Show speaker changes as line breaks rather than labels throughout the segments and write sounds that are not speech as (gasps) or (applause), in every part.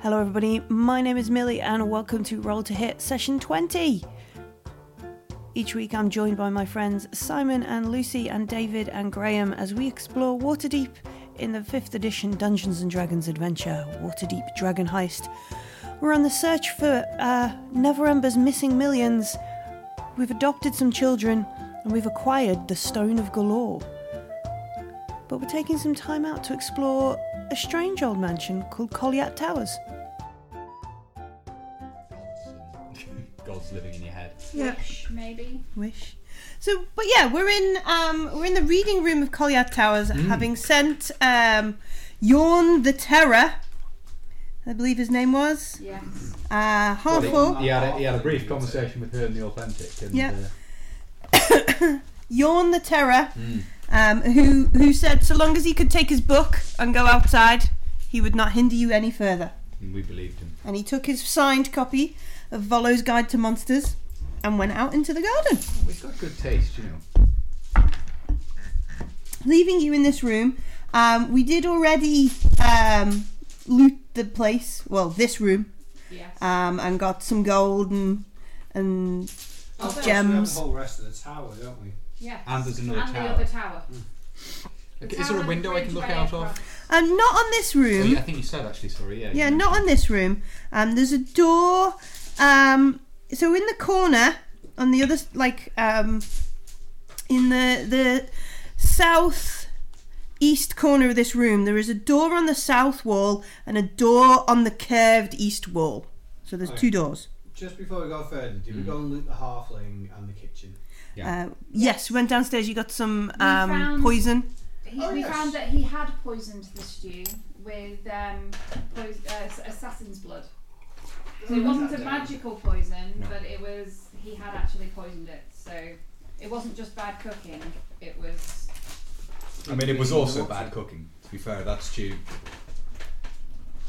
Hello, everybody. My name is Millie, and welcome to Roll to Hit Session 20. Each week, I'm joined by my friends Simon and Lucy and David and Graham as we explore Waterdeep in the 5th edition Dungeons and Dragons adventure, Waterdeep Dragon Heist. We're on the search for uh, Neverember's missing millions. We've adopted some children, and we've acquired the Stone of Galore but we're taking some time out to explore a strange old mansion called Colliat Towers.
God's living in your head.
Wish, maybe.
Wish.
So, but yeah, we're in um, we're in the reading room of Colliard Towers, having sent um, Yawn the Terror, I believe his name was,
Yes.
uh, Harful,
He, he, had a, he had a brief conversation with her in the authentic, and
Yeah.
uh,
Yawn the Terror,
Mm.
um, who who said so long as he could take his book and go outside, he would not hinder you any further.
and we believed him.
And he took his signed copy of Volo's Guide to Monsters and went out into the garden.
Oh, we've got good taste, you know.
leaving you in this room. Um, we did already um, loot the place, well, this room,
Yes.
um, and got some gold and, and
I think We have
gems.
the whole rest of the tower, don't we?
yes.
And there's another
and
tower.
the other tower.
Okay, is there a window I can look out of?
Um, not on this
Oh, yeah,
room.
I think you said actually. Sorry, yeah.
Yeah, not on this room. Um, there's a door. Um, so in the corner, on the other, s- like, um, in the the south east corner of this room, there is a door on the south wall and a door on the curved east wall.
Oh,
So there's
Okay.
two doors.
Just before we go further, did we go and loot the halfling and the kitchen?
Uh, yes, went downstairs. You got some um,
found-
poison.
He,
Oh,
we
yes.
found that he had poisoned the stew with um, pois- uh, s- assassin's blood. So it wasn't a magical poison, but it was he had actually poisoned it. So it wasn't just bad cooking. It was
I mean, it was also bad cooking. To be fair, that stew.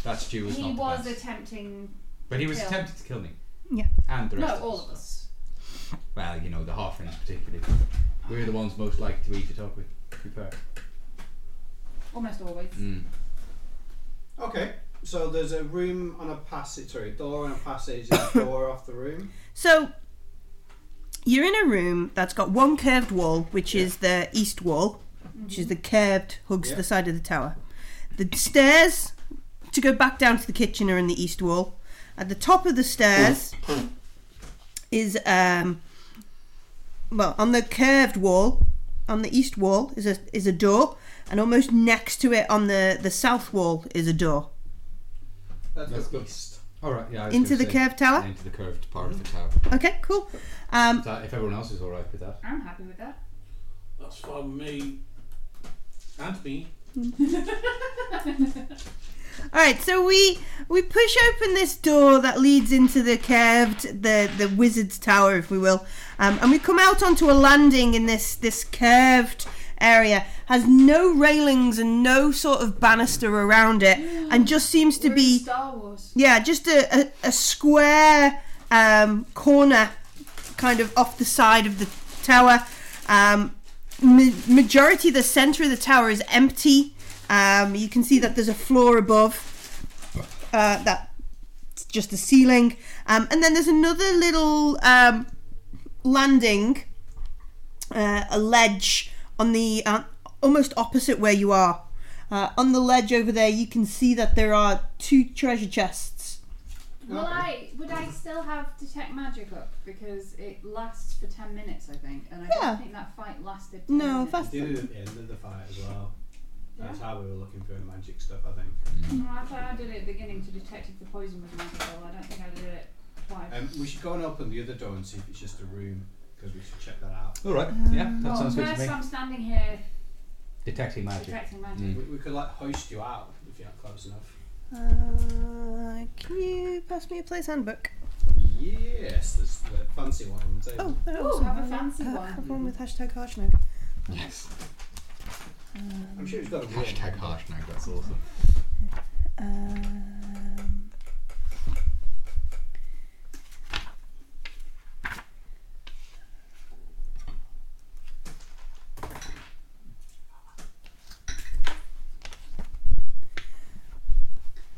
That stew was
he
not. the
was
best.
attempting.
but he was
kill.
attempted to kill me.
Yeah.
And the
No,
rest.
all of us.
Well, you know, the halflings particularly. We're the ones most likely to eat it up with. To be fair.
Almost always.
Mm.
Okay. So there's a room on a passage, sorry, a door and a passage, and (coughs) a door off the room.
So you're in a room that's got one curved wall, which is the east wall, which is the curved hugs
Yeah.
the side of the tower. The stairs to go back down to the kitchen are in the east wall. At the top of the stairs is um well on the curved wall on the east wall is a is a door and almost next to it on the the south wall is a door
That's,
That's
the
good.
east.
All right. Yeah. I was
into
gonna
the
say,
curved tower
Into the curved part of the tower.
okay cool um
Is that- if everyone else is all right with that.
I'm happy with that.
That's fine with me and me.
All right, so we we push open this door that leads into the curved the the wizard's tower, if we will, um, and we come out onto a landing in this this curved area. Has no railings and no sort of banister around it, and just seems to
We're in
be
Star Wars.
yeah, just a, a, a square um, corner kind of off the side of the tower. Um, ma- majority of the centre of the tower is empty. Um, you can see that there's a floor above uh, that's just a ceiling. Um, and then there's another little um, landing, uh, a ledge on the uh, almost opposite where you are. Uh, on the ledge over there, you can see that there are two treasure chests.
Will
Okay.
I? Would I still have detect magic up because it lasts for ten minutes, I think, and I
Yeah.
don't think that fight lasted. 10
No,
minutes.
that's
We did it at the end of the fight as well. That's how we were looking for magic stuff, I think.
No, I thought I did it at the beginning to detect if the poison was magical. I don't think I did it twice.
Um, we should go and open the other door and see if it's just a room, because we should check that out.
All right. Yeah. That
Um, well,
sounds good
first
to me.
I'm standing here
Detecting magic.
detecting magic.
Mm.
We, we could like hoist you out if you're not close enough.
Uh, can you pass me a player's handbook?
Yes, there's the fancy eh? one on the table.
Oh, there
Ooh,
also
have a fancy
uh,
one.
Have one with hashtag harshnag.
Yes.
I'm sure it's got a
Hashtag
room.
harsh now, that's awesome.
Um,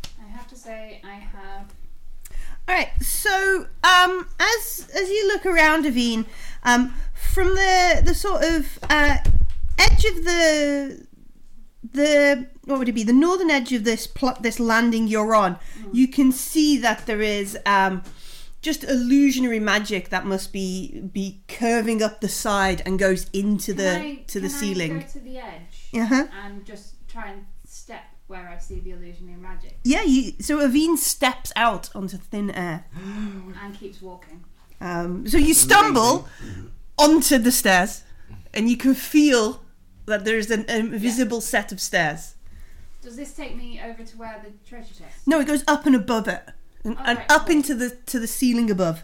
I have to say I have.
All right. So, um, as as you look around, Avine, um, from the the sort of uh, edge of the the what would it be the northern edge of this pl- this landing you're on,
Mm.
you can see that there is um, just illusionary magic that must be be curving up the side and goes into the
Can I-
to the
can I
ceiling.
go to the edge
Uh-huh.
and just try and step where I see the illusionary magic
Yeah. You, so Avine steps out onto thin air.
and keeps walking.
Um, so you stumble onto the stairs, and you can feel that there is an invisible set of stairs.
Does this take me over to where the treasure chest?
No, it goes up and above it, and, and
Okay,
up
cool.
into the to the ceiling above.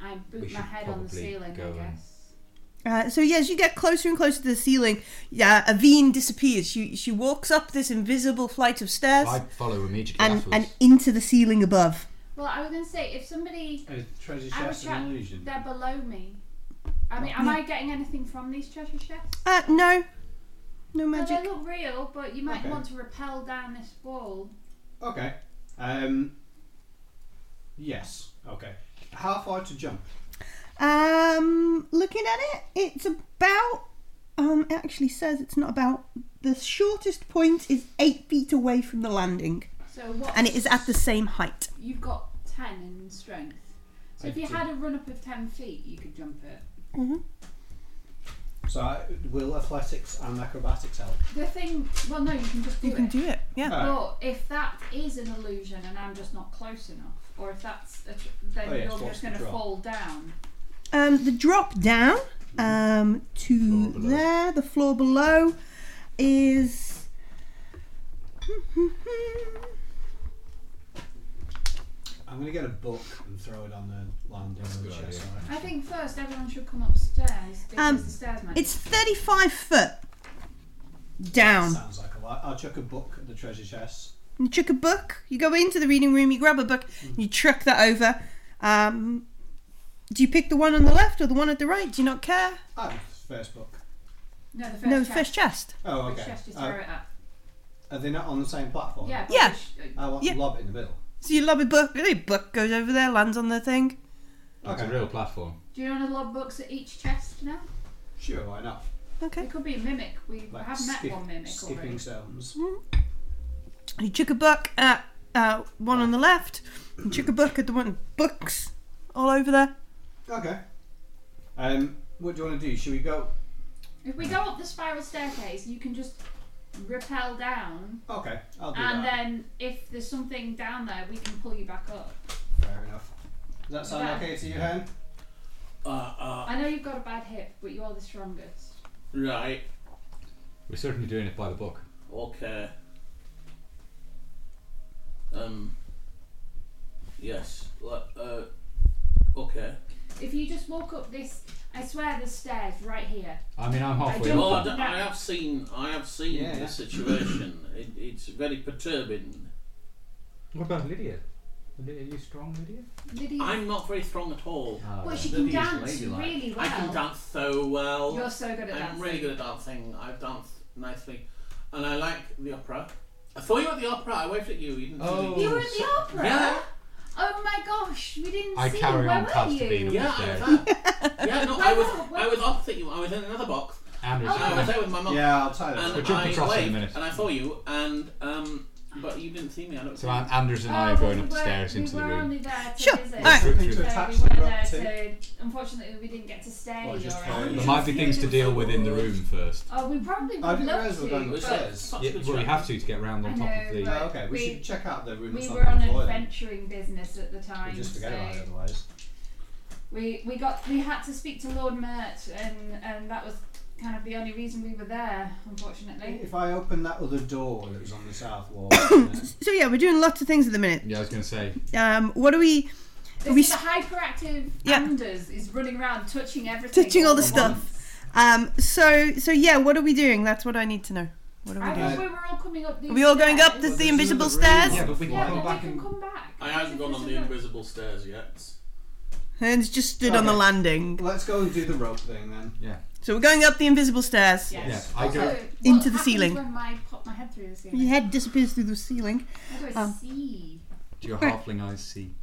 I
We
boot my
should
head on the
probably
ceiling, I
go and-
guess.
Uh, so yeah, as you get closer and closer to the ceiling, yeah, Avine disappears. She she walks up this invisible flight of stairs
I follow immediately
and
afterwards.
and into the ceiling above.
Well, I was going to say, if somebody,
A treasure
I was
chest
trying-
an illusion.
they're below me. I mean,
Mm.
am I getting anything from these treasure chests?
Uh, no, no
No,
magic.
they look real, but you might
Okay.
want to rappel down this wall.
Okay. Um. Yes. Okay. How far to jump?
Um, looking at it, it's about. Um, it actually says it's not about. The shortest point is eight feet away from the landing,
So what?
and it is at the same height.
You've got ten in strength. So if you
Fifteen.
had a run up of ten feet, you could jump it.
So I, will athletics and acrobatics help?
The thing, well, no, you can just do
You
it.
can do it. Yeah.
Alright.
But if that is an illusion and I'm just not close enough, or if that's a tr- then
Oh, yeah,
you're
force
just going to
control.
fall down.
Um, the drop down um, to
Floor below.
there, the floor below, is. (laughs)
I'm gonna get a book and throw it on the landing.
That's a
on the
good
chest.
idea.
I think first everyone should come upstairs because
Um,
the stairs might.
It's thirty-five foot down.
Sounds like a lot. I'll chuck a book at the treasure chest.
You chuck a book. You go into the reading room. You grab a book. You truck that over. Um, do you pick the one on the left or the one at the right? Do you not care?
Oh, first book.
no, the first
no, the
chest.
first chest.
Oh,
First
okay.
chest you
Uh,
throw it at.
are they not on the same platform?
Yeah. but
Yeah.
you sh-
I want
Yeah.
to lob it in the middle.
So you lob a book. A book goes over there, lands on the thing.
It's a
Okay.
real platform.
Do you want to lob books at each chest now?
Sure. Why not?
Okay.
It could be a mimic. We
Like
have met
skip-
one mimic
skipping
already.
stones.
You chuck a book at uh, one on the left. You chuck a book at the one books all over there.
Okay. Um, what do you want to do? Should we go?
If we go up the spiral staircase, you can just rappel down,
Okay, I'll do
and
that.
then if there's something down there, we can pull you back up.
Fair enough. Does that sound
Yeah.
okay to you, Hen?
Uh, uh,
I know you've got a bad hip, but you are the strongest.
right.
We're certainly doing it by the book.
Okay. Um. Yes. Let, uh. Okay.
If you just walk up this, I swear there's stairs right here.
I mean, I'm halfway
don't-
Well,
up.
I, d- I have seen. I have seen
Yeah, yeah.
the situation. It, it's very perturbing.
What about Lydia? Lydia, are you strong, Lydia?
Lydia,
I'm not very strong at all.
Uh,
well, she can
Lydia's
dance
ladylike.
really well.
I can dance so well.
You're so good at
I'm
dancing.
really good at dancing. I've danced nicely, and I like the opera. I saw you at the opera. I waved at you. You didn't
Oh.
see
You were at the opera.
me. Yeah.
Oh my gosh, we didn't
I
see.
carry
Where
on
were
past
you?
being a-
Yeah, I
Upstairs.
was there. yeah, (laughs) no, I was.
Wow,
I was opposite you. I was in another box.
And
Oh,
it's
I was there with my mum.
Yeah, I'll try
And
that.
We're jumping
I
across in a
waved,
minute.
And I saw you, and um, but you didn't see me. I don't.
So
think.
An- Anders and
Oh,
I are going
we were-
upstairs
we
into the
were
room.
Only there to
Sure,
visit.
alright.
Through- through
So
the-
we
attach
were
the
there
rope
to. Unfortunately, we didn't get to stay.
Or just
or
carry
anything.
There might be things to deal with in the room first.
Oh, we probably would
I didn't
love
realise we
to.
were going
It was
upstairs.
but
such- such a
Yeah,
good
well, we
show.
have to to get round on
I
top
know,
of the.
but-
Oh, okay, we,
We-
should check out the room.
We
that's
were on
not employed.
adventuring business at the time.
We just forget
so
about it otherwise.
We we got we had to speak to Lord Mert, and and that was kind of the only reason we were there, unfortunately.
If I open that other door that was on the south
(coughs)
wall, uh,
So yeah, we're doing lots of things at the minute.
Yeah, I was going to say.
Um, what are we
This
We
is
s-
the hyperactive
Yeah.
Anders is running around touching everything,
touching all the
at
stuff?
once.
Um, so so yeah, what are we doing? That's what I need to know. What are
I
we doing?
thought we were all coming up. These
Are we all going up
stairs.
the, the
Well, there's
invisible
another room.
stairs?
Yeah,
but we
Yeah,
can
but
go back
we can
and.
come back.
I haven't gone on the invisible stairs yet.
Hearn's just stood on the
Okay.
landing.
let's go and do the rope thing then.
So we're going up the invisible stairs.
Yes.
Yeah, I
So,
go.
what
Into the
happens
ceiling.
When I pop my head through the ceiling.
Your head disappears through the ceiling.
How do I
Um,
see?
Do your halfling eyes see?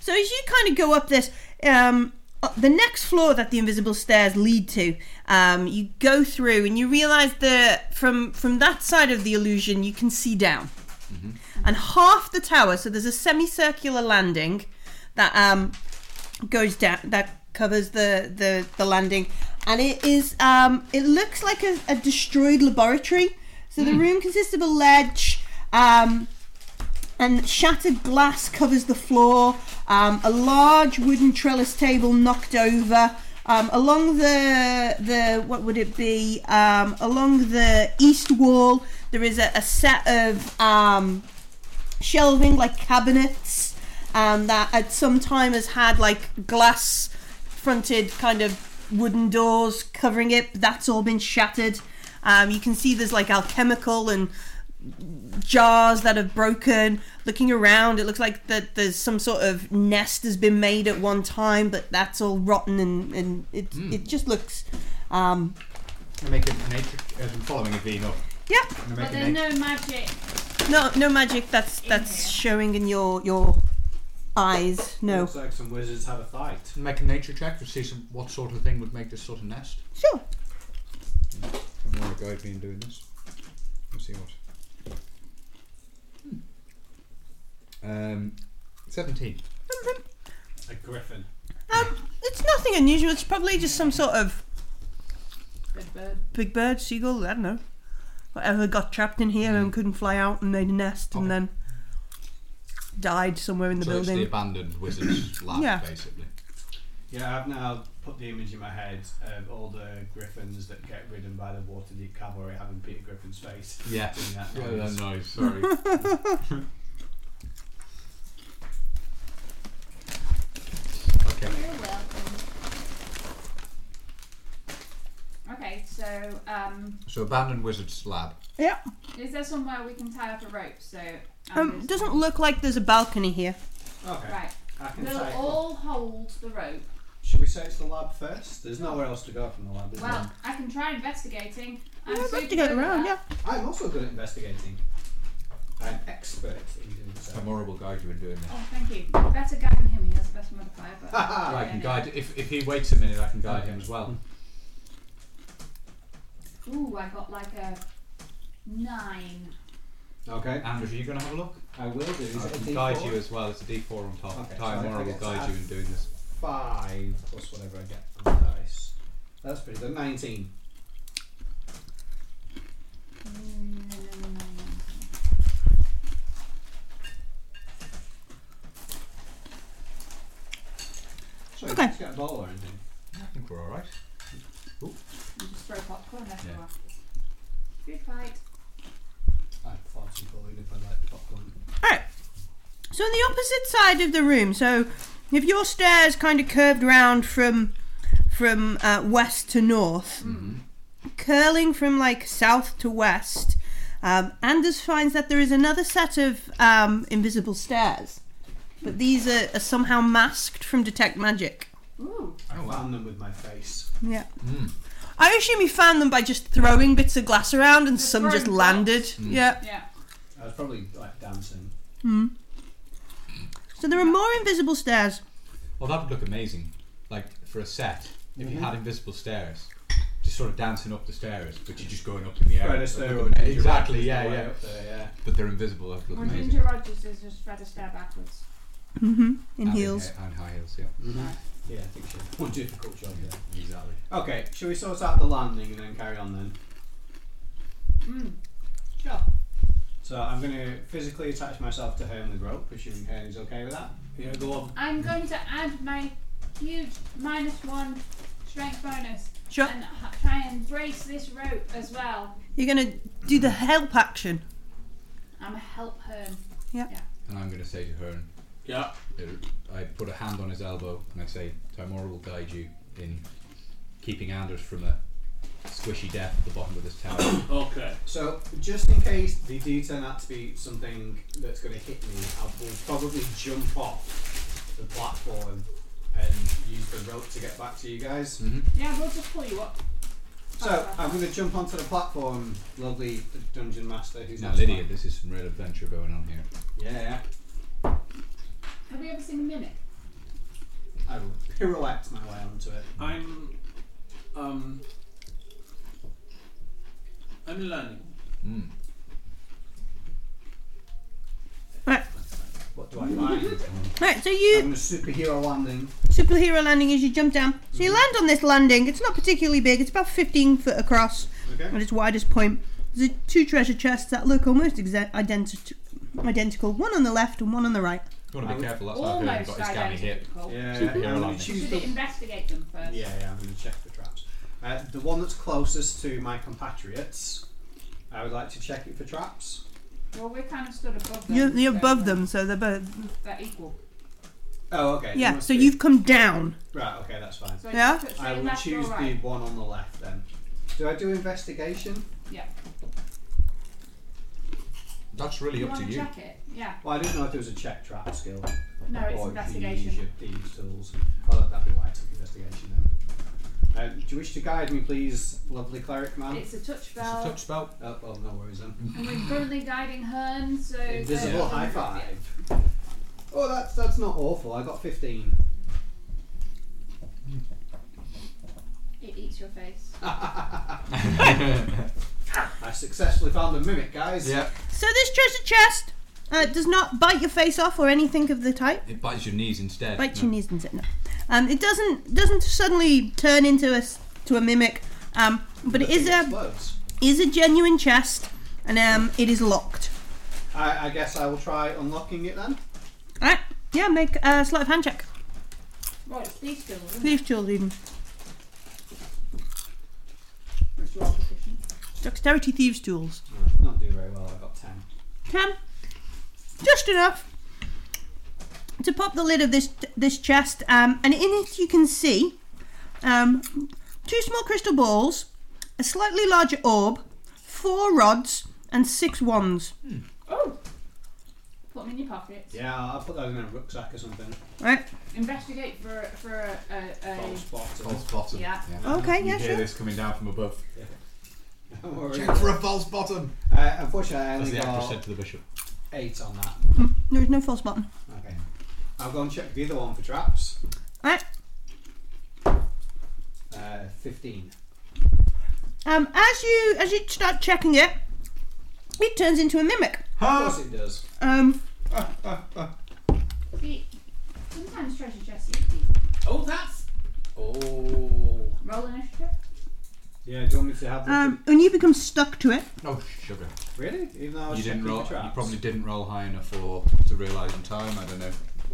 So as you kind of go up this, um, up the next floor that the invisible stairs lead to, um, you go through and you realise that from from that side of the illusion you can see down, and half the tower. So there's a semicircular landing that um, goes down that covers the the, the landing, and it is um, it looks like a, a destroyed laboratory. So the room consists of a ledge. Um, and shattered glass covers the floor. Um, a large wooden trellis table knocked over. Um, along the the what would it be? Um, along the east wall, there is a, a set of um, shelving like cabinets um, that at some time has had like glass fronted kind of wooden doors covering it. That's all been shattered. Um, you can see there's like alchemical and jars that have broken. Looking around, it looks like that there's some sort of nest has been made at one time, but that's all rotten and, and it it just looks. Um,
I make a nature. Uh, I'm following a Veen up.
yeah,
I'm
But
gonna
there's
make a
no magic.
no no magic. That's
In
that's
here.
showing in your your eyes. No,
Looks like some wizards have a fight.
Make a nature check to see some, what sort of thing would make this sort of nest.
sure.
I'm more a guy being doing this. Let's see what.
Hmm.
Um, seventeen.
A griffin.
Um, it's nothing unusual. It's probably just some sort of
Good bird.
big bird, seagull. I don't know. Whatever got trapped in here and couldn't fly out and made a nest and
Mm. Okay.
then died somewhere in the
so it's
building.
the
(coughs)
abandoned wizard's lab,
Yeah.
basically.
Yeah, I've now put the image in my head of all the griffins that get ridden by the Waterdeep cavalry having Peter Griffin's face.
Yeah.
Doing that
Yeah,
noise.
that (laughs) noise. Sorry. okay.
You're welcome. Okay, so um,
So abandoned wizard's lab.
yeah.
is there somewhere we can tie up a rope? So
Um,
Amber's-
doesn't look like there's a balcony here.
Okay.
right.
I can
We'll
say.
all hold the rope.
Should we say it's the lab first? There's nowhere else to go from the lab. Is
Well,
there?
I can try investigating. I'm
Yeah,
super
let's
good
get
at
around, yeah.
that.
I'm also good at investigating. I'm expert in doing so.
I'm horrible guide you in doing this.
Oh, thank you. Better guy than him. He has the best modifier.
(laughs)
But
Ah,
I can
yeah.
guide. If, if he waits a minute, I can guide him as (laughs) well.
ooh, I got like a nine.
okay.
Andrew, are you going to have a look?
I will do. Is
I
it a
can guide
D4?
you as well. It's a D4 on top.
Okay, so I
Time Mora will
forget to
guide you in
add-
doing this.
five plus whatever I get on the dice. That's pretty good. Nineteen.
Mm, no, no, no, no.
So you
Okay.
just get a ball or anything.
I think we're all right.
You just throw popcorn
Yeah.
everywhere. Good fight.
I'd fart and bullied if I liked popcorn.
So on the opposite side of the room, so if your stairs kind of curved round from from uh, west to north, curling from like south to west, um, Anders finds that there is another set of um, invisible stairs, but these are, are somehow masked from detect magic.
Ooh.
Oh, wow.
Fan them with my face.
Yeah.
Mm.
I assume he found them by just throwing bits of glass around and
Just
some just
throwing
landed. Yeah.
Yeah.
I was probably like dancing.
So there are more invisible stairs.
Well, that would look amazing. Like for a set, if
Mm-hmm.
you had invisible stairs, just sort of dancing up the stairs, but you're just going up in the air.
Fred
That would
Astaire
look
would
amazing.
do
Exactly.
that.
Yeah,
Way
yeah.
up there, yeah.
But they're invisible. That would
Well,
look amazing.
Ginger Rogers is just Fred Astaire backwards.
hmm In
And
heels.
ha- and high heels. Yeah.
Yeah, I think she would do a difficult job there.
Exactly.
Okay, shall we sort out the landing and then carry on then?
Mm. Sure.
So I'm going to physically attach myself to Herne with rope, assuming Herne is okay with that. You know, go on.
I'm going to add my huge minus one strength bonus
Sure.
and h- try and brace this rope as well.
You're gonna do the help action.
I'm a help her.
And I'm going to say to Hearn,
Yeah.
uh, I put a hand on his elbow and I say, Timora will guide you in keeping Anders from a squishy death at the bottom of this
(coughs)
tower.
Okay.
So, just in case they do turn out to be something that's going to hit me, I will probably jump off the platform and use the rope to get back to you guys.
Yeah, we'll just pull you up.
So, I'm going to jump onto the platform, lovely dungeon master who's
now,
not
Lydia,
smart.
this is some real adventure going on here.
Yeah, yeah.
Have we ever seen a mimic?
I will (laughs) pirouette my way onto it.
I'm, um, I'm learning.
Mm.
What do I find?
(laughs)
Right, so
I'm
you
going to superhero landing.
superhero landing as you jump down. So you land on this landing. It's not particularly big. It's about 15 foot across
Okay.
at its widest point. There's two treasure chests that look almost exa- identi- identical. One on the left and one on the right.
You want to be careful. That's not who
Um, Almost
got his gammy hit.
identical.
Yeah,
Superhero
I'm going
landing.
to choose
Should it
the.
investigate them first?
Yeah, yeah, I'm going to check for traps. Uh, the one that's closest to my compatriots, I would like to check it for traps.
Well, we're kind of stood above them.
You're, you're
so
above them, so they're both.
They're equal.
Oh, okay. it
Yeah,
must
so
be-
you've come down.
Right, okay, that's fine.
So
Yeah?
it's- so
I will
left or
choose
right?
the one on the left then. Do I do investigation?
Yeah.
That's really
You
up
want
to
to
you.
check it? Yeah.
Well, I didn't know if there was a check trap skill.
No, it's
or If you
investigation.
use your thieves tools. Oh, that- that'd be why I took investigation then. Um, do you wish to guide me, please, lovely cleric man?
It's a touch
It's a
bell.
touch spell.
oh, well, no worries then.
And we're currently guiding Hearn, so.
Invisible
they're-
high five. Oh, that's that's not awful. I got fifteen.
It eats your face.
(laughs)
I successfully found the mimic, guys.
yeah,
So this treasure chest uh, does not bite your face off or anything of the type.
it bites your knees instead.
Bites
No.
your knees and sit. No. Um, it doesn't doesn't suddenly turn into a s- to a mimic. Um, but it
The
is
thing
a
explodes.
is a genuine chest, and um, it is locked.
I, I guess I will try unlocking it then.
All right. Yeah, make a sleight of hand check.
Well, it's these skills, isn't it?
These children.
It's your position.
Dexterity thieves tools.
Mm.
Not do very well. I got ten.
Ten. Just enough to pop the lid of this this chest, um, and in it you can see um, two small crystal balls, a slightly larger orb, four rods, and six wands.
Oh! Put them in your pockets.
Yeah, I'll put those in a rucksack or something.
Right.
Investigate for for a, a, a
False bottom.
False bottom.
Yeah.
Okay.
You
Yeah.
hear
Sure.
this coming down from above.
(laughs) Don't worry.
Check for a false bottom.
Uh, unfortunately, I
As
only
the actress said
got
to the bishop.
eight on that.
There is no false button.
Okay. I'll go and check the other one for traps.
Right.
Uh, 15.
Um, as you as you start checking it, it turns into a mimic.
Of course it does.
Um,
See, sometimes treasure chests eat these.
Oh, that's. Oh.
Roll initiative.
Yeah, do you want me to have the
um, and you become stuck to it.
Oh sugar!
Really? Even though
Oh,
I was
You didn't
checking
roll.
for traps.
You probably didn't roll high enough or to realise in time. I don't know.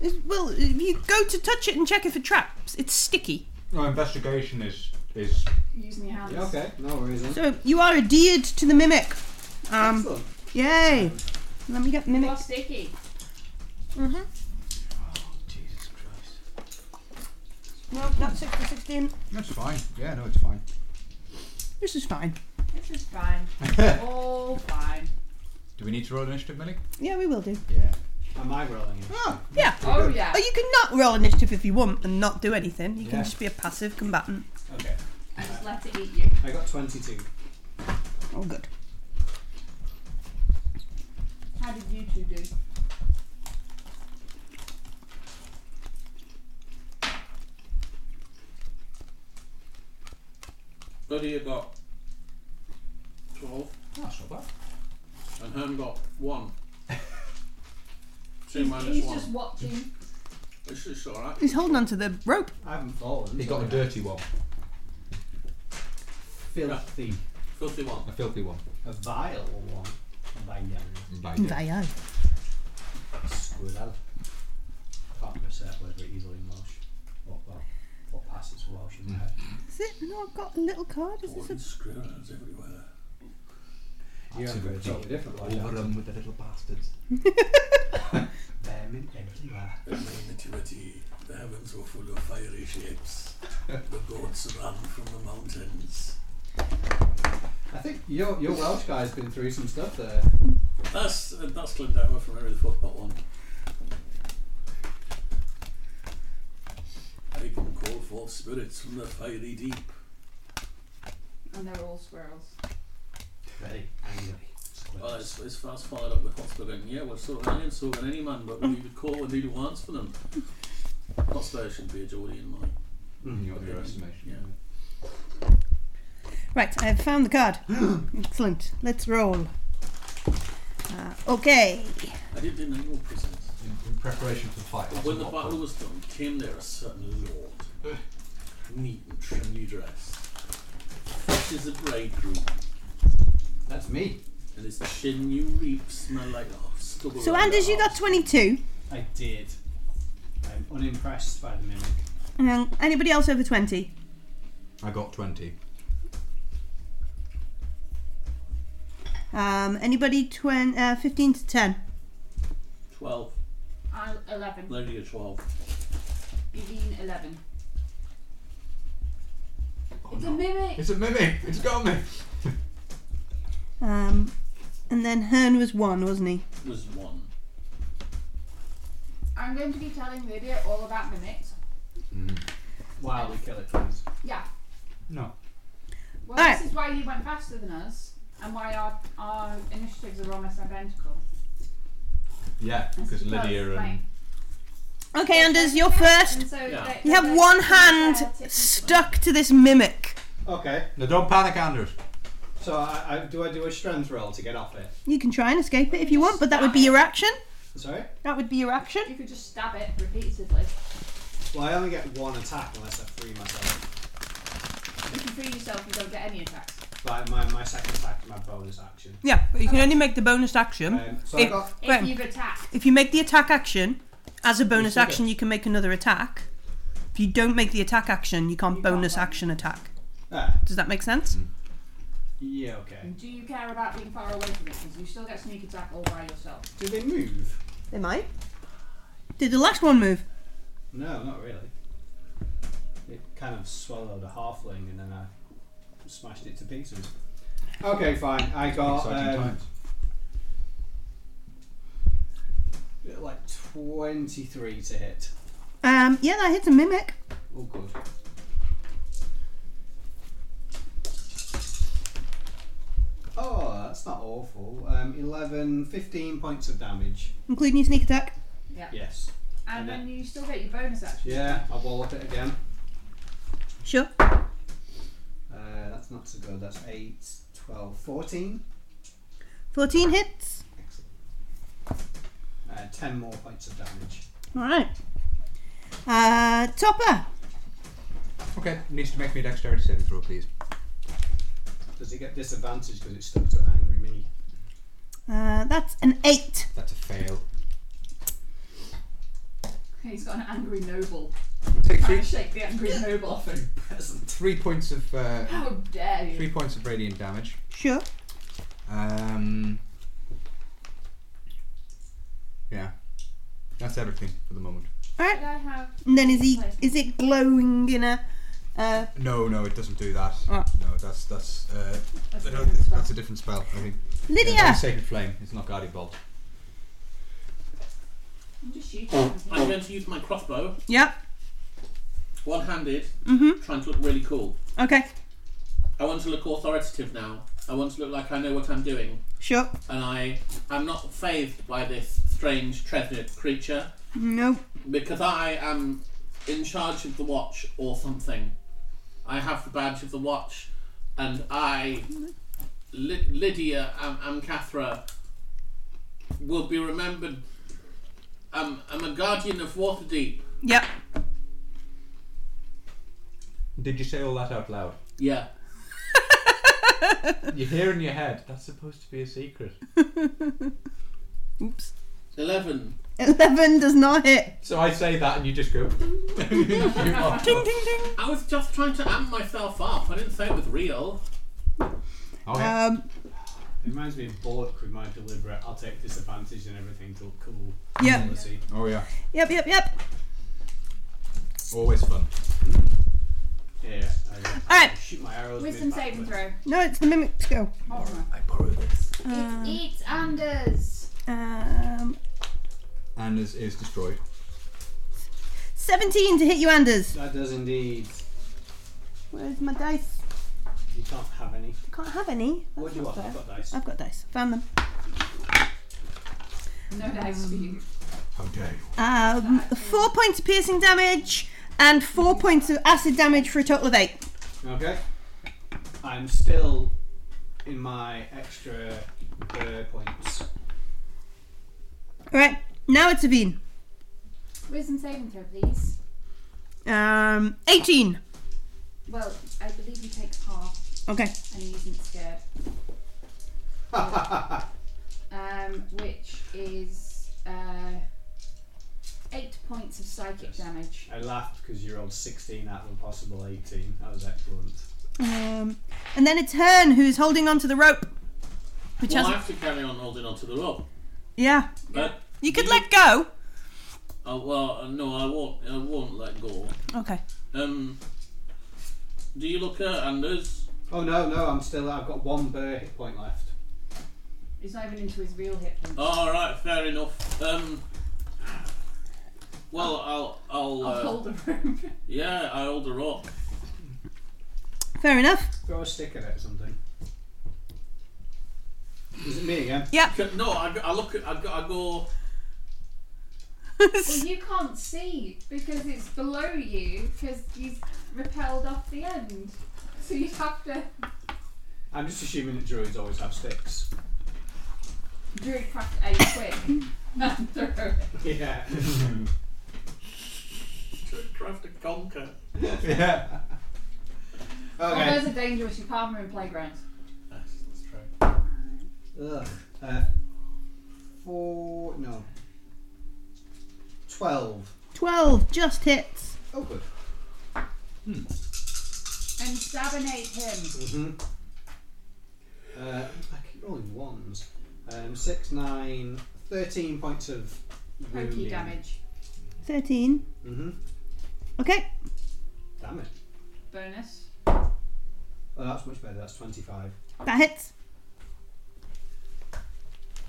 It's- Well, if you go to touch it and check it for traps, it's sticky.
No, investigation is is
Using your hands.
Yeah, okay. No worries then.
So you are adhered to the mimic. Um,
Excellent.
yay! Let me get
You
mimic.
are sticky.
Mm-hmm.
Oh, Jesus Christ.
No, not six to sixteen.
That's fine. Yeah, no, it's fine.
This is fine.
This
(laughs)
is fine. All fine.
Do we need to roll initiative, Millie?
Yeah, we will do.
Yeah.
Am I rolling it?
Oh, yeah.
Oh yeah.
Oh, you can not roll initiative if you want and not do anything. You can
Yeah.
just be a passive combatant.
Okay.
Just let it eat you.
I got 22.
Oh, good.
How did you two do?
Buddy you got 12,
That's not bad.
and Herm got 1. 2
He's,
minus
he's
1.
just watching.
It's just alright.
He's holding onto the rope.
I haven't fallen.
He
so
got a
yeah.
dirty one,
filthy,
Filthy 1.
a filthy one.
a vile one. Vile.
By
Vaya.
Screw that. Can't pronounce that word very easily in Welsh. What, what, what passes for Welsh in my head.
Is it? No, I've got a little card. Is this
Wooden
a...
screws everywhere.
You're going to totally different Welsh.
Over them with the little bastards.
Vermin everywhere.
In my nativity, the heavens were full of fiery shapes. the goats ran from the mountains.
I think your your Welsh guy's been through some stuff there.
That's uh, that's Glendower from Harry the Football one. I can call forth spirits from the fiery deep.
And they're all squirrels.
Very angry.
Well, Uh, it's, it's fast followed up with Hotspur going, yeah, we're so Iranian, so than any man, but we would call and do the wants for them. Hotspur should be a Geordie in mine.
in your, your estimation.
Yeah.
Right, I have found the card. Excellent. Let's roll. Uh, okay.
I did an annual present.
In, in preparation for the fight. that's
When
a
the
lot
battle
of-
was done, came there a certain lord, neat and trimly dressed, fresh as a bridegroom,
That's me.
and his chin you reap smell like half stubble.
So
on
Anders,
the
you got
house.
22.
I did. I'm unimpressed by the mimic.
Um, anybody else over 20?
I got 20.
Um, anybody twen- uh, 15 to 10?
twelve.
i 11.
Lady of twelve.
Eileen, 11.
Oh,
it's a mimic!
It's a mimic! It's got me!
Um, and then Hearn was 1, wasn't he?
Was one.
I'm going to be telling Lydia all about mimics.
Wow, we kill it, please.
Yeah.
No.
Well,
Alright.
this is why you went faster than us and why our, our initiatives are almost identical.
Yeah,
I
because
suppose,
Lydia and.
like-
Okay, Anders, you're first.
And so
Yeah.
they-
You have
they-
one
they-
hand
they-
stuck to this mimic.
Okay,
No, don't panic, Anders.
so I, I, do I do a strength roll to get off it?
You can try and escape it if you want, but that would be your action.
Sorry?
That would be your action.
You could just stab it repeatedly.
Well, I only get one attack unless I free myself.
You can free yourself and don't get any attacks.
But my, my second attack is my bonus action.
Yeah, but you can only make the bonus action.
Um, so
Hmm? If-
I got
If
Graham.
you've attacked.
If you make the attack action, as a bonus
Okay.
action, you can make another attack. If you don't make the attack action, you can't
You can't Mm.
bonus
bonus.
action attack.
ah,
Does that make sense?
yeah, okay.
Do you care about being far away from it? Because you still get sneak attack all by yourself.
Do they move?
They might. Did the last one move?
No, not really. It kind of swallowed a halfling and then I smashed it to pieces. Okay, fine. I got
Exciting
um,
times.
like 23 to hit.
Um, yeah, that hits a mimic.
Oh, good. Oh, that's not awful. Um, 11, 15 points of damage.
Including your sneak attack.
Yes.
And
And
then you still get your bonus action.
Yeah, I'll wall up it again.
Sure.
Uh, that's not so good. That's 8, 12, 14.
14 hits.
Excellent. Uh, 10 more points of damage.
Alright. Uh, Topper.
Okay, needs to make me a dexterity saving throw, please.
Does it get disadvantage because it's stuck to angry me?
Uh, that's an 8.
That's a fail.
(laughs) He's got an angry noble.
Take
Trying
three,
to shake the angry noble off him.
three points of
(gasps)
uh,
How dare you?
three points of radiant damage.
Sure.
Um, yeah, that's everything for the moment.
Did I have
And then is he is it glowing in a uh,
No, no, it doesn't do that.
Ah.
No, that's that's uh,
Oh. a
I don't-
second spell?
that's a different spell. I mean, Yeah,
Lydia?
that's sacred flame. It's not guided bolt.
I'm just shooting.
I'm going to use my crossbow,
Yep.
one handed,
Mm-hmm.
trying to look really cool.
Okay.
I want to look authoritative now. I want to look like I know what I'm doing.
Sure.
And I am not phased by this strange treasured creature
Nope.
because I am in charge of the watch or something. I have the badge of the watch, and I, Ly- Lydia Am- Amcathra, will be remembered. Um, I'm a guardian of Waterdeep.
Yep.
Did you say all that out
(laughs)
loud?
Yeah.
You hear in your head. That's supposed to be a secret.
Oops.
11.
11 does not hit.
So I say that, and you just go. (laughs) You are-
Ding, ding, ding.
I was just trying to amp myself up. I didn't say it was real.
Oh, yeah.
Um,
It reminds me of Bullock with my deliberate, I'll take disadvantage and everything to look cool
yep.
policy.
oh yeah.
Yep, yep, yep.
Always fun.
Yeah, I
Alright.
shoot my arrows
Wisdom saving
mid-backwards.
throw.
No, it's the mimic's go.
Horror.
I borrow this.
Um,
It eats Anders.
Um,
And is, is destroyed.
17 to hit you, Anders.
That does indeed.
Where's my dice?
You can't have any.
Can't have any. That's
What do you
not
want?
fair.
I've got dice.
I've got dice. Found them.
No dice for you.
How dare you?
Um, four points of piercing damage and four points of acid damage for a total of eight.
Okay. I'm still in my extra uh, points.
All right. Now it's Avine.
Wisdom saving throw, please.
Um, 18.
Well, I believe he takes half
Okay.
and he isn't scared. um, which is uh, eight points of psychic damage.
I laughed because you rolled 16 out of a possible 18. That was excellent.
Um, and then it's Hearn who's holding onto the rope. Which
Well, I
has.
have to carry on holding onto the rope.
Yeah.
But
You could
you-
let go.
oh, well, uh, no, I won't. I won't let go.
Okay.
Um, do you look at Anders?
Oh no, no, I'm still. I've got one burr hit point left.
He's not even into his real hit point.
Oh, All right, fair enough. Um, well, I'll, I'll,
I'll
uh,
hold the (laughs) rope.
yeah, I hold the rope.
Fair enough.
Throw a stick at it or something. Is it me again?
C- No, I, go- I look at, I go, I go.
well, you can't see because it's below you because he's repelled off the end. So you'd have to.
I'm just assuming that druids always have sticks.
Druid craft a quick (laughs) and throw it.
Yeah.
Craft a conquer.
yeah.
Well,
(laughs) Okay.
those are Oh, dangerous. You can't them in playgrounds.
Yes, that's true.
Ugh. Uh, four. No. Twelve.
12. Just hits.
Oh, good.
And stabinate him.
Mm-hmm. Uh, I keep rolling ones. Um, six, nine, 13 points of
Pokey damage.
13.
Mm-hmm.
Okay.
Damn it.
Bonus.
Oh, that's much better. That's 25.
That hits.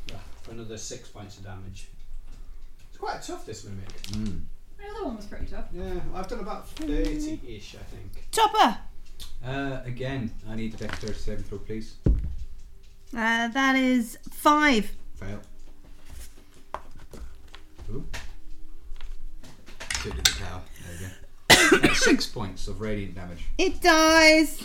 Yeah, for another six points of damage. It's quite tough, this mimic.
Hmm.
My other one was pretty tough.
Yeah, I've done about 30 ish, I think.
Chopper.
Uh, again, I need a dexterity saving throw, please.
Uh, that is five.
Fail. Ooh. Good to the cow. There we go. That's (coughs) six points of radiant damage.
It dies.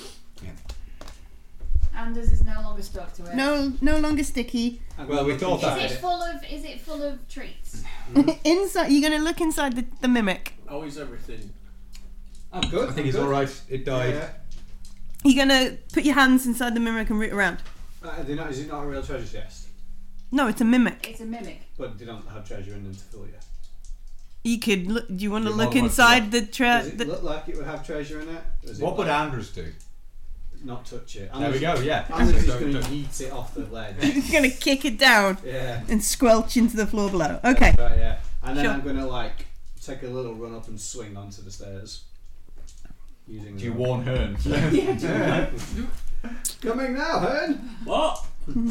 Anders is no longer stuck to it.
No, no longer sticky. (laughs)
And
Well, we thought
Is
that-
it full of? Is it full of treats?
inside, you're gonna look inside the, the mimic.
How is everything?
I'm good.
I think
I'm
he's
good.
alright. It
Yeah,
died.
yeah.
You're gonna put your hands inside the mimic and root around.
Uh, they're not, is it not a real treasure chest?
No, it's a mimic.
It's a mimic.
But they don't have treasure in them to fool you.
You could look. Do you want to
You
look
might want to
inside the, tra-
Does it
Uh, the
look like it would have treasure in it? Does it
What would
like
Andrews do?
Not touch it.
There we go, yeah.
Anders is
Don't-
going to
don't-
eat it off the ledge.
You're (laughs) gonna kick it down
yeah.
and squelch into the floor below. Okay.
Right, yeah. And then
Sure.
I'm going to, like, take a little run up and swing onto the stairs. Using
Do you
the- (laughs)
warn
(laughs)
Hearn?
Yeah. Coming now, Hearn!
(laughs)
What?
And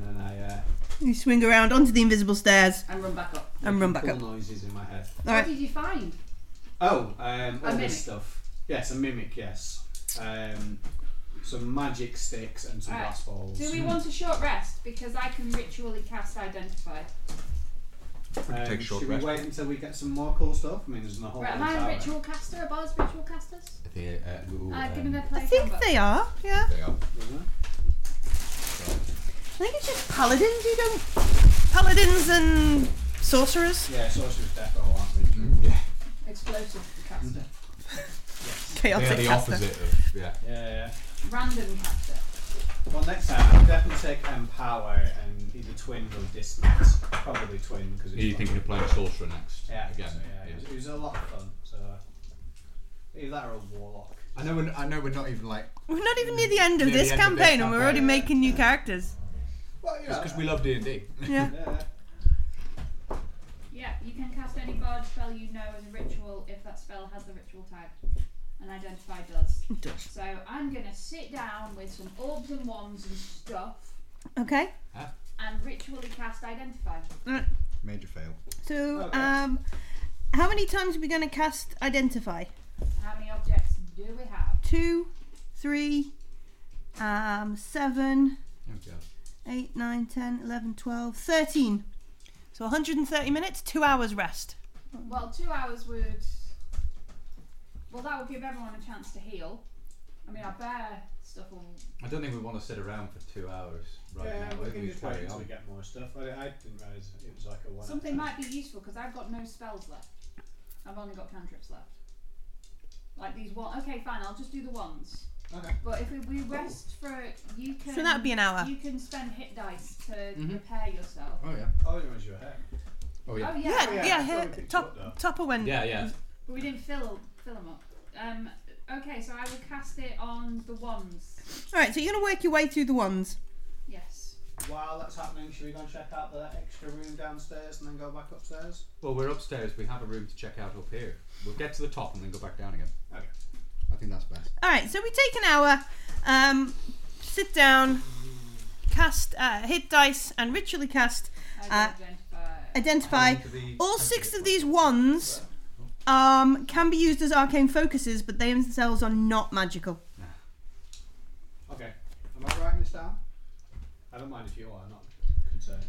then I. Uh,
You swing around onto the invisible stairs
And run back up.
and run back
cool
up.
noises in my head.
All
What
right.
did you find?
Oh, um, all
mimic.
this stuff. Yes, a mimic. Yes, um, some magic sticks and some
Right.
glass balls.
Do we want a short rest? Because I can ritually cast identify.
Um,
Take a short
should
rest.
we wait until we get some more cool stuff? I mean, there's not a whole
Right, am
lot
I a
out there.
ritual caster? Are bars ritual casters?
The, uh, ooh,
Ah,
Uh, give
um,
me their
I
play
think they are. Yeah.
They are.
Isn't there?
I think it's just paladins. You don't. Paladins and sorcerers.
Yeah, sorcerer's death, all aren't we?
Yeah,
Explosive caster.
they are
Chaotic
the
caster.
opposite of. Yeah.
Yeah,
Random caster.
yeah. Well, next time I'll definitely take empower and either twin or distance. Probably twin because it's
Are you
fun.
thinking of playing sorcerer next?
Yeah,
Again.
so, yeah, It, was, it was a lot of fun. So either that or a warlock.
I know, we're, I know we're not even like.
We're not even near the end of
Near the
this
end of
campaign,
this
and we're
campaign,
already
yeah.
making new characters.
Well, you know.
because we love D&D.
Yeah.
yeah.
Yeah, you can cast any bard spell you know as a ritual if that spell has the ritual tag. And identify does.
It does.
So I'm gonna sit down with some orbs and wands and stuff
Okay.
and ritually cast identify.
Major fail.
So,
Okay.
um, how many times are we going to cast identify?
How many objects do we have?
Two, three, um, seven,
Oh god.
eight, nine, ten, eleven, twelve, thirteen.
So 130 minutes, two hours rest.
Well, two hours would. Well, that would give everyone a chance to heal. I mean, our bear stuff will.
I don't think we want to sit around for two hours right
yeah,
now. I
we
think
can
we
just wait
carry
until we
on.
get more stuff. I, I didn't realise it was like a one.
Something might be useful because I've got no spells left. I've only got cantrips left. Like these one. Okay, fine. I'll just do the ones.
Okay.
But if we, we rest for you can.
So that would be an hour.
You can spend hit dice to
Mhm.
repair yourself.
Oh yeah.
Oh, it was your hair.
Oh
Oh
yeah.
yeah.
Yeah,
Oh,
yeah,
yeah,
yeah
that's
her-
what we picked
top,
up now.
topper when.
Yeah, yeah.
But we didn't fill fill them up. Um. Okay, so I would cast it on the ones.
All right, so you're gonna work your way through the ones.
Yes.
While that's happening, should we go and check out the extra room downstairs and then go back upstairs?
Well, we're upstairs. We have a room to check out up here. We'll get to the top and then go back down again.
Okay.
I think that's best.
All right, so we take an hour, um, sit down, cast, uh, hit dice, and ritually cast,
I do
Uh,
identify.
identify.
Onto the-
All
onto
six
the-
of these wands um, can be used as arcane focuses, but they themselves are not magical.
Okay. Am I writing this down? I don't mind if you are. I'm not concerned.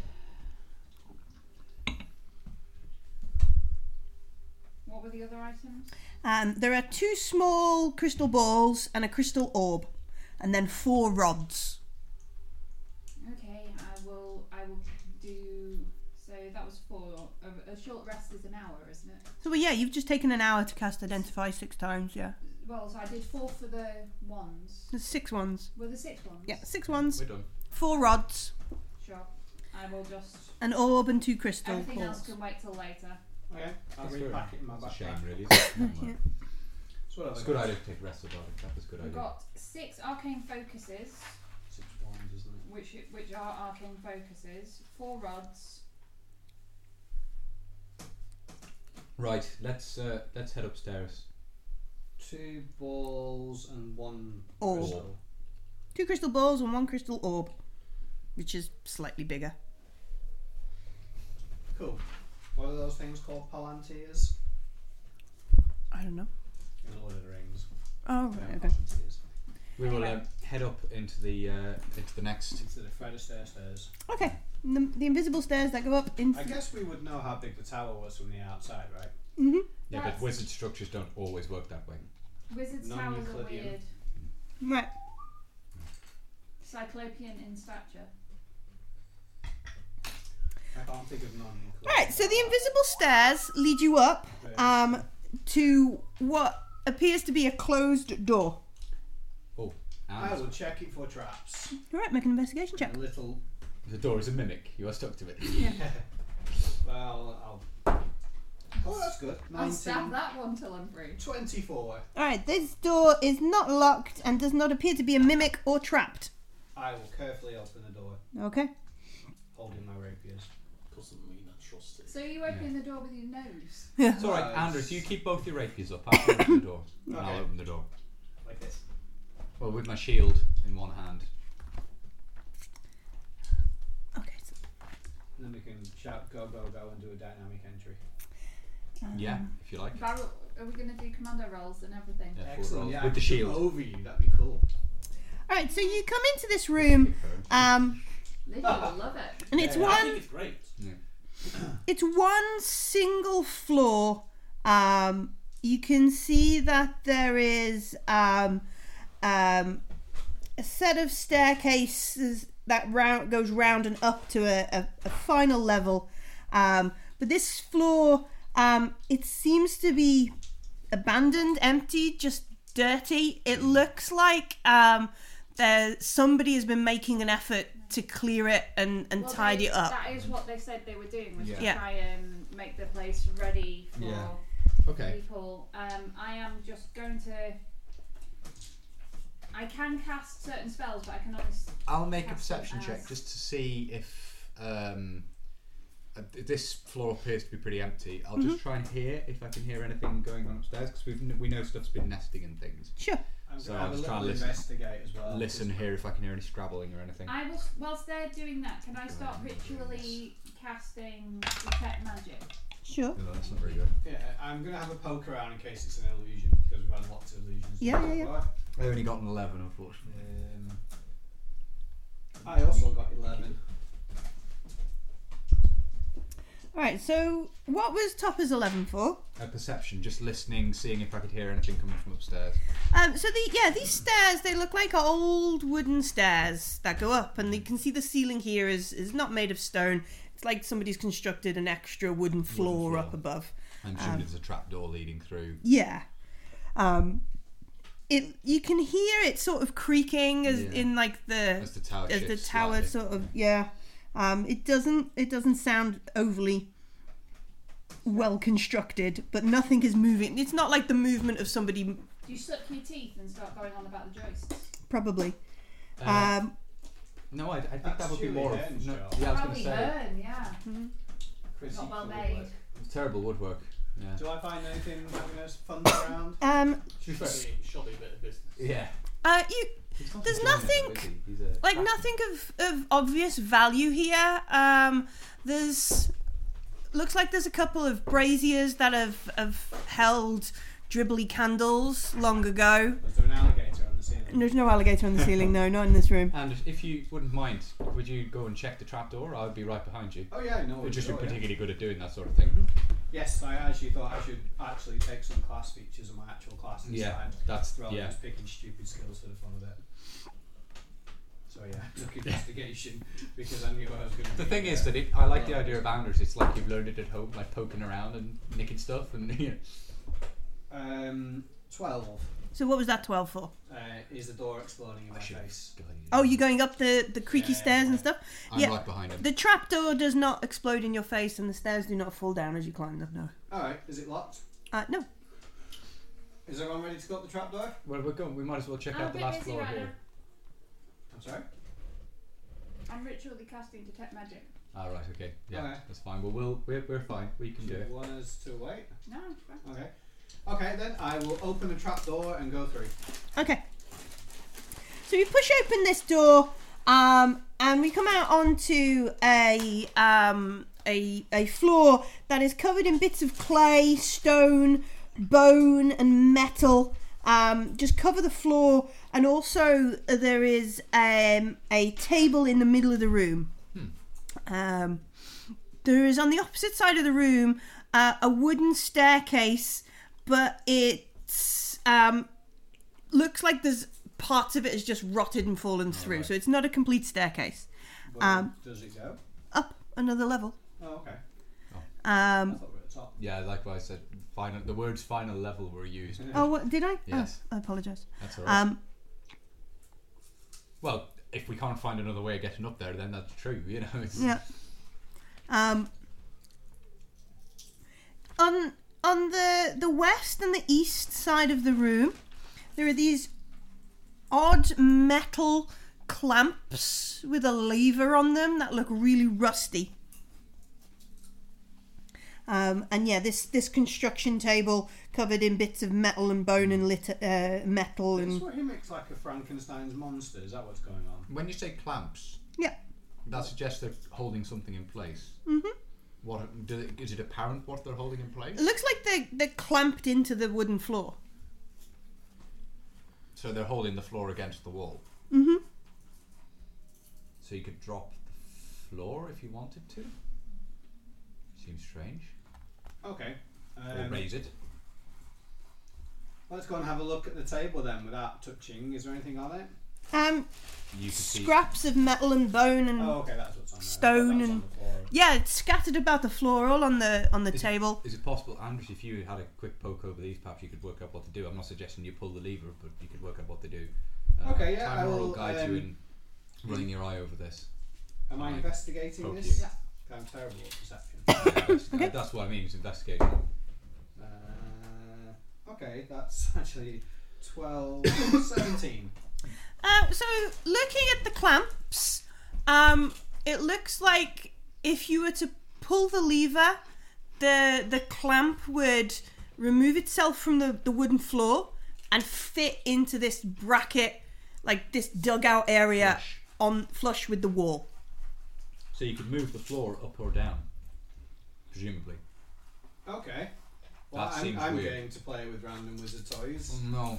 What were the other items?
Um, there are two small crystal balls and a crystal orb, and then four rods.
Okay, I will. I will do. So that was four. A, a short rest is an hour, isn't it?
So well, yeah, you've just taken an hour to cast identify six times. Yeah,
Well, so I did four for the ones.
there's six wands.
Were the six ones?
Yeah, six wands,
We're done.
four rods,
Sure. I will just.
an orb, and two crystal
Everything else
balls.
can wait till later.
Okay. I'll
That's
repack
good.
it in my
That's a
backpack.
shame, (laughs) really. Isn't it?
It's whatever.
It's a good idea to take rest of the body. That was a good
We've
idea.
got six arcane focuses,
Six wands, isn't it?
which which are arcane focuses. Four rods.
Right. Let's uh, let's head upstairs.
Two balls and one
Orb.
crystal.
Two crystal balls and one crystal orb, which is slightly bigger.
Cool. What are those things called? Palantirs?
I don't know.
In Lord of the Rings.
Oh,
They're
right, okay.
Palantirs.
We will
Anyway.
um, head up into the uh, into the next.
Into the Fred Astaire stairs.
Okay. and The, the invisible stairs that go up into.
I guess we would know how big the tower was from the outside, right?
hmm
Yeah,
That's-
but wizard structures don't always work that way.
Wizards' towers are
Non-Euclidean.
weird.
Right.
Cyclopean in stature.
I can't think of none.
Right. So the invisible stairs lead you up um, to what appears to be a closed door.
Oh,
I will
and
check it for traps.
All right. Make an investigation check.
A little.
the door is a mimic. You are stuck to
(laughs)
it.
Well, I'll. Oh, that's good.
I'll stab
19.
that one till I'm free.
24.
All right. This door is not locked and does not appear to be a mimic or trapped.
I will carefully open the door,
Okay.
holding my rapiers.
Doesn't mean I trust it.
So you open the door with your nose.
It's all right,
Nice.
Anders. You keep both your rapiers up. I'll open the door. And
Okay.
I'll open the door.
Like this.
Well, with my shield in one hand.
Okay. So,
And then we can shout, go, go, go, and do a dynamic entry.
uh,
Yeah,
Mm-hmm.
if you like.
Barrel, are we going to do commando rolls and everything?
Yeah, full
Excellent.
roll.
Yeah, Oh,
with the
I can jump
shield.
Over you. That'd be cool.
all right. So you come into this room, um,
Lydia will love it.
and it's
Yeah,
I
one.
think it's great.
It's one single floor. Um, you can see that there is um, um, a set of staircases that round goes round and up to a, a, a final level. Um, but this floor, um, it seems to be abandoned, empty, just dirty. It looks like um, there somebody has been making an effort to clear it and, and
Well,
tidy
they-
it up.
That is what they said they were doing, was to
Yeah.
Yeah.
try and make the place ready for
Yeah. Okay.
people. Um, I am just going to. I can cast certain spells, but I can only. s-
I'll make a
Cast
perception
it
check
as-
just to see if um, uh, th- this floor appears to be pretty empty. I'll just try and hear if I can hear anything going on upstairs because we we know stuff's been nesting and things.
Sure.
I'm
So
gonna
I'll
have a
just try
little
and listen-
investigate as well.
Listen here if I can hear any scrabbling or anything.
I will. s- Whilst they're doing that, can I start
Right,
ritually casting detect magic?
Sure.
No, that's not very good.
Yeah, I'm gonna have a poke around in case it's an illusion because we've had lots of illusions.
Yeah, yeah, yeah.
Well,
I only got an 11, unfortunately.
Um, I also got 11.
Alright, so what was Topper's 11 for?
A perception, just listening, seeing if I could hear anything coming from upstairs.
Um, so the yeah, these stairs they look like old wooden stairs that go up, and you can see the ceiling here is is not made of stone. It's like somebody's constructed an extra wooden floor,
floor.
up above.
I'm assuming there's a trapdoor leading through.
Yeah. Um, it you can hear it sort of creaking as
Yeah.
in like the
As uh, the tower
as the
shifts
tower
slightly.
sort of yeah. Um, it doesn't it doesn't sound overly well constructed, but nothing is moving. It's not like the movement of somebody
Do you suck your teeth and start going on about the joists?
probably.
Uh,
um,
no, I, I think
That's
that would be
Julie
more of.
Hearn's
No,
job.
yeah, I was going to
Probably
say.
burn, yeah.
Chrissy
Not well
for
made.
woodwork.
Terrible woodwork. Yeah.
Do I find anything having us fun around?
um,
She's
Shoddy, shoddy bit of business.
Yeah.
Uh, you
He's not
There's
enjoying it,
nothing-
though, is he? He's a
like
craftsman.
nothing of, of obvious value here. Um, there's looks like there's a couple of braziers that have have held dribbly candles long ago.
Was there an alligator on the ceiling?
And there's no alligator on the ceiling, no, not in this room.
And if you wouldn't mind, would you go and check the trapdoor? I would be right behind you.
Oh yeah, no.
You're just
oh, yeah.
particularly good at doing that sort of thing.
Yes, I actually thought I should actually take some class features of my actual class this
Yeah,
time,
that's-
rather
yeah.
than just picking stupid skills for the fun of it. So yeah, (laughs) I took investigation because I knew I was going to.
The thing is that it, I like the idea of boundaries. It's like you've learned it at home, like poking around and nicking stuff, and (laughs) you know,
um, twelve
So what was that twelve for?
uh, is the door exploding in my face.
Oh, you're going up the the creaky
Yeah,
stairs and
yeah.
stuff.
I'm
yeah.
right behind him.
The trapdoor does not explode in your face, and the stairs do not fall down as you climb them. No,
All right, is it locked?
uh, no.
Is everyone ready to go up the trapdoor?
Well, we're going. We might as well check
I'm a
out the
bit
last
busy
floor
right
here.
I'm sorry.
now. I'm ritually casting detect magic.
Ah, right. Okay. Yeah,
Okay.
that's fine. Well, we'll we're, we're fine. We can do
Do you
it.
want us to wait?
No, it's fine.
Okay. Okay, then I will open the trapdoor and go through.
Okay. So we push open this door, um, and we come out onto a um, a a floor that is covered in bits of clay, stone, bone, and metal. Um, just cover the floor, and also there is um, a table in the middle of the room. Um, there is on the opposite side of the room uh, a wooden staircase, but it's um, looks like there's parts of it is just rotted and fallen through, so it's not a complete staircase.
Where
Um,
does it go?
Up another level.
Oh, okay. I
Um,
thought we were at the top.
Yeah, likewise. Said final. The words "final level" were used.
oh, what, did I?
Yes.
Oh, I apologize.
That's alright.
Um,
well, if we can't find another way of getting up there, then that's true. You know. It's,
yeah. Um, on on the the west and the east side of the room, there are these odd metal clamps with a lever on them that look really rusty. Um, and yeah, this this construction table covered in bits of metal and bone and lit- uh, metal
Is
and
this what he makes like a Frankenstein's monster? Is that what's going on?
When you say clamps,
yeah.
that suggests they're holding something in place. Mm-hmm. What do they, is it apparent what they're holding in place?
It looks like they they're clamped into the wooden floor.
So they're holding the floor against the wall. Mm-hmm. So you could drop the floor if you wanted to. Seems strange.
Okay.
Or
Um,
raise it.
let's go and have a look at the table then without touching. Is there anything on it?
Um,
You could see.
scraps of metal and bone and
Oh, okay, that's what's on there. I thought that
Hmm. Stone
was on
and-
the floor.
yeah, it's scattered about the floor, all on the on the
Is it-
table.
Is it possible, Andrew? If you had a quick poke over these, perhaps you could work out what to do. I'm not suggesting you pull the lever, but you could work out what to do.
Okay, yeah,
Tamara
I
will
will,
guide you in
um,
running your eye over
(laughs)
this.
Am I
Right.
investigating
Poke
this?
you.
I'm terrible at perception.
Uh, That's what I mean. It's investigating.
uh, okay, that's (laughs) actually (coughs) 12, 17.
Uh, so looking at the clamps, um, it looks like if you were to pull the lever, the the clamp would remove itself from the, the wooden floor and fit into this bracket, like this dugout area
Flush.
on flush with the wall.
So you could move the floor up or down, presumably.
Okay. Well,
That
I'm,
seems
I'm
weird. Hmm.
getting to play with random wizard toys.
No.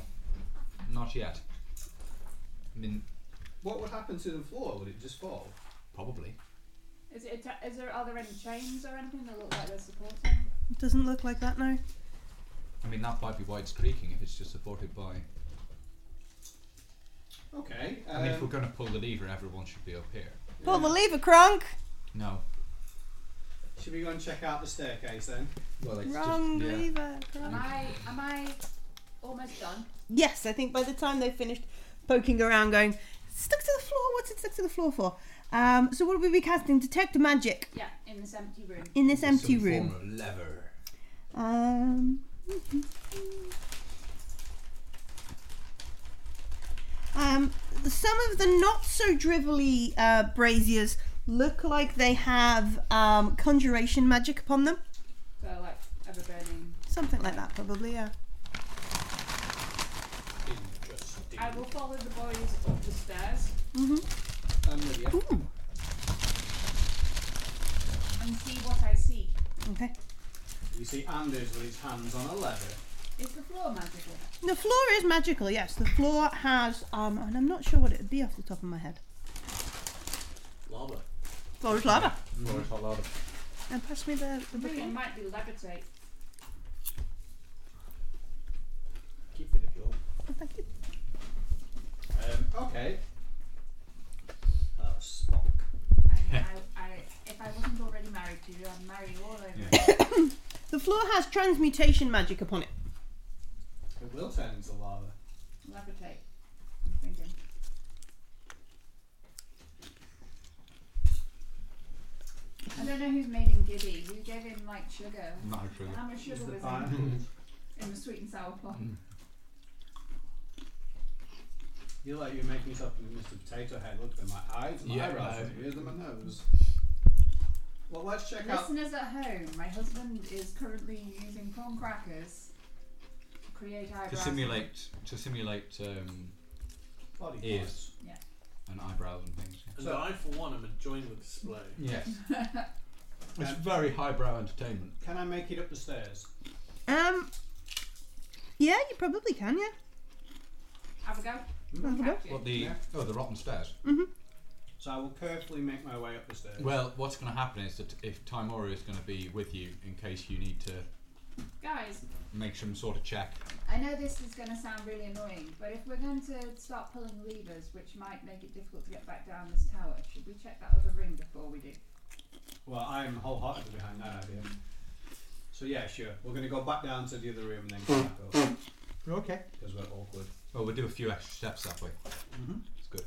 Not yet. I mean,
What would happen to the floor? Would it just fall?
probably.
Is it? atta- Is there? Are there any chains or anything that look like they're supporting?
It doesn't look like that now.
I mean, that might be why it's creaking if it's just supported by.
Okay.
I mean, if we're
Um,
going to pull the lever, everyone should be up here.
Pull the lever, Kronk.
No.
should we go and check out the staircase then?
Well, it's
Wrong
just. Yeah.
lever,
Am
Kronk.
I? Am I almost done?
Yes, I think by the time they finished poking around, going stuck to the floor. What's it stuck to the floor for? Um, so what will we be casting? Detect magic
Yeah, in this empty room.
in this empty
Some
room.
Form of lever.
Um. Um, some of the not so drivelly uh, braziers look like they have um, conjuration magic upon them.
So like ever burning.
Something like that, probably, yeah.
Interesting.
I will follow the boys up the stairs
I'm with you.
Ooh,
and see what I see.
okay.
You see Anders with his hands on a lever.
Is the floor magical?
The floor is magical, yes. The floor has, um, and I'm not sure what it would be off the top of my head.
Lava.
Floor is lava.
Or it's hot lava.
And pass me the, the
I think
book.
it might be levitate.
Keep it if you want.
Oh, thank you.
Um, okay. Oh, Spock.
I, I, I, if I wasn't already married to you, I'd marry you all over.
Yeah.
again.
The floor has transmutation magic upon it.
It will turn into lava.
Levitate. I'm thinking. I don't know who's made him giddy. Who gave him like sugar?
Not actually.
How much sugar
It's the
was
fire.
in,
(laughs)
in the sweet and sour pot?
You're like you're making something with Mr. Potato Head. Look, they're my eyes, my
Yeah,
eyebrows,
no.
my ears, and my nose. Well, let's check out.
Listeners at home, my husband is currently using corn crackers to create eyebrows.
To simulate, to simulate um,
Body
Ears.
parts.
and eyebrows and things.
And
So-
I, for one, am enjoying the display.
Yes. it's very highbrow entertainment.
Can I make it up the stairs?
Um, yeah, you probably can, yeah.
Have a go.
Have a go.
Catch you.
What the?
Yeah.
Oh, the rotten stairs.
So I will carefully make my way up the stairs.
Well, what's going to happen is that if Timora is going to be with you in case you need to
Guys,
make some sort of check.
I know this is going to sound really annoying, but if we're going to start pulling levers, which might make it difficult to get back down this tower, should we check that other room before we do?
Well, I'm wholeheartedly behind that idea. So yeah, sure. We're going to go back down to the other room and then come back (laughs) up
Okay.
because we're awkward.
Well, we'll do a few extra steps that way. It's good.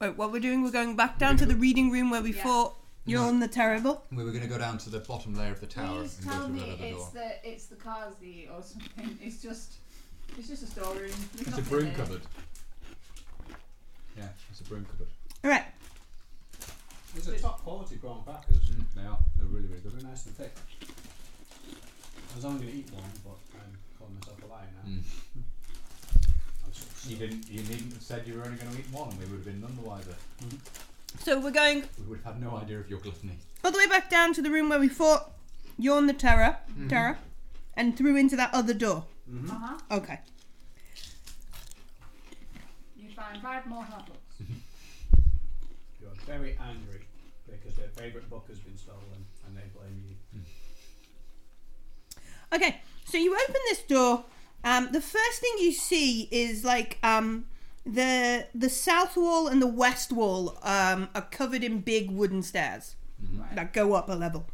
Wait, what we're doing, we're going back down to the reading room where we
Yeah.
fought You're on the Terrible.
We were going to go down to the bottom layer of the tower
Please
and go
tell
through
me
another
it's
door.
the it's the Kazi or something. (laughs) It's just it's just a storeroom.
It's
There's
a
nothing
broom
there.
cupboard. Yeah, it's a broom cupboard.
All right.
These are top quality prawn crackers.
Mm, they are. They're really, really good.
They're nice and thick. I was only going to eat one, but I'm calling myself a eh? liar now.
Mm.
I'm sort of
You didn't. You needn't have said you were only going to eat one, and we would have been none the wiser.
So we're going
We would have had no idea of your gluttony.
all the way back down to the room where we fought You're on the Terror, Terror, and through into that other door.
Uh huh.
Okay.
You find five more hotbooks.
You're very angry because their favourite book has been stolen and they blame you.
Okay. So you open this door. Um, the first thing you see is like um, the the south wall and the west wall um, are covered in big wooden stairs that go up a level.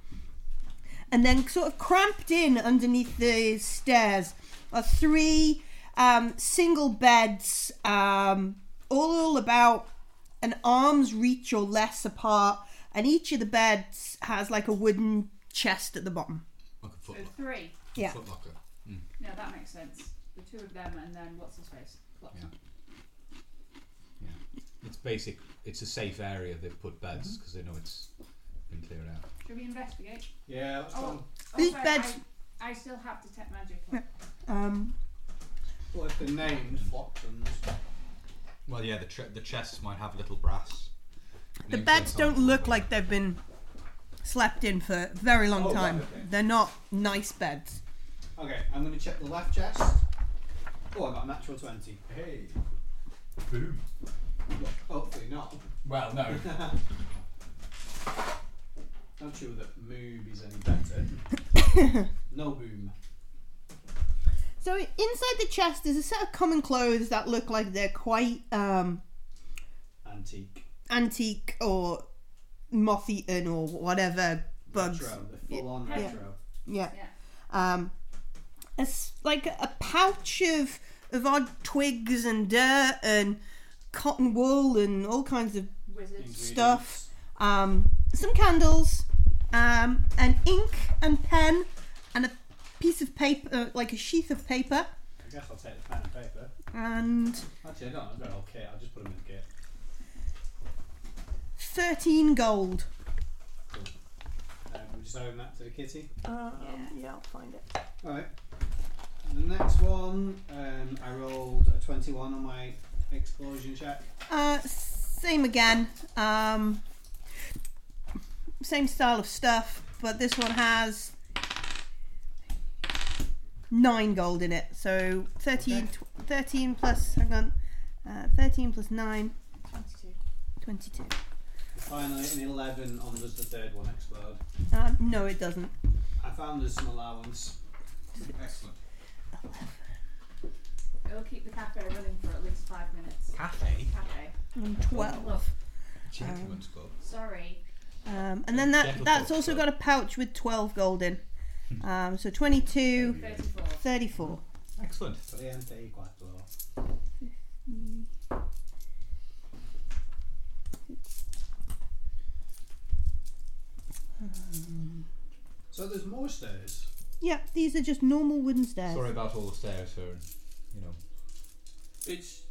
And then, sort of cramped in underneath the stairs, are three um, single beds, um, all about an arm's reach or less apart. And each of the beds has like a wooden chest at the bottom.
Like a
So
foot, lo-
three.
Yeah.
foot locker.
No, that makes sense. The two of them and then what's his face? What?
Yeah. It's basic. It's a safe area. They've put
Mm-hmm.
beds because they know it's been cleared out.
Should we investigate?
Yeah, that's
Oh.
gone.
Oh,
These
sorry,
beds-
I, I still have to detect magic.
Um,
Well, if they're named Floxons,
Well, yeah. The tr- the chests might have little brass.
the beds don't look like they've been slept in for a very long
Oh, right,
time.
okay.
They're not nice beds.
Okay, I'm going to check the left chest. Oh, I got a natural 20.
Hey. Boom.
Look, hopefully not.
Well,
(laughs)
no.
Not sure that move is any better.
(laughs)
no boom.
So inside the chest is a set of common clothes that look like they're quite um,
Antique.
antique or moth-eaten or whatever bugs.
Retro. The full on
Yeah.
retro.
Yeah.
Yeah.
Um, it's like a pouch of of odd twigs and dirt and cotton wool and all kinds of
Wizards.
stuff. Um, some candles, um, an ink and pen, and a piece of paper, uh, like a sheath of paper,
I guess I'll take the pen and paper.
and
Actually, I don't. I've got all kit. I'll just put them in the kit.
thirteen gold.
Um, we're just adding that to the kitty.
Um, yeah, I'll find it.
Alright. The next one, um, I rolled a 21 on my explosion check.
Uh, same again. Um, same style of stuff, but this one has nine gold in it. So 13, tw- 13 plus, hang on, uh, 13 plus 9,
22.
22.
Finally, an 11 on does the third one explode.
Um, no, it doesn't.
I found there's some allowance.
Excellent.
It'll keep the cafe running for at least five minutes.
Cafe.
Cafe.
And
Look,
12.
Gentleman's Club.
sorry.
Um, and then that that's also got a pouch with 12 gold in. Um, so 22,
34.
34.
Excellent.
But the MT quite low. So there's more stairs.
Yeah, these are just normal wooden stairs.
Sorry about all the stairs here, and, you know.
It's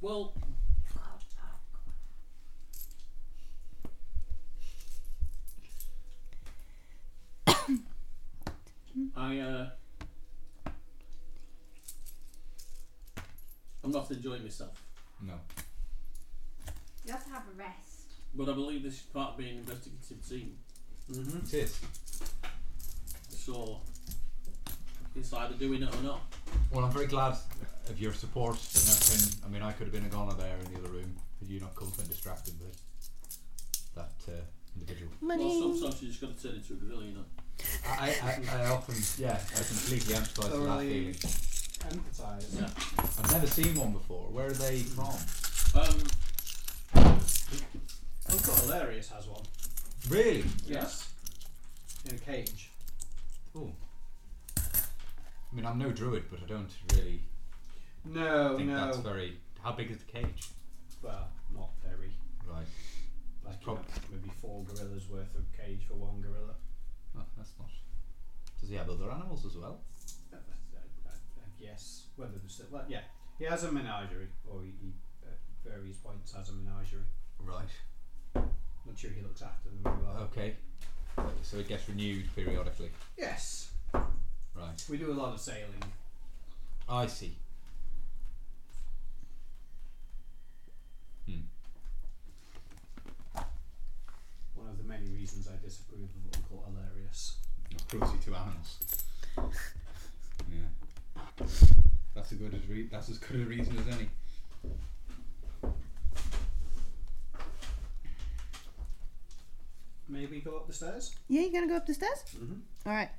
well, I uh, I'm not enjoying myself,
No.
You have to have a rest.
but I believe this is part of being an investigative team.
Mm-hmm.
It is.
So it's either doing it or not.
Well, I'm very glad of your support and everything. I mean, I could have been a goner there in the other room had you not come and distracted by that uh, individual.
Well, sometimes you just got to turn into a gorilla, you know.
I, I, I, I often, yeah, I completely empathise with that
Thoroughly
feeling.
empathised.
Yeah.
I've never seen one before. Where are they from?
Um,
Uncle Hilarious has one.
Really?
Yes. In a cage.
Cool. I mean, I'm no druid, but I don't really
No,
think that's
no.
very. How big is the cage?
Well, not very.
Right.
Like you
Prob-
know, maybe four gorillas worth of cage for one gorilla.
Oh, that's not. Does he have other animals as well?
Uh, uh, uh, Yes, whether the s- well, yeah, he has a menagerie, or he, he at various points has a menagerie.
Right.
Not sure he looks after them very well.
Okay. So it gets renewed periodically.
Yes,
Right.
we do a lot of sailing.
I see.
One of the many reasons I disapprove of Uncle Hilarious.
Cruelty to
(laughs)
animals. yeah. That's a good as re- that's as good a reason as any.
Maybe go up the stairs.
Yeah, you're gonna go up the stairs.
Mhm.
All right.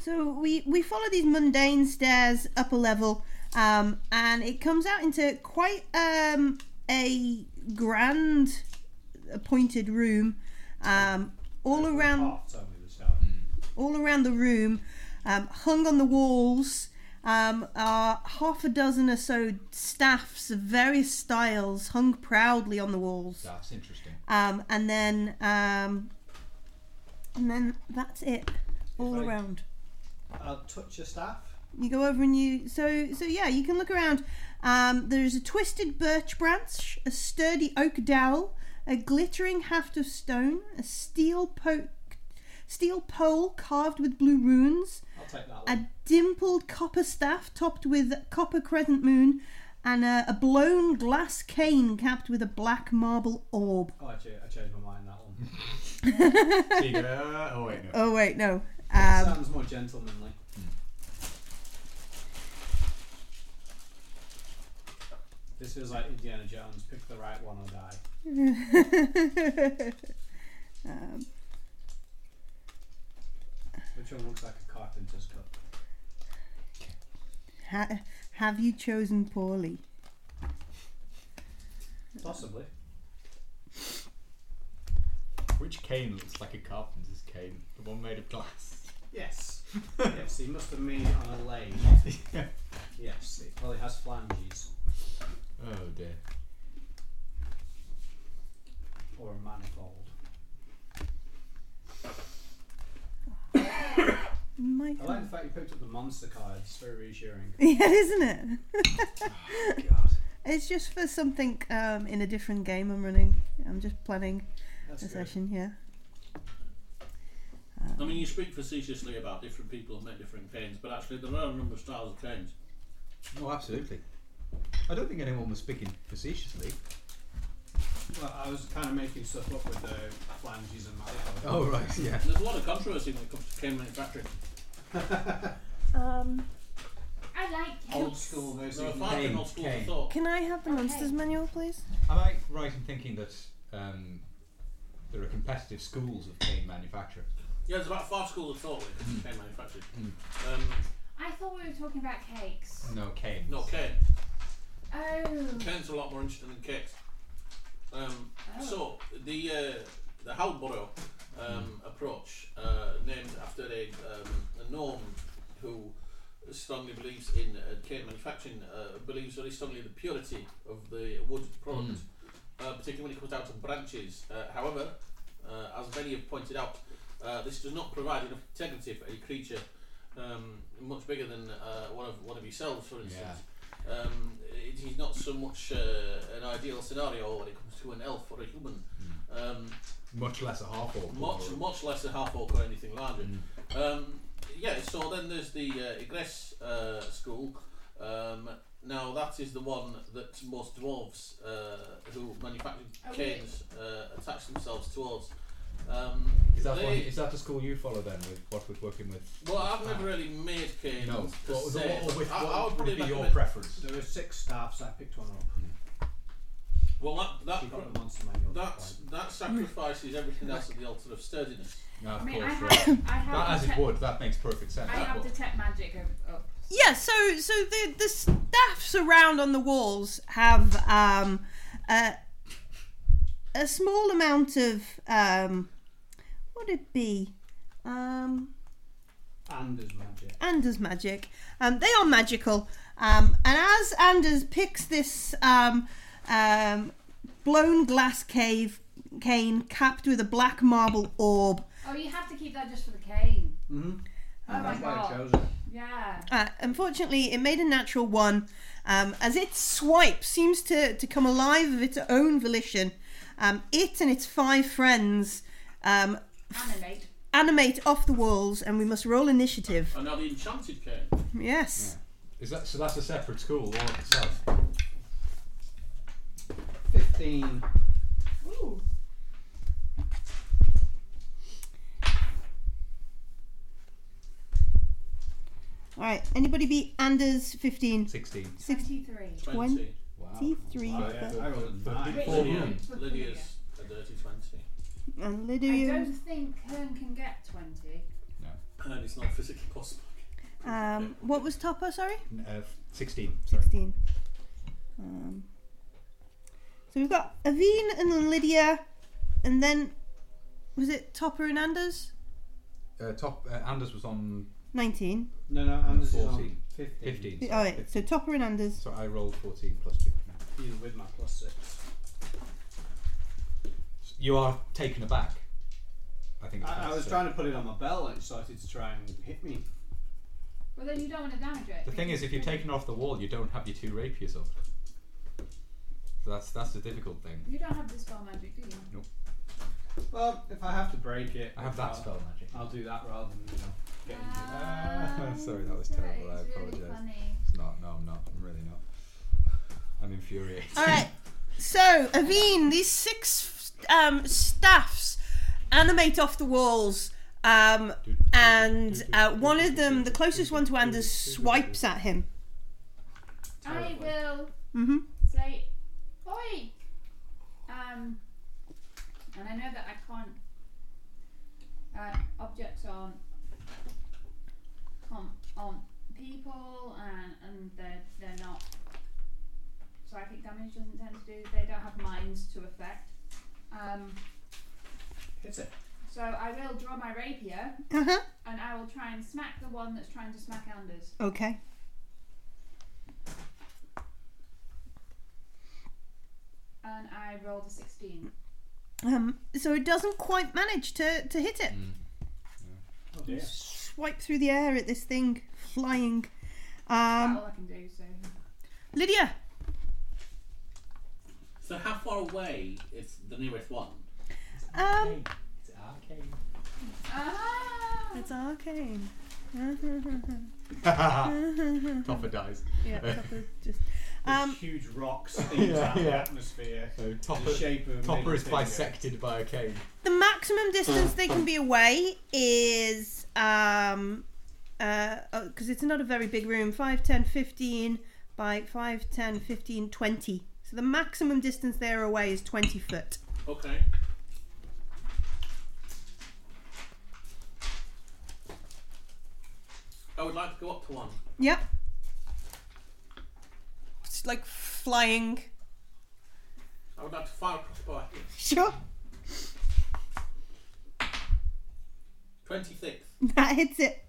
So we we follow these mundane stairs up a level, um, and it comes out into quite um, a grand appointed room. Um, all
There's
around
Half tell me the cellar.
all around the room, um, hung on the walls, um, are half a dozen or so staffs of various styles hung proudly on the walls.
That's interesting. (laughs)
Um, and then, um, and then that's it, all
Right.
around.
I'll touch a staff.
You go over and you so so yeah. You can look around. Um, there's a twisted birch branch, a sturdy oak dowel, a glittering haft of stone, a steel poke, steel pole carved with blue runes,
I'll take that
a
one.
dimpled copper staff topped with copper crescent moon, and a, a blown glass cane capped with a black marble orb.
oh, I, cha- I changed my mind that one.
Tigra. Oh wait, no.
Um,
Oh wait, no.
That
Um,
sounds more gentlemanly. This feels like Indiana Jones. Pick the right one or die.
um,
Which one looks like a carpenter's cup?
(laughs) ha- have you chosen poorly?
Possibly.
Which cane looks like a carpenter's cane? The one made of
(laughs)
glass.
Yes. (laughs) yes, he must have made it on a lathe. Yes, it probably has flanges
Oh
(laughs)
dear.
or a manifold.
Michael.
I like the fact you picked up the monster card. It's very reassuring.
(laughs) Yeah, isn't it?
God.
It's just for something um, in a different game I'm running. I'm just planning
That's
a
good.
session, yeah.
I mean, you speak facetiously about different people who make different canes, but actually there are a number of styles of canes.
Oh, absolutely. I don't think anyone was speaking facetiously.
Well, I was kind of making stuff up with the flanges and manifold.
Oh right, yeah.
There's a lot of controversy when it comes to cane manufacturing.
Um,
I like cakes.
Old school versus
There are far too
Cane,
old schools of
cane.
thought.
can I have the
Okay.
monsters manual, please?
Am I right in thinking that um, there are competitive schools of cane manufacture?
Yeah, there's about five schools of thought when it comes to cane manufacturing. Um,
I thought we were talking about cakes.
No cane.
not cane.
Mm.
Oh.
Cane's a lot more interesting than cakes. Um,
Oh.
So the uh, the Howlborough um, approach, uh, named after a, um, a gnome who strongly believes in uh, cane manufacturing, uh, believes very strongly in the purity of the wood product, uh, particularly when it comes out of branches. Uh, however, uh, as many have pointed out, uh, this does not provide enough integrity for a creature um, much bigger than uh, one of one of yourselves, for instance.
Yeah.
Um, it is not so much uh, an ideal scenario when it comes to an elf or a human, um,
Hmm. Much less a Hmm. half orc.
much
or-
much less a half orc or anything larger. Um, yeah, so then there's the uh, Egress uh, school. Um, now that is the one that most dwarves uh, who manufactured
Oh, really?
canes uh, attach themselves towards. Um,
Is that,
they-
one, is that the school you follow then with what we're working with?
well, I've never really made canes.
No.
per
What, was-
se,
what,
but
what,
I, I
what
would
would
probably
be your
recommend-
preference?
There were six staffs. I picked one up.
Well, that,
She
that
got the monster manual.
That's, that sacrifices everything else at the altar of sturdiness.
No, of
I mean, I
course.
have, I have
That, as it
detect-
would, that makes perfect sense.
I have
That-
detect magic oh. over. Up.
Yeah, so so the the staffs around on the walls have um, a, a small amount of um, what would it be? Um,
Anders magic.
Anders magic. Um, they are magical. Um, and as Anders picks this um, um, blown glass cave cane capped with a black marble orb,
Oh, you have to keep that just for the cane.
Mm-hmm.
Oh my
That's why I
god.
chose it.
Yeah.
uh, unfortunately, it made a natural one. Um, as its swipe seems to, to come alive of its own volition, um, it and its five friends um,
Animate.
animate off the walls, and we must roll initiative.
And now the enchanted cane.
Yes.
Is that so? That's a separate school all of itself.
15.
Ooh.
All right. Anybody beat Anders 15?
Sixteen.
63.
20.
Wow.
53.
Wow, Oh, yeah,
but-
I rolled a nine.
Wait,
Four
Lydia.
rooms.
With Lydia.
Lydia's a dirty 20.
And
I
Lydia.
don't think Kern can get 20.
And it's not physically possible.
Um, what was Topper? Sorry.
N- Uh, Sixteen. Sorry.
16. Um, so we've got Aveen and then Lydia, and then was it Topper and Anders?
Uh, top. Uh, Anders was on
19.
No, no, Anders is on
14.
15.
fifteen.
Oh,
sorry,
All right, so
15.
Topper and Anders.
So I rolled fourteen plus two.
Even with my plus 6.
You are taken aback. I think.
I, I was trying to put it on my bell and it started to try and hit me.
Well, then you don't want to damage it.
The thing is, if you're taken off the wall, you don't have your two rapiers up. So that's that's the difficult thing.
You don't have dispel magic, do you?
Well, if I have to break it,
I have
I'll-
that spell magic.
I'll do that rather than, you know, getting into it.
(laughs)
Um,
sorry, that was
no,
terrible, I
it's Really
apologise.
funny.
It's not. No, I'm not. I'm really not. (laughs) I'm infuriated.
All right, so Aveen, these six um, staffs animate off the walls. Um, and uh, one of them, the closest one to Anders, swipes at him.
I will
Mm-hmm.
say Um, can't. Uh, objects aren't. Can't, aren't people, and, and they're, they're not. Psychic damage doesn't tend to do. They don't have minds to affect. Um,
Hit it.
so I will draw my rapier,
Uh-huh.
and I will try and smack the one that's trying to smack Anders.
Okay.
And I rolled a 16.
Um, so it doesn't quite manage to, to hit it.
Oh dear.
Swipe through the air at this thing, flying.
That's
Um,
all I can do, so.
Lydia,
So how far away is the nearest one?
um,
It's arcane.
Ah!
It's
(laughs)
arcane.
(laughs) Topper dies.
Yeah, Topper just.
There's
Um,
huge
(laughs)
rocks things out of
yeah.
atmosphere.
(laughs) So
The
Topper,
shape of a
Topper
middle
is
finger.
bisected by a cane.
the maximum distance they can be away is um uh because it's not a very big room 5 10 15 by 5 10 15 20 so the maximum distance they're away is 20 foot
Okay. I would like to go up to one.
yep it's like flying
I would like to fire a crossbow at you.
sure
26.
(laughs) that hits it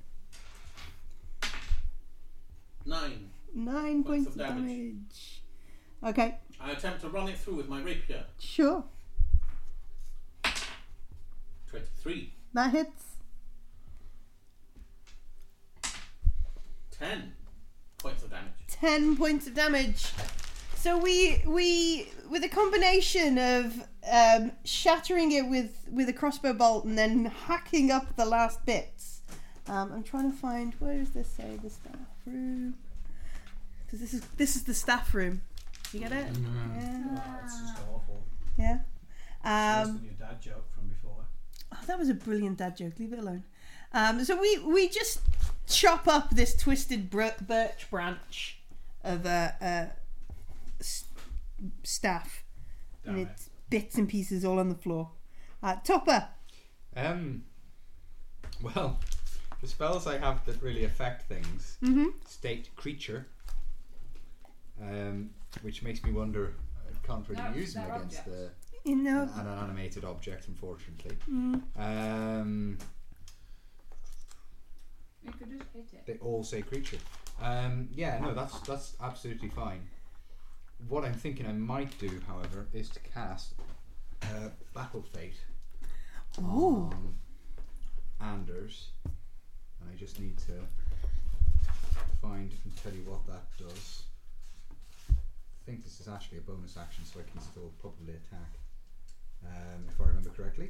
9.
nine
Points
points,
of
of damage okay
I attempt to run it through with my rapier.
sure
23.
that hits
10 points of damage.
10 points of damage. So we we with a combination of um, shattering it with with a crossbow bolt and then hacking up the last bits. Um, I'm trying to find where does this say the staff room? Because this is this is the staff room. You get it?
Wow,
Yeah.
it's Oh, just awful.
Yeah.
Worse
Um,
than your dad joke from before.
Oh, that was a brilliant dad joke. Leave it alone. Um, so we we just chop up this twisted br- birch branch of a, a s- staff,
Damn
and
it.
it's bits and pieces all on the floor. Uh, Topper,
Um. Well, the spells I have that really affect things
Mhm.
state creature, um, which makes me wonder. I can't really
No,
use them
they're
against the,
you know,
an, an animated object, unfortunately. Um,
You could just hit it.
they all say creature. Um, yeah, no, that's that's absolutely fine. What I'm thinking I might do, however, is to cast uh, Battle Fate
oh,
on Anders, and I just need to find and tell you what that does. I think this is actually a bonus action, so I can still probably attack, um, if I remember correctly.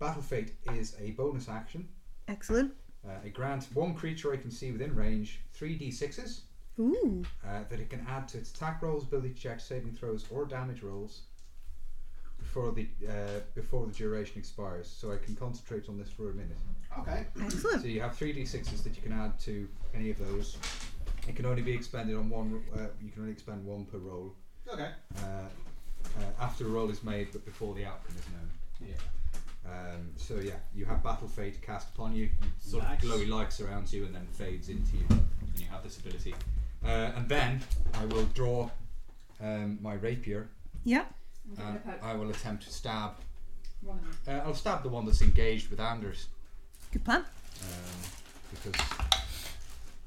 Battle Fate is a bonus action.
excellent.
Uh, it grants one creature I can see within range three d6s
Ooh,
uh, that it can add to its attack rolls, ability checks, saving throws, or damage rolls before the uh, before the duration expires. So I can concentrate on this for a minute.
Okay.
So
excellent.
you have three d6s that you can add to any of those. It can only be expended on one. ro- Uh, you can only expend one per roll
Okay.
uh, uh, after a roll is made, but before the outcome is known.
Yeah.
Um, so yeah, you have battle fade cast upon you. Sort
Nice.
of glowy light surrounds you and then fades into you, and you have this ability. Uh, and then I will draw um, my rapier
Yep.
I'm going
and
Uh,
to poke
I will attempt to stab.
one of them.
Uh, I'll stab the one that's engaged with Anders
Good plan.
um, because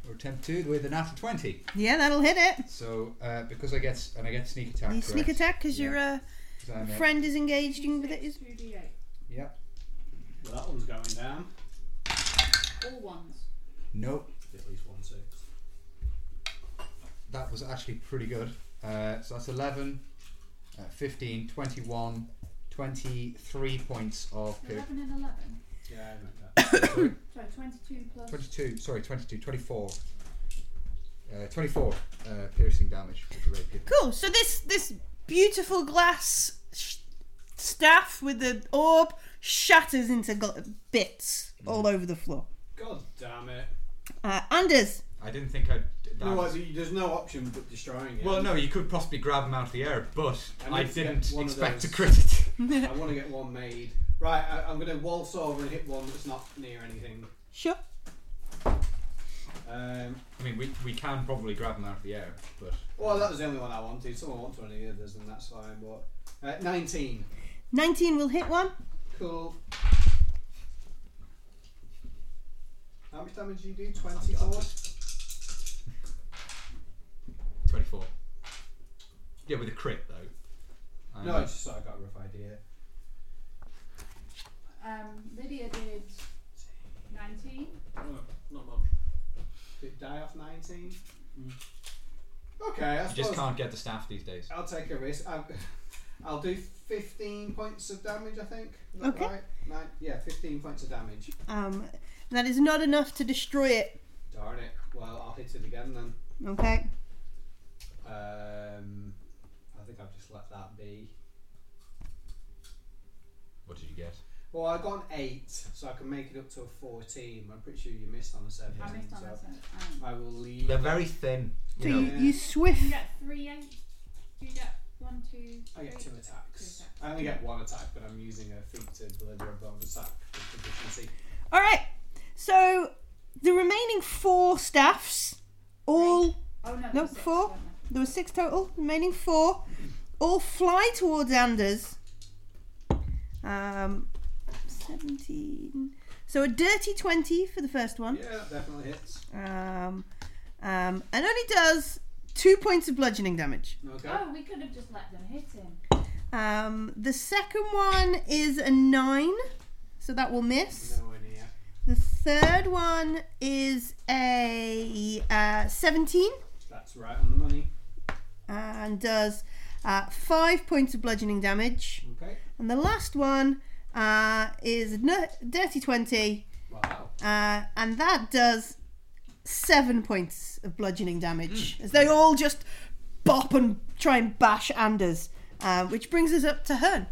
or attempt to with an after twenty.
Yeah, that'll hit it.
So uh, because I get s- and I get sneak attack.
You sneak
correct?
attack because your uh,
'Cause I'm a-
friend is engaged in with it. Is
2d8.
Yep.
Well, that one's going down.
All ones.
Nope.
At least one six.
that was actually pretty good. Uh, so that's 11, uh, 15, 21, 23 points of pir-
11 and 11.
Yeah, I meant (coughs) that.
So 22 plus.
22, sorry, 22, 24. Uh, 24 uh, piercing damage with the rapier.
Cool. So this this beautiful glass sh- staff with the orb shatters into gl- bits all over the floor.
God damn it.
Uh, Anders,
I didn't think I'd. That
No,
was-
well, you- there's no option but destroying it.
well, no, you could possibly grab him out of the air, but
I need
I,
to get
didn't
one of
expect
those.
to crit it. (laughs)
I want to get one made Right, I, I'm gonna waltz over and hit one that's not near anything.
Sure.
Um,
I mean, we, we can probably grab them out of the air, but
well, that was the only one I wanted. Someone wants one of the others, and that's fine. But uh, 19,
19 will hit one.
cool. How much damage do you do? 24.
24. Yeah, with a crit, though. I
No,
Um,
know.
it's just so I got a rough idea.
Um, Lydia did 19.
Oh, not much.
Did it die off 19? Okay, I
Mm. you just
suppose
can't get the staff these days.
I'll take a risk. I'll, I'll do 15 points of damage, I think. Is that
Okay.
right? Nine, yeah, 15 points of damage.
Um, that is not enough to destroy it.
Darn it. Well, I'll hit it again then.
Okay.
Um, I think I've just let that be.
What did you get?
Well, I got an 8, so I can make it up to a 14. I'm pretty sure you missed on the 17.
I missed on
so
that one. Um,
I will leave.
very thin.
So
know.
you, you
you
swift.
get 3 8. You get 1, 2,
I get
three-
two attacks.
Two attacks.
I only get one attack, but I'm using a feat to deliver a bonus attack with proficiency.
All right. So the remaining four staffs, all
Oh, no,
No,
there's six,
four.
weren't there?
there were six total. Remaining four, all fly towards Anders. Um, seventeen. So a dirty twenty for the first one.
Yeah, that definitely hits.
Um, um, and only does two points of bludgeoning damage.
Okay.
Oh, we could have just let them hit him.
Um, the second one is a nine, so that will miss.
Nowhere near.
The third one is a uh, 17
That's right on the money.
and does uh, 5 points of bludgeoning damage.
Okay.
And the last one uh, is a nu- dirty 20
Wow.
uh, and that does 7 points of bludgeoning damage as they all just bop and try and bash Anders. Uh, which brings us up to Hearn.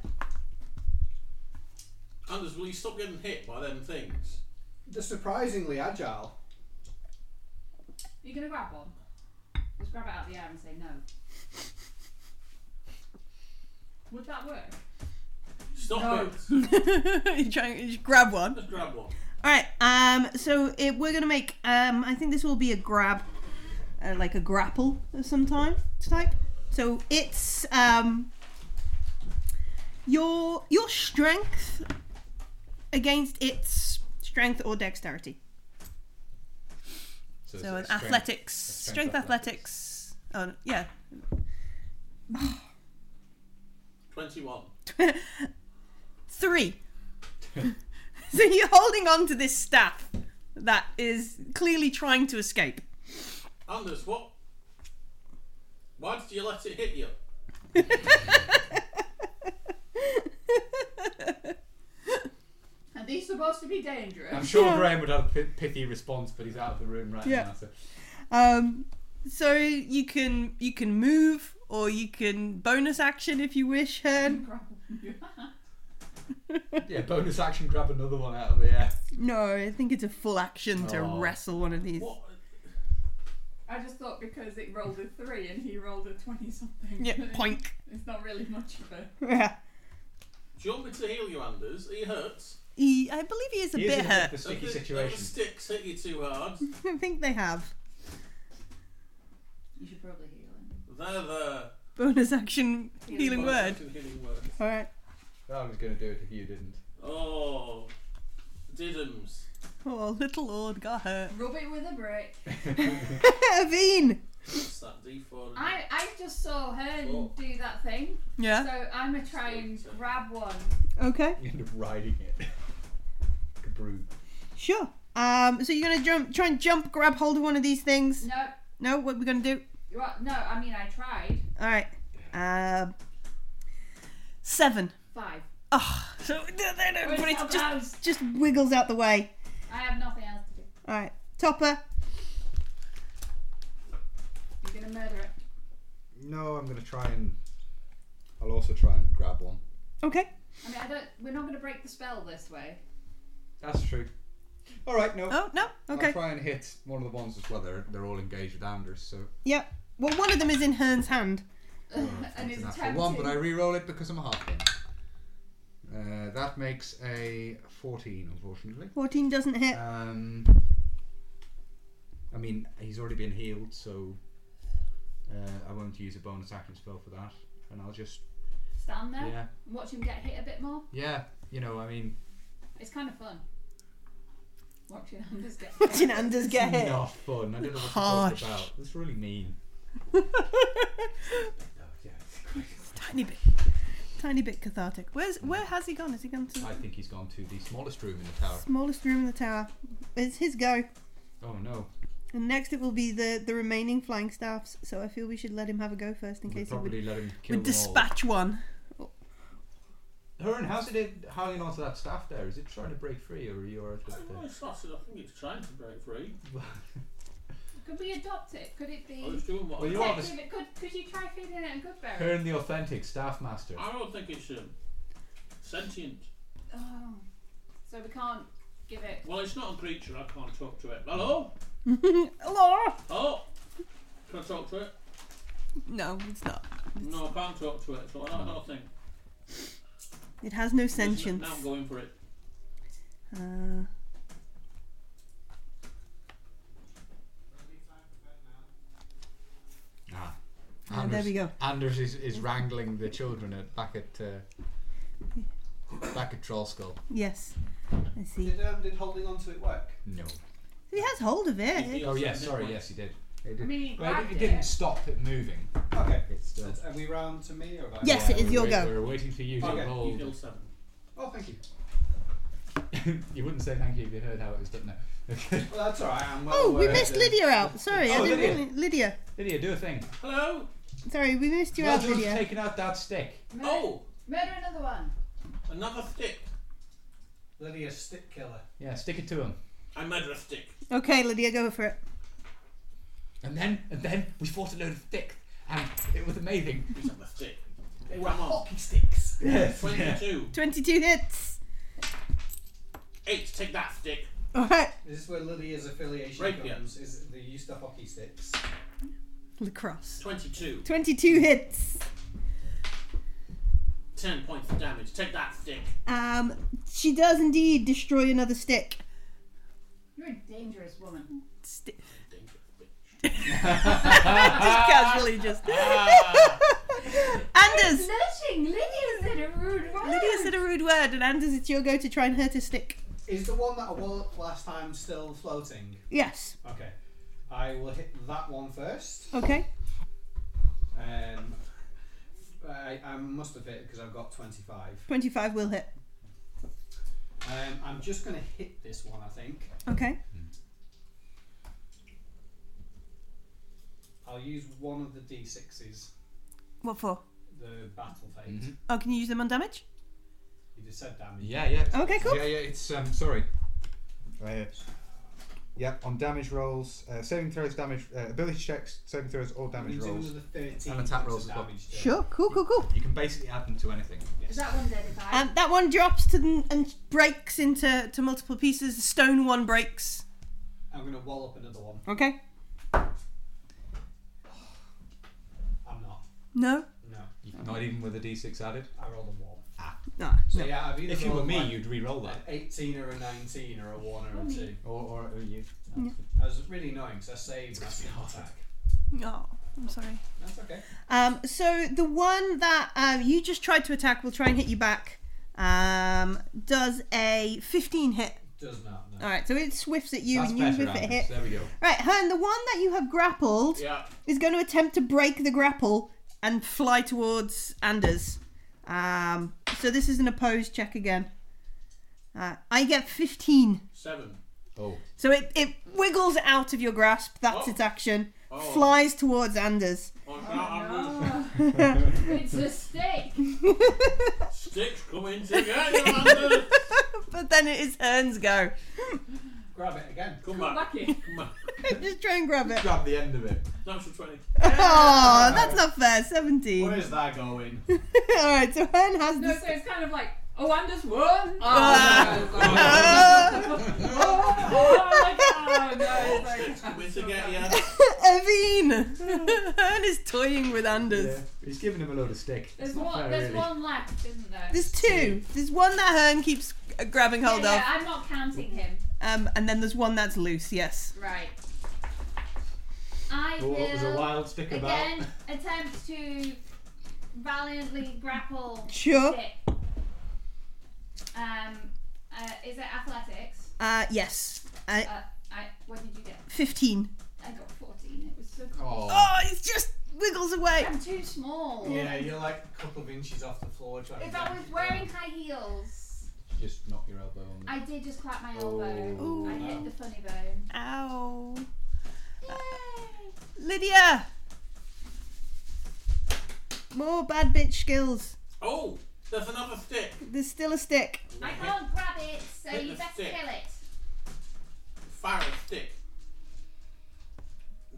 Anders, will you stop getting hit by them things?
They're surprisingly agile.
Are you going to grab one? Just grab it out of the air and say no. Would that work?
Stop
No.
(laughs)
it!
you try and you just grab one.
Just grab one.
All right. Um. So it, we're gonna make. Um. I think this will be a grab, uh, like a grapple of some time type. So it's um. Your your strength against its strength or dexterity.
So,
So an
it's strength-
athletics,
strength
strength athletics. Oh yeah,
21.
three. (laughs) so you're holding on to this staff that is clearly trying to escape.
Anders, what? Why did you let it hit you?
Are these supposed to be dangerous?
I'm sure
Yeah.
Graham would have a pi- pithy response, but he's out of the room right
Yeah.
now. So.
Um, so you can you can move or you can bonus action if you wish,
(laughs)
Hern.
(laughs) Grab one.
Yeah, bonus action, grab another one out of the air.
No, I think it's a full action to
Oh.
wrestle one of these.
What?
I just thought because it rolled a three and he rolled a twenty something. (laughs)
Yeah, poink.
It's not really much of a.
Yeah.
Do you want me to heal you, Anders? Are you hurt?
He, I believe he is a
He is in
bit hurt.
The sticky
Have the- have
situation.
The sticks hit you too hard.
(laughs) I think they have.
You should probably heal him.
There, there.
Bonus action
Healing
healing
Well,
word.
fucking Healing word.
All right.
I was going to do it if you didn't. (laughs)
Oh, diddums.
Oh, little Lord got hurt.
Rub it with a brick.
(laughs) Aveen.
What's that D4?
I, I just saw her
Oh.
do that thing,
Yeah.
so I'm gonna try and grab one.
Okay.
You end up riding it. Kabroom.
Sure. Um. So you're gonna jump, try and jump, grab hold of one of these things.
No,
No. What we're gonna do?
well, no. I mean I tried
All right. Um. Seven.
five.
Oh, so
Where's
but
my
it
mouse?
just just wiggles out the way.
I have nothing else to do.
All right, Topper.
You're gonna murder it.
No, I'm gonna try and. I'll also try and grab one.
Okay.
I mean I don't. We're not gonna break the spell this
(laughs)
way.
That's true.
All right, no.
Oh no.
I'll
Okay.
try and hit one of the ones as well. They're, they're all engaged with Anders, so
Yep. Well, one of them is in Hearn's hand.
and it's
that's Oh, for one. But I
attempting.
re-roll it because I'm a halfling. Uh, that makes a 14, unfortunately.
14 doesn't hit.
Um, I mean, he's already been healed, so uh, I won't use a bonus action spell for that. And I'll just,
Stand there
yeah,
and watch him get hit a bit more.
yeah, you know, I mean,
It's kind of fun. Watching Anders get
Watching Anders get hit.
not fun. I don't know what to
Harsh.
talk about. That's really mean.
(laughs) Tiny bit. Tiny bit cathartic. Where's where has he gone? Has he gone to
I
the
think he's gone to the smallest room in the tower.
smallest room in the tower? It's his go.
Oh no,
And next it will be the the remaining flying staffs. So I feel we should let him have a go first in
we
case he would,
probably let him kill
would
them
dispatch one.
all. Huron, how's it in- hanging onto that staff there? Is it trying to break free, or are you alright with
Oh,
the?
it's not, I think it's trying to break free.
Could we adopt it? Could it
Oh,
I was
be
doing what
Well,
I
you are the,
protective? It Could, could you try feeding it a good berry?
Huron the authentic staff master.
I don't think it's um, sentient.
Oh. So we can't give it.
Well, it's not a creature. I can't talk to it. Hello?
Hello.
Oh, can I talk to it?
No, it's not.
No, I can't talk to it. So I don't know thing.
It has no
Listen,
sentience.
Now I'm going for it.
Uh,
Ah.
Ah, there we go.
Anders is, is wrangling the children at, back at uh, back at Troll Skull.
yes, I see.
Did, um, did holding on to it work?
No.
He has hold of it.
Oh yes, sorry, yes he did. It
I
did.
mean, he
Well,
grabbed
it, it didn't stop it moving.
Okay.
It's still.
Are we round to me or? have I-
Yes, it
Yeah,
is
we're
your
wait-
go.
We're waiting for you to
Okay, you
You
roll.
feel seven.
Oh, thank you.
(laughs) you wouldn't say thank you if you heard how it was done. No.
Well, that's all right. I'm well
Oh, we
aware
missed
that-
Lydia out. Sorry, I
Oh,
didn't.
Lydia.
really- Lydia.
Lydia, do a thing.
Hello?
Sorry, we missed you
well
out,
done for
Lydia.
taking out that stick.
Murder,
Oh,
murder another one.
another stick.
Lydia, stick killer.
Yeah, stick it to him.
I murder a stick.
Okay, Lydia, go for it.
And then and then we fought a load of sticks, and it was amazing.
He's on the stick. Come
Oh.
on.
sticks.
Yes.
22.
Twenty-two hits.
8. Take that stick.
All right,
This is where Lydia's affiliation
Rapier.
comes. Is the use of hockey sticks.
lacrosse.
22.
Twenty-two hits.
10 points of damage. Take that stick.
Um, she does indeed destroy another stick.
You're a dangerous woman.
Sti-
Dangerous
(laughs)
bitch.
just casually, just.
Ah.
(laughs) Anders.
Blushing. Lydia said a rude word.
Lydia said a rude word, and Anders, it's your go to try and hurt his stick.
Is the one that I walloped last time still floating?
Yes.
Okay. I will hit that one first.
Okay.
Um, I, I must have hit because I've got 25.
Twenty-five will hit.
Um, I'm just going to hit this one, I think.
Okay.
I'll use one of the d6s,
What for?
the battle phase.
Mhm.
Oh, can you use them on damage?
You just said damage.
Yeah, yeah.
Okay, cool.
Yeah, yeah, it's um sorry. Uh, yep, on damage rolls, uh, saving throws, damage uh, ability checks, saving throws, all damage
You do
rolls.
another 13
And attack
points
rolls
of
as well.
damage to it.
Sure. Cool. Cool. Cool.
You can basically add them to anything.
Is that one dead if I?
Um, that one drops to the, and breaks into to multiple pieces. The stone one breaks.
I'm going to wallop another one.
Okay.
I'm not.
No.
No.
Oh.
Not even with a D6 added.
I rolled a one.
No.
So
no.
yeah, I've either
If you were
rolled
me,
like
you'd re-roll that.
an 18 or a 19 or a 1 or a 2.
Or, or, or you.
That was really annoying because I saved my sneak attack.
Oh, I'm sorry.
That's okay.
Um, so the one that um, you just tried to attack will try and hit you back. Um, does a 15 hit.
Does not, no.
All right, so it swifts at you
That's
and you
better,
whiff at
Anders.
hit.
There we go.
Right, Hearn, the one that you have grappled
Yeah.
is going to attempt to break the grapple and fly towards Anders. Um, so this is an opposed check again. Uh, I get 15.
7.
Oh,
So it, it wiggles out of your grasp. That's
Oh.
its action.
Oh.
Flies towards Anders.
Oh, can I have another
(laughs)
Oh, it's a stick.
Sticks coming to get you, Anders.
But then it is Hearn's go. (laughs)
Grab it again.
Come
Come
back.
back here.
Come back.
Just try and grab it.
grab the end of it.
Natural 20.
(laughs) Oh, that's not fair. 17.
Where's that going?
(laughs) All right, so Hearn has
No,
this.
so it's kind of like Oh, I'm just
(laughs)
one. Oh, no, God. oh, my God. No,
(laughs)
it's like,
We're to get ya.
Evine! (laughs) and is toying with Anders.
He's giving him a load of stick.
There's
It's not
one.
fair,
There's
really.
one left, isn't there?
There's two. There's one that Hearn keeps uh, grabbing
Yeah,
hold
yeah,
of,
I'm not counting him.
um, and then there's one that's loose, yes.
Right. I
Oh,
will
what was a wild stick about?
again attempt to valiantly grapple.
Sure.
Stick. Um, uh, is it athletics?
Uh, yes. Uh,
Uh, I. What did you get?
15.
I got 14. It was so. Cool.
Oh.
Oh, it just wiggles away.
I'm too small.
(laughs) Yeah, you're like a couple of inches off the floor trying
If
to
I
get
was
it.
wearing high heels,
Just knock your elbow on the
I did just clap my elbow.
Ooh.
I hit the funny bone.
Ow.
Yay!
Lydia! More bad bitch skills.
Oh, there's another stick.
There's still a stick. (laughs)
I can't grab it, so
Hit
you
the
better
stick.
kill it.
Fire a stick.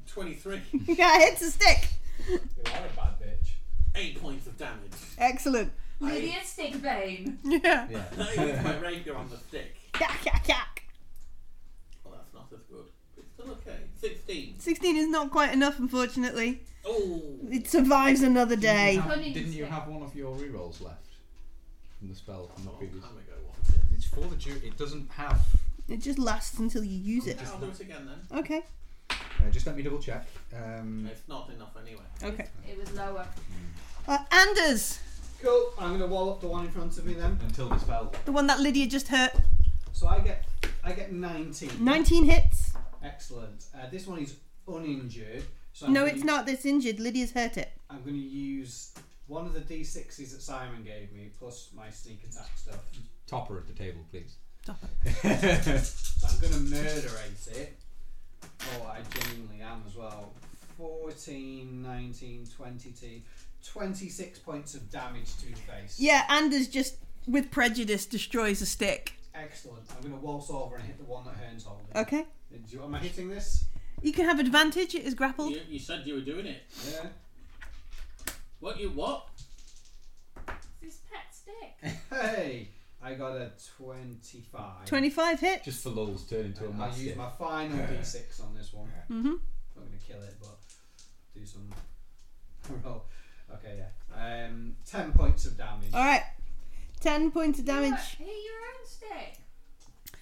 23.
yeah, it's a stick.
You are a bad bitch.
8 points of damage.
Excellent.
Lydia stick vein.
(laughs) Yeah.
I use my rapier on the stick.
Yak, yak, yak.
Well, that's not as good. But it's still okay. 16.
16 is not quite enough, unfortunately.
Oh.
It survives another day.
Cunning
Didn't you
stick.
have one of your rerolls left from the spell from the
Long time
previous?
ago, wasn't it?
Oh, It's for the ju- It doesn't have.
It just lasts until you use it.
I'll do it again then.
Okay.
Uh, just let me double check. Um,
It's not enough anyway.
Okay.
It was lower.
Uh, Anders,
Cool. I'm gonna wall up the one in front of me then.
Until the spell.
the one that Lydia just hurt.
So I get I get 19.
19 hits.
Excellent. Uh, this one is uninjured. So I'm
No,
gonna
it's not. That's injured. Lydia's hurt it.
I'm going to use one of the d6s that Simon gave me, plus my sneak attack stuff. (laughs)
Topper at the table, please.
So I'm going to murderate it. Oh, I genuinely am as well. 14, 19, 20, 26 points of damage to the face.
Yeah, Anders just, with prejudice, destroys a stick.
Excellent. I'm going to waltz over and hit the one that Hearn's holding.
Okay.
Do you, am I hitting this?
You can have advantage. It is grappled.
You, you said you were doing it.
Yeah.
What you what?
This pet stick.
Hey! I got a 25.
25 hit.
Just for lulz, turn into a
And I'll use
massive.
my final d6 on this one.
Mm-hmm.
not going to kill it, but do some (laughs) roll. Okay, yeah. Um, ten points of damage.
All right. 10 points of
Look,
damage.
Hit your own stick.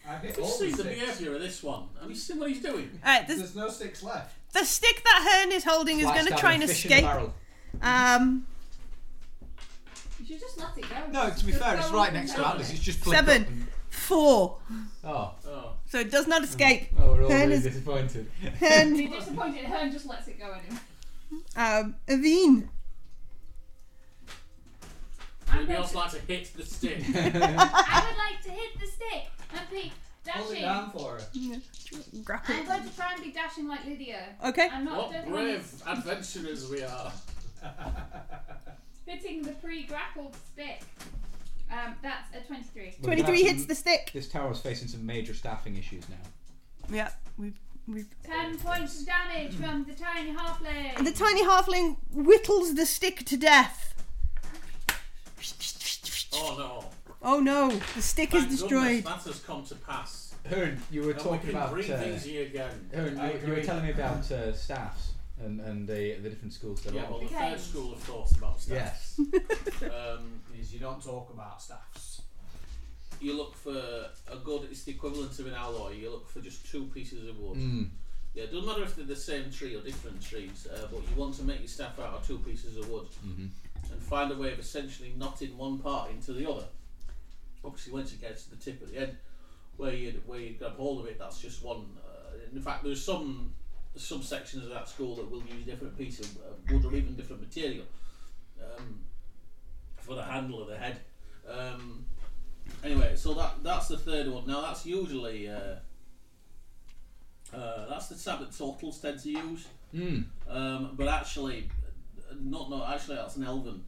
I hit all
Just
the
see the
six.
behaviour of this one. Have you seen what he's doing?
All right. The,
There's no six left.
the stick that Hearn is holding is going to try and escape. Um,
You should just let it go.
No,
Just-
to be
just
fair,
go
it's
on
right
and
next to
go.
Anders. It's just flipped
seven,
up and-
four.
Oh,
Oh.
So it does not escape.
oh, we're all
Then
really
it's-
(laughs)
disappointed.
If
Hearn,
you're disappointed, Hearn just lets it go anyway.
um, Aveen.
I'm
Maybe
going
else
to,
like to hit the stick. (laughs)
I would like to hit the stick and be
Hold it
dashing.
down for her.
Grappled.
I'm going to try and be dashing like Lydia.
Okay.
I'm not
what
doing
brave adventurers we are.
(laughs)
Hitting the pre-grappled stick. Um, that's a 23.
We're gonna have
23 hits
(laughs)
some-
the stick.
This tower's facing some major staffing issues now.
Yeah. We've, we've...
10 points of damage from the tiny halfling.
The tiny halfling whittles the stick to death.
Oh no.
Oh no, the stick
Thank
is destroyed.
Goodness, that has come to pass.
Hearn, you were
And we
talking
can
about.
breathe
uh,
easy again.
Hearn,
I
you, you were
agree.
telling me about uh, staffs and, and the, the different schools they're
Yeah,
on.
well, the
Okay.
third school of thoughts about stuff.
Yes.
(laughs) Um,
Is you don't talk about staffs.
you look for a good, it's the equivalent of an alloy. You look for just two pieces of wood.
(laughs) Mm.
Yeah, it doesn't matter if they're the same tree or different trees, uh, but you want to make your staff out of two pieces of wood and find a way of essentially knotting one part into the other. Obviously, once it gets to the tip at the end, where you where you grab hold of it, that's just one. Uh, in fact, there's some some sections of that school that will use different pieces of uh, wood or even different material um, for the handle of the head. Um, anyway, so that that's the third one. Now that's usually. Uh, uh, that's the tab that totals tend to use.
Mm.
Um, but actually, uh, not no. Actually, that's an elven,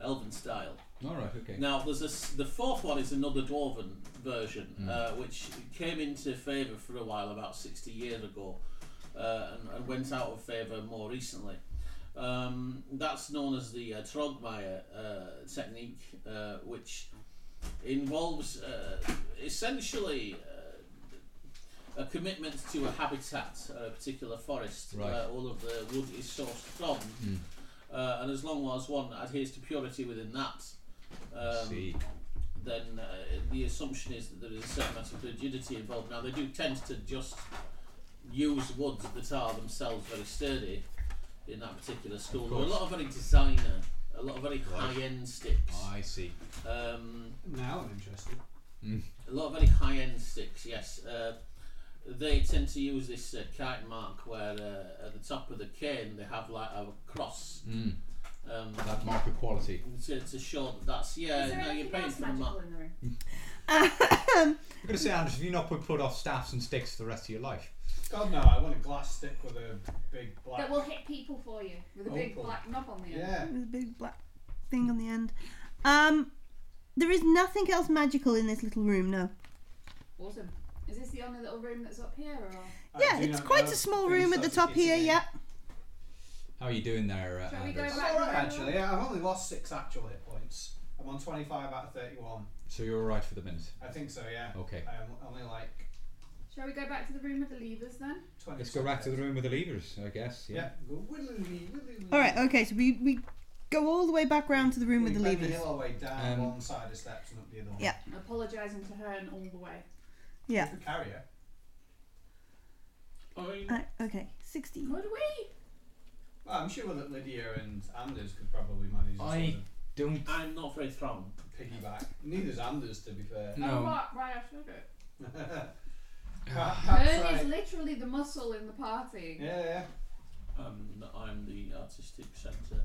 elven style.
All right. Okay.
Now, there's a s the fourth one is another dwarven version,
Hmm.
uh, which came into favour for a while about 60 years ago, uh, and, and went out of favour more recently. Um, that's known as the uh, Trogmire uh, technique, uh, which involves uh, essentially uh, a commitment to a habitat, a particular forest
Right. Hmm.
where all of the wood is sourced from. Uh, and as long as one adheres to purity within that, um,
See.
then uh, the assumption is that there is a certain amount of rigidity involved. Now, they do tend to just use woods that are themselves very sturdy in that particular school. There are a lot of very designer, a lot of very high end sticks.
I see.
Um,
Now I'm interested.
a lot of very high end sticks, yes. Uh, they tend to use this uh, kite mark where uh, at the top of the cane they have like a cross
Mm.
um,
That mark of quality.
to, to show that that's, yeah,
Is there
no, you're
anything
paying
else
for the mark.
magical in the room?
I'm going to say, Anders, have you not put, put off staffs and sticks for the rest of your life?
God no, I want a glass stick with a big black.
That will hit people for you with a big
Opal.
black knob on the end.
yeah.
with a big black thing on the end. Um, there is nothing else magical in this little room, no.
Awesome. Is this the only little room that's up here, or
I
yeah,
do
it's
not
quite
know
a small
things
room at
such
the
as
top here.
kissing.
Yeah,
How are you doing there, uh,
Shall we go
Anders?
It's
Back
alright
to normal.
actually. Yeah, I've only lost six actual hit points. I'm on 25 out of 31.
So you're all right for the minute.
I think so. Yeah.
Okay.
I'm only like
shall we go back to the room with the levers then?
20.
Let's go back to the room with the levers, I guess.
Yeah. Go widdly, widdly,
All right. Okay. So we we go all the way back round to the room with the
We bend
levers.
hill our way down
Um,
one side of steps and up the other one.
Yeah.
Apologising to her and all the way.
Yeah.
Good carrier.
I-
Uh,
Right, Uh, okay. Sixty.
Would we?
Well, I'm sure that Lydia and Anders could probably manage to
I- Don't.
I'm not very strong.
sort of piggyback. Neither's Anders, to be
(sighs)
fair.
Oh,
No.
right, right, I should have.
Perhaps
Vern is
I-
literally the muscle in the party.
Yeah, yeah.
Um, I'm the artistic centre.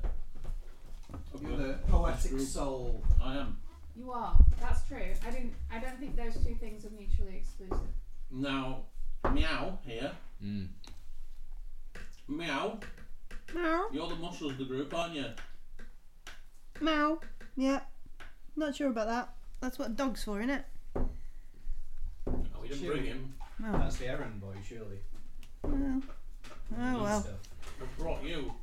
of
You're
the-
the
This
poetic
group.
soul.
I am.
You are. That's true. I didn't. I don't think those two things are mutually exclusive.
Now, meow here.
Mm.
Meow.
Meow.
You're the muscles of the group, aren't you?
Meow. Yeah. Not sure about that. That's what a dog's for, isn't it?
No, we didn't bring him.
Oh,
That's the errand boy, surely.
Well. Oh
Good
well.
stuff.
We brought you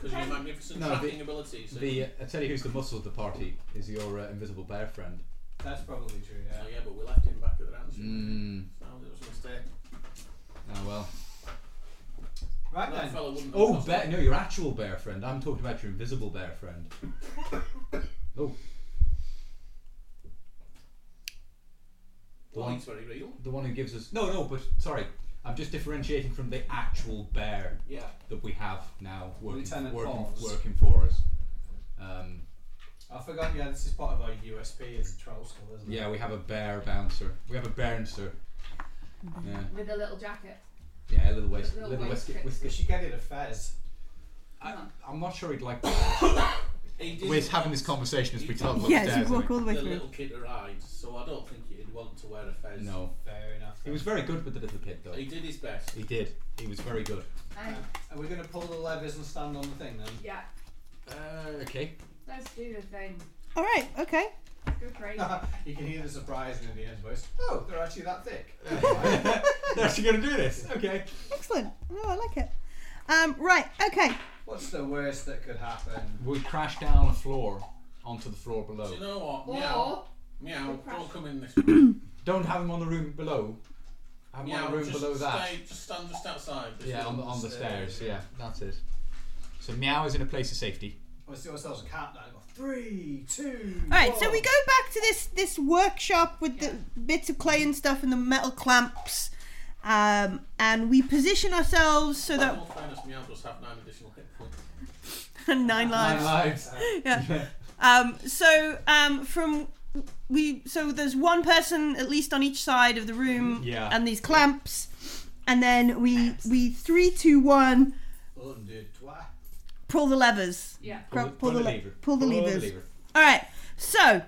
because of your magnificent
No,
tracking abilities.
The, uh, I tell you who's the muscle of the party is your uh, invisible bear friend.
That's probably true, yeah.
Oh yeah, but we left him back at the ranch.
Mm.
So it was a mistake.
Oh well.
Right
That
then.
fellow wouldn't. have
Oh,
lost
bear,
it.
no, your actual bear friend. I'm talking about your invisible bear friend. oh,
Well, he's very real.
the one who gives us. No, no, but sorry. I'm just differentiating from the actual bear
Yeah.
that we have now working,
Lieutenant
working,
Paws.
working for us. Um,
I forgot, yeah, this is part of our USP as a troll school, isn't it?
yeah, we have a bear bouncer. We have a bouncer. Yeah,
With a little jacket.
yeah, a little waist,
Little
little, little
waist
whiskey.
trick.
We
whiskey.
should get it a fez.
I,
Come
I'm not sure he'd like.
He didn't
We're having this
want
conversation as
(laughs)
we travel
Yes,
upstairs.
you walk
I
all the way
The
through.
little kid to ride, so I don't think he'd want to wear a fez.
think. No,
Fair enough.
he was very good with the little kid though.
He did his best.
He did. He was very good.
And
Are we going to pull the levers and stand on the thing then?
yeah,
Uh,
(laughs)
okay.
let's do the thing.
All right. Okay.
Let's go
(laughs)
crazy.
you can hear the surprise in the end voice. Oh, they're actually that thick.
They're actually going to do this. Okay.
Excellent. Oh, I like it. Um. Right. Okay.
What's the worst that could happen?
We crash down on the floor onto the floor
Do
below.
you know what? Meow.
or Good
Meow, don't
question.
come in this way.
Don't have him on the room below. Have him
Meow,
on the room
just
below
stay,
that.
Just stand just outside. Just
Yeah, on the, on the stairs. Yeah, that's it. So meow is in a place of safety.
Let's do ourselves a countdown. Three, two.
All right. So we go back to this this workshop with the bits of clay and stuff and the metal clamps, um, and we position ourselves so
In
that (laughs)
all fairness, Meow does have nine additional hit points.
nine lives.
lives.
yeah. Um, so um, from we so there's one person at least on each side of the room
Yeah.
and these clamps and then we we three two one
Un, deux, trois.
pull the levers
yeah.
Grab-
the-
pull the le-
lever.
pull the levers.
lever.
all right so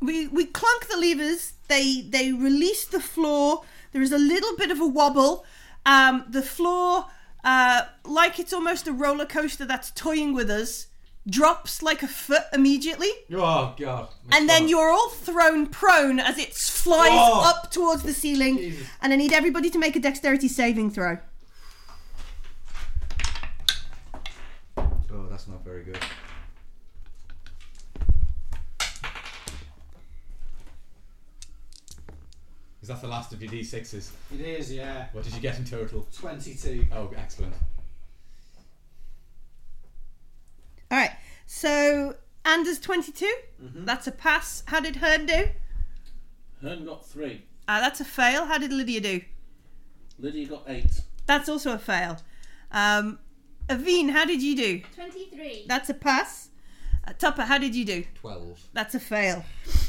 we we clunk the levers they they release the floor there is a little bit of a wobble um, the floor uh, like it's almost a roller coaster that's toying with us drops like a foot immediately
Oh god. My
and then
stomach.
you're all thrown prone as it flies
Oh.
up towards the ceiling.
Jesus.
And I need everybody to make a dexterity saving throw.
Oh, That's not very good.
Is that the last of your d6s?
It is, yeah.
What did you get in total?
22.
Oh, excellent.
All right. So Anders 22.
Mm-hmm.
Mhm.
That's a pass. How did Hearn do?
Hearn got three.
Uh, that's a fail. How did Lydia do?
Lydia got eight.
That's also a fail. Um, Aveen, how did you do?
23.
That's a pass. Uh, Tupper, how did you do?
12.
That's a fail.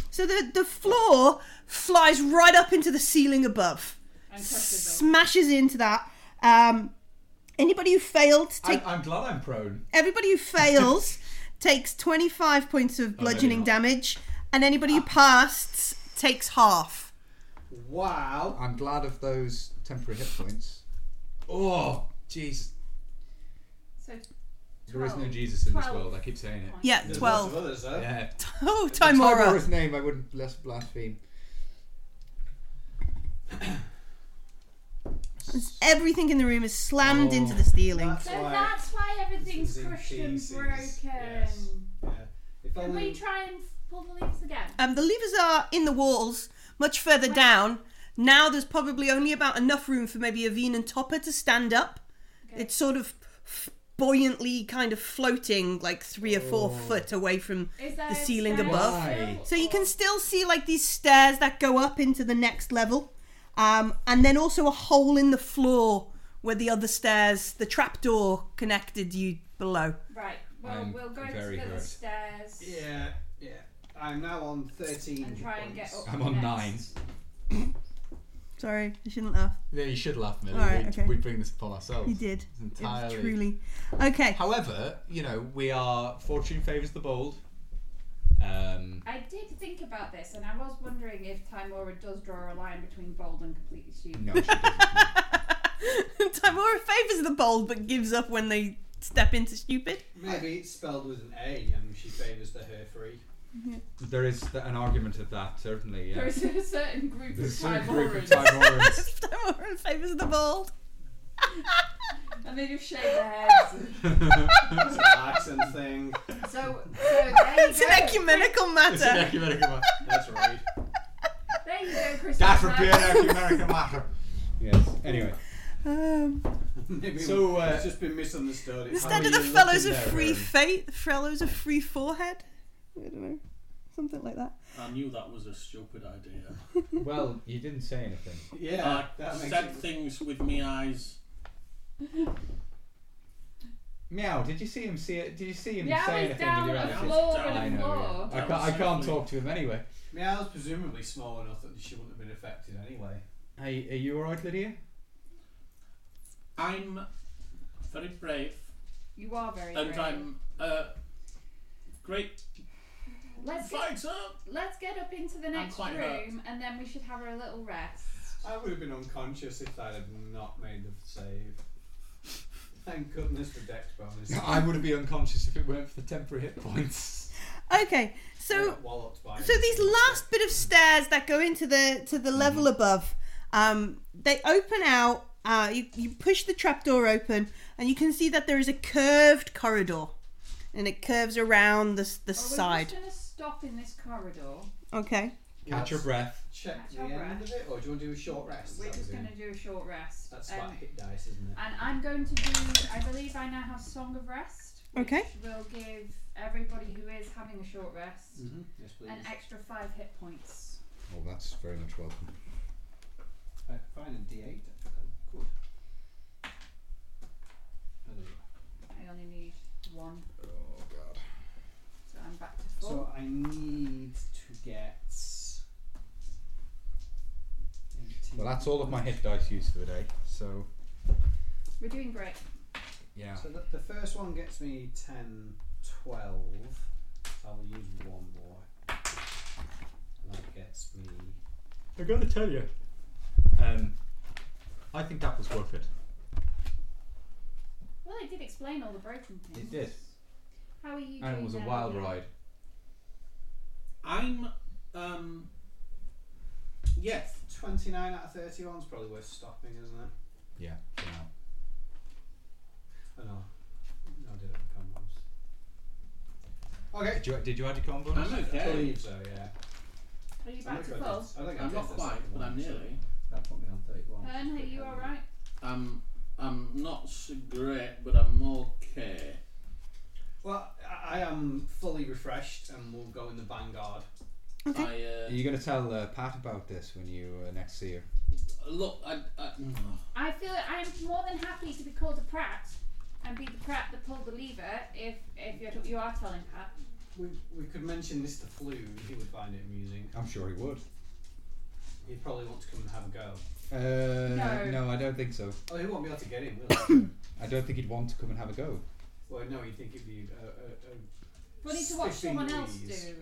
So the, the floor flies right up into the ceiling above,
And crushes them.
smashes into that. Um, anybody who failed to take
I, I'm glad I'm prone.
everybody who fails takes 25 points of bludgeoning
not.
damage, and anybody who passed takes half.
Wow.
I'm glad of those temporary hit points. Oh, jeez.
So
There is no
Twelve.
Jesus in this
Twelve.
world. I keep saying it.
Yeah,
There's lots
12.
of others, though.
Yeah.
Oh,
If I were
Timora.
his name, I wouldn't less blaspheme.
Everything in the room is slammed into
Oh.
the ceiling.
That's
So
why-
that's why everything's
This is in
crushed and
pieces,
broken.
yes. If
Can we
only
try and pull the leaves again?
Um, the levers are in the walls, much further down. Now there's probably only about enough room for maybe Aveen and Topper to stand up.
Okay.
It's sort of buoyantly kind of floating like three or four foot away from
Is there
The ceiling
stairs
above.
still,
So you
or-
can still see like these stairs that go up into the next level, um, and then also a hole in the floor where the other stairs, the trapdoor connected you below.
Right. Well,
I'm
we'll go
very
to the
hurt.
stairs.
Yeah, yeah. I'm now on 13.
And
hit
try and
points.
get up.
I'm on
next.
nine.
Sorry, I shouldn't laugh.
Yeah, you should laugh, Millie.
Alright,
we,
okay.
we bring this upon ourselves.
You did.
It's
It was
entirely.
truly. Okay.
However, you know, we are fortune favours the bold. Um,
I did think about this, and I was wondering if Timora does draw a line between bold and completely stupid.
No, she doesn't.
(laughs) Timora favours the bold but gives up when they step into stupid. (laughs)
Maybe it's spelled with an A and she favours the her free.
(laughs) There is th- an argument of that, certainly.
There
Yeah.
is a certain group
There's a
of
certain group of
(laughs)
(laughs) Timorans.
Timorans,
Timora favours the bold.
and they just shake their heads.
(laughs)
It's an (laughs) accent thing.
so, so there you
It's an
go.
ecumenical
it's an
matter.
ecumenical matter.
That's right.
There you go, Chris.
That would be an ecumenical matter.
yes. Anyway.
Um,
Maybe
So, uh,
it's just been misunderstood. It's
Instead
How
of
are
the
you
fellows of
looking there,
free
Erin?
fate, fellows of free forehead. I don't know, something like that.
I knew that was a stupid idea.
Well, you didn't say anything.
yeah,
I
that makes
said
it.
things with me eyes.
Meow. Did you see him see it? Did you see him
Yeah,
say
I was
anything?
down
did you
on the
realize?
floor
down.
I
and
know.
the floor.
Yeah. I, can't, I can't talk to him anyway.
Meow's presumably small enough that she wouldn't have been affected anyway.
Hey, are you all right, Lydia?
I'm very brave,
You are very
and
brave.
I'm a great
Let's get,
fighter.
let's get up into the next
quite
room,
hurt.
and then we should have a little rest.
I would have been unconscious if I had not made the save. Thank goodness for Dex (laughs) bonus.
(laughs) I wouldn't be unconscious if it weren't for the temporary hit points.
Okay, so
got walloped by
so
it.
these last bit of stairs that go into the to the level
Mm-hmm.
above, um, they open out. Uh, you, you push the trapdoor open, and you can see that there is a curved corridor, and it curves around the s- the
Are we
side.
just going to stop in this corridor?
Okay.
Catch your breath.
check
Catch
the
our
end
breath.
of it, or do you want to do a short rest?
We're
That
just
was it.
going to do a short rest.
That's
um,
flat hit dice, isn't it?
and I'm going to do, I believe I now have Song of Rest. Which
Okay.
will give everybody who is having a short rest
Mm-hmm. Yes, please.
an extra five hit points.
Oh, that's very much welcome.
Uh, Fine, a D8. Oh, good. Oh, there you are.
I only need one,
Oh, God.
so I'm back to full.
So I need to get.
Well, that's all of my hit dice used for the day. So,
We're doing great.
yeah.
So the, the first one gets me 10, 12. So I'll use one more. And that gets me.
I gotta tell you, um, I think that was worth it.
Well, it did explain all the broken things.
It did.
How are you
And
doing
it was a
now,
wild
Ian?
ride.
I'm um yes.
29 out of 31 is probably worth stopping, isn't it?
Yeah, for now.
Oh no. No, I did it on Okay.
Did you, did you add your con bonus?
I'm
I
okay.
believe so, yeah.
Are you
I
back to
think I did-
full?
I think I
I'm
did
not
this
quite,
second
but
one,
I'm
so
nearly.
That put me on 31.
Helen, are you alright?
I'm I'm not so great, but I'm okay.
Well, I, I am fully refreshed and will go in the vanguard.
I
Are you going to tell uh, Pat about this when you uh, next see her?
uh, look. I, I mm,
I feel I am more than happy to be called a prat and be the prat that pulled the lever if if you're, you are telling Pat.
We, we could mention this to Flew. He would find it amusing.
I'm sure he would.
He'd probably want to come and have a go.
Uh,
No.
I don't think so.
Oh, he won't be able to get in, will
(coughs)
he?
I don't think he'd want to come and have a go.
well, no, he'd think it'd be uh, a, a, a
We need to watch
Spiffy
someone else do.
wheeze.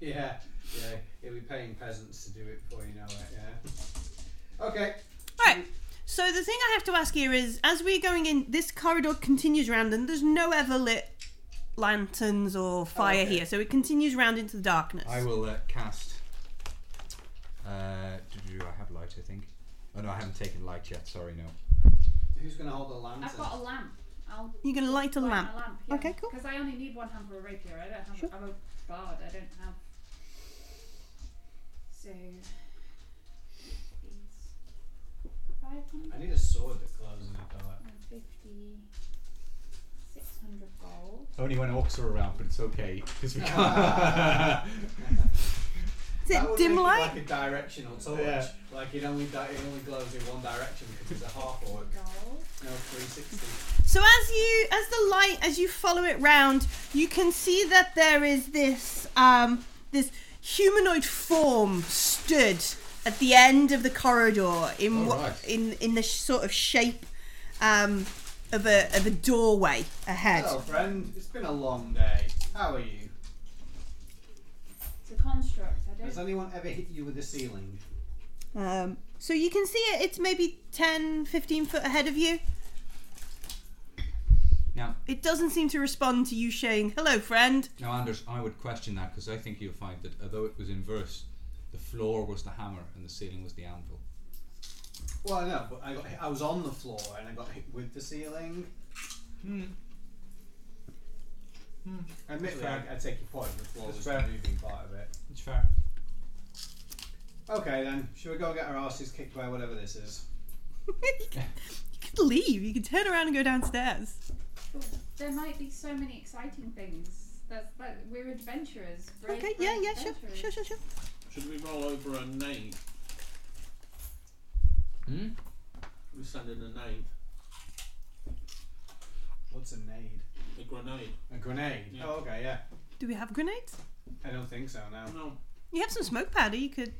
yeah, yeah. He'll be paying peasants to do it before you know it. Yeah. Okay.
Right. Mm. So the thing I have to ask here is, as we're going in, this corridor continues round, and there's no ever lit lanterns or fire
okay.
here, so it continues round into the darkness.
I will uh, cast. Uh, do, do I have light? I think. Oh no, I haven't taken light yet. Sorry, no.
Who's going to hold the lantern?
I've got a lamp. I'll
You're gonna light a
light
lamp.
my lamp.
Okay, cool.
Because I only need one hand for a rapier. I don't have.
Sure.
I'm a bard. I don't have. So. these Five hundred
I need a sword that glows in the dark.
and fifty. Six hundred gold.
Only when orcs are around, but it's okay because we
Ah.
(laughs) can't.
Is
That
it
would
dim
make it
light?
Like a directional torch.
Yeah.
Like it only di- it only glows in one direction because it's a half orc.
Gold.
No, 360.
So as you as the light as you follow it round, you can see that there is this um this humanoid form stood at the end of the corridor in
Oh,
what
right.
in in the sh- sort of shape um of a of a doorway ahead.
Hello, friend. It's been a long day. How are you?
It's a construct. I
Has
don't.
anyone ever hit you with a ceiling?
Um so you can see it it's maybe 10 15 foot ahead of you.
Now,
It doesn't seem to respond to you saying hello friend. (laughs)
now, Anders, I would question that because I think you'll find that although it was inverse, the floor was the hammer and the ceiling was the anvil.
Well, no, but I, got hit, I was on the floor and I got hit with the ceiling.
Hmm. Hmm.
Admittedly, I,
fair.
I take your point. The floor
That's
was
fair.
the moving part of it.
It's fair.
Okay, then. Should we go get our asses kicked by whatever this is?
You could leave. You could turn around and go downstairs.
There might be so many exciting things. That's that. We're adventurers. Brave,
Okay, yeah,
brave
yeah, sure.
adventurers.
Sure, sure, sure.
should we roll over a nine?
Hmm?
We send in a nine,
What's a nade?
a grenade.
A grenade?
Yeah.
Oh, okay, yeah.
Do we have grenades?
I don't think so now.
No,
You have some smoke powder. You could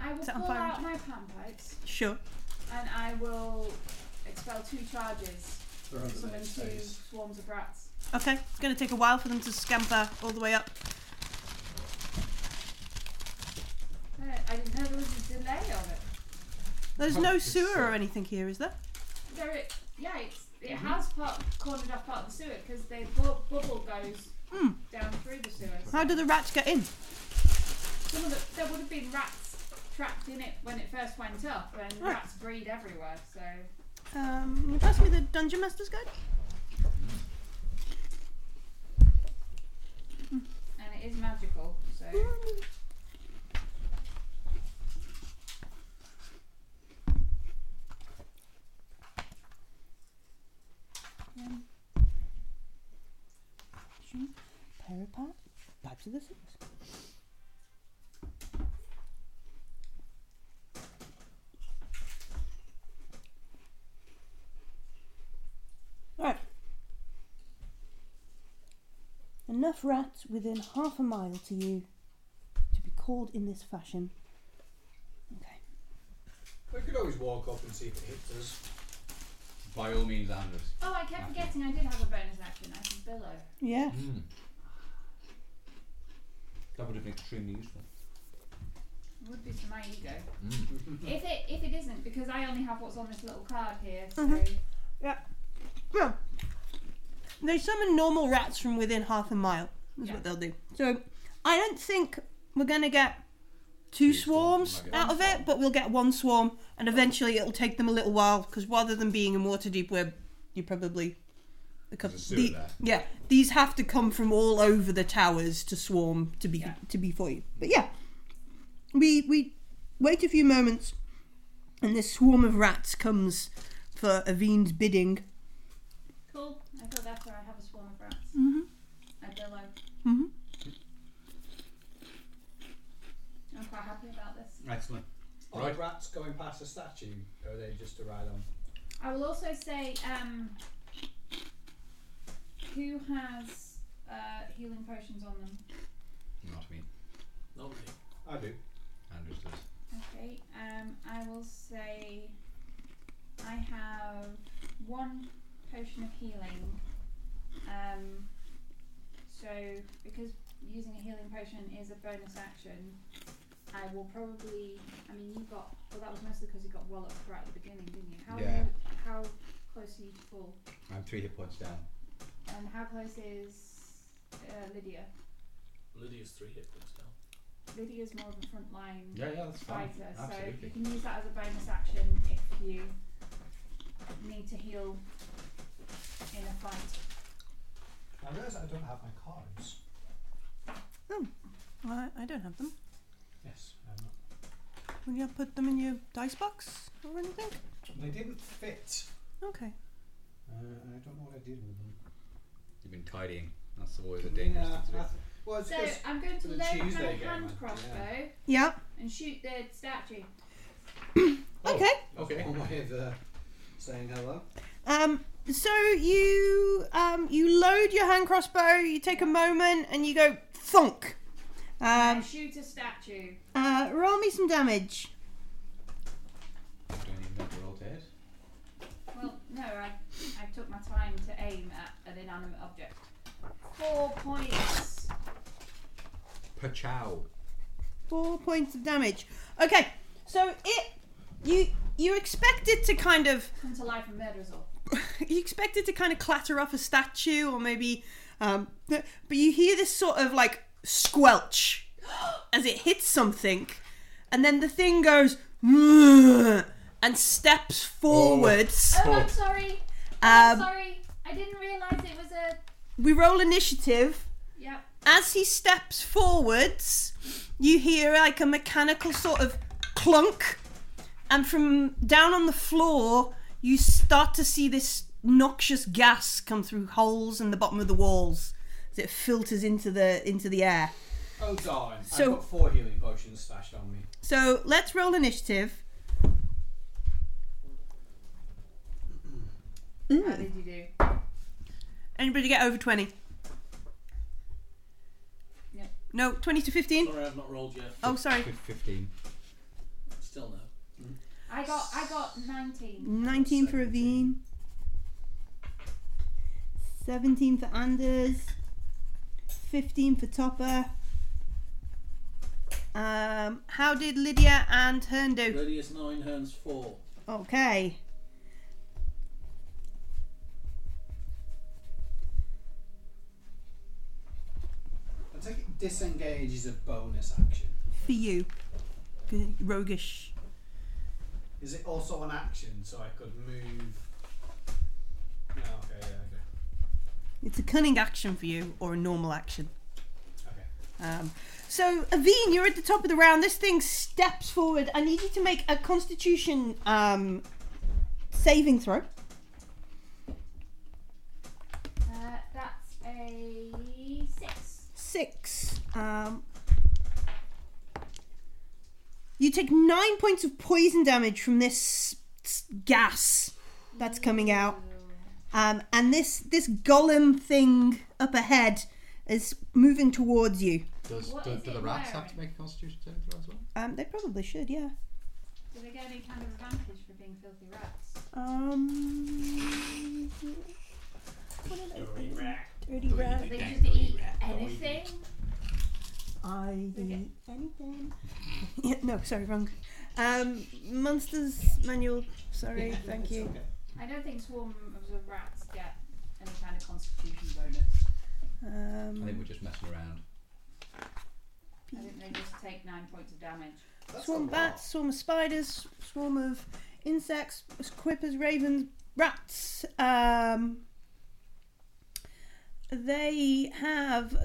I will
So I'm
pull
fine.
out my pan pipes.
Sure.
And I will expel two charges.
Throw them in
Summon
his
two
face.
swarms of rats.
Okay. It's going to take a while for them to scamper all the way up.
Uh, I didn't know there was a delay on it.
There's no sewer or anything here, is there?
There it, yeah, it's, it has part, cornered off part of the sewer because the bu- bubble goes
Mm.
down through the sewer.
How do the rats get in?
Some of the, there would have been rats trapped in it when it first went up, and
Right.
rats breed everywhere, so.
Um, can you pass me the dungeon master's guide.
And it is magical, so.
Mm-hmm.
Pair apart, pipes of the six.
Right.
Enough rats within half a mile to you to be called in this fashion. Okay.
We could always walk up and see if it hits us.
By all means, Anders.
Oh, I kept forgetting I did have a bonus action. I can billow.
Yeah.
Hmm. That would have been extremely useful.
It would be to my ego.
Mm.
If it if it isn't, because I only have what's on this little card here, so
Mm-hmm. Well, they summon normal rats from within half a mile. Is
Yeah.
what they'll do. So I don't think we're going to get two
Two swarms,
swarms
we might get
out
one
of it,
swarm.
but we'll get one swarm, and eventually it'll take them a little while because rather than being in water deep, we're you probably the com-
There's a sewer
the-
there.
yeah, these have to come from all over the towers to swarm to be to be for you. But yeah, we we wait a few moments, and this swarm of rats comes for Avine's bidding.
Cool. I thought that's where I have a swarm of rats. I billow.
Mhm.
I'm quite happy about this.
Excellent. Are
Right.
rats going past the statue, or are they just to ride on?
I will also say, um, who has uh, healing potions on them?
Not me.
Not me.
I do.
Anders does.
Okay. Um, I will say, I have one potion of healing. Um, so because using a healing potion is a bonus action, I will probably. I mean, you got. Well, that was mostly because you got walloped right at the beginning, didn't you? How
Yeah.
you, how close are you to full?
I'm three hit points down.
And how close is uh, Lydia?
Lydia's three hit points now.
Lydia's more of a frontline
Yeah, yeah, that's fine.
fighter, so
Absolutely.
you can use that as a bonus action if you need to heal in a fight.
I realise I don't have my cards.
Well, I- I don't have them.
Yes, I'm not.
Will you put them in your dice box or anything?
They didn't fit.
Okay.
Uh, and I don't know what I did with them.
You've been tidying. That's always a dangerous
Yeah,
thing to do.
I- Well, it's
So
just
I'm going to
for the
load my
Tuesday
hand
game, uh, I-
crossbow
Yeah.
and shoot the statue.
Oh,
Oh.
Okay.
Okay.
one way of uh, saying hello.
Um, so you um, you load your hand crossbow. You take a moment and you go thunk.
I
Um,
shoot a statue.
uh, roll me some damage.
I don't even know we're all dead.
Well, no, I, I took my time to aim at an inanimate object. Four points.
Pachow.
Four points of damage. Okay. So it you you expect it to kind of
Come to life and murder us all.
(laughs) you expect it to kind of clatter off a statue or maybe um but but you hear this sort of like squelch as it hits something and then the thing goes and steps forwards
Oh, I'm sorry.
um,
I'm sorry. I didn't realise it was a.
we roll initiative
Yep.
as he steps forwards, you hear like a mechanical sort of clunk, and from down on the floor, you start to see this noxious gas come through holes in the bottom of the walls as it filters into the into the air.
Oh darn!
So-
I've got four healing potions stashed on me.
So let's roll initiative.
How
hmm.
did you do?
Anybody get over twenty?
No.
No, twenty to fifteen.
Sorry, I've not rolled yet.
Oh, sorry,
Good 15.
Still no.
I got I got 19.
nineteen for Avine, seventeen for Anders, fifteen for Topper. Um, how did Lydia and Hearn do?
Lydia's nine, Hearn's four.
Okay.
I take it disengage is a bonus action.
For you. Good- Roguish.
Is it also an action so I could move? No, okay, yeah,
It's a cunning action for you, or a normal action.
okay. okay.
Um, so, Avine, you're at the top of the round. This thing steps forward. I need you to make a constitution um, saving throw.
Uh, that's a 6.
six. Um, you take nine points of poison damage from this s- gas that's coming out, um, and this this golem thing up ahead is moving towards you.
Does,
What
do,
is
do
it
the rats have
wearing?
to make a constitution save throw as well?
Um, they probably should, yeah.
Do they get any kind of advantage for being filthy rats?
Um, what did I
Dirty
do?
rat.
Dirty rat.
Do they
Dirty
just eat
rat.
anything?
I
Okay.
anything. (laughs) yeah, no, sorry, wrong. Um, monsters manual. Sorry, thank you.
I don't think swarm of rats get any kind of constitution bonus.
Um,
I think we're just messing around.
I think they just take 9 points of damage.
swarm of bats, swarm of spiders, swarm of insects, quippers, ravens, rats. Um,
They have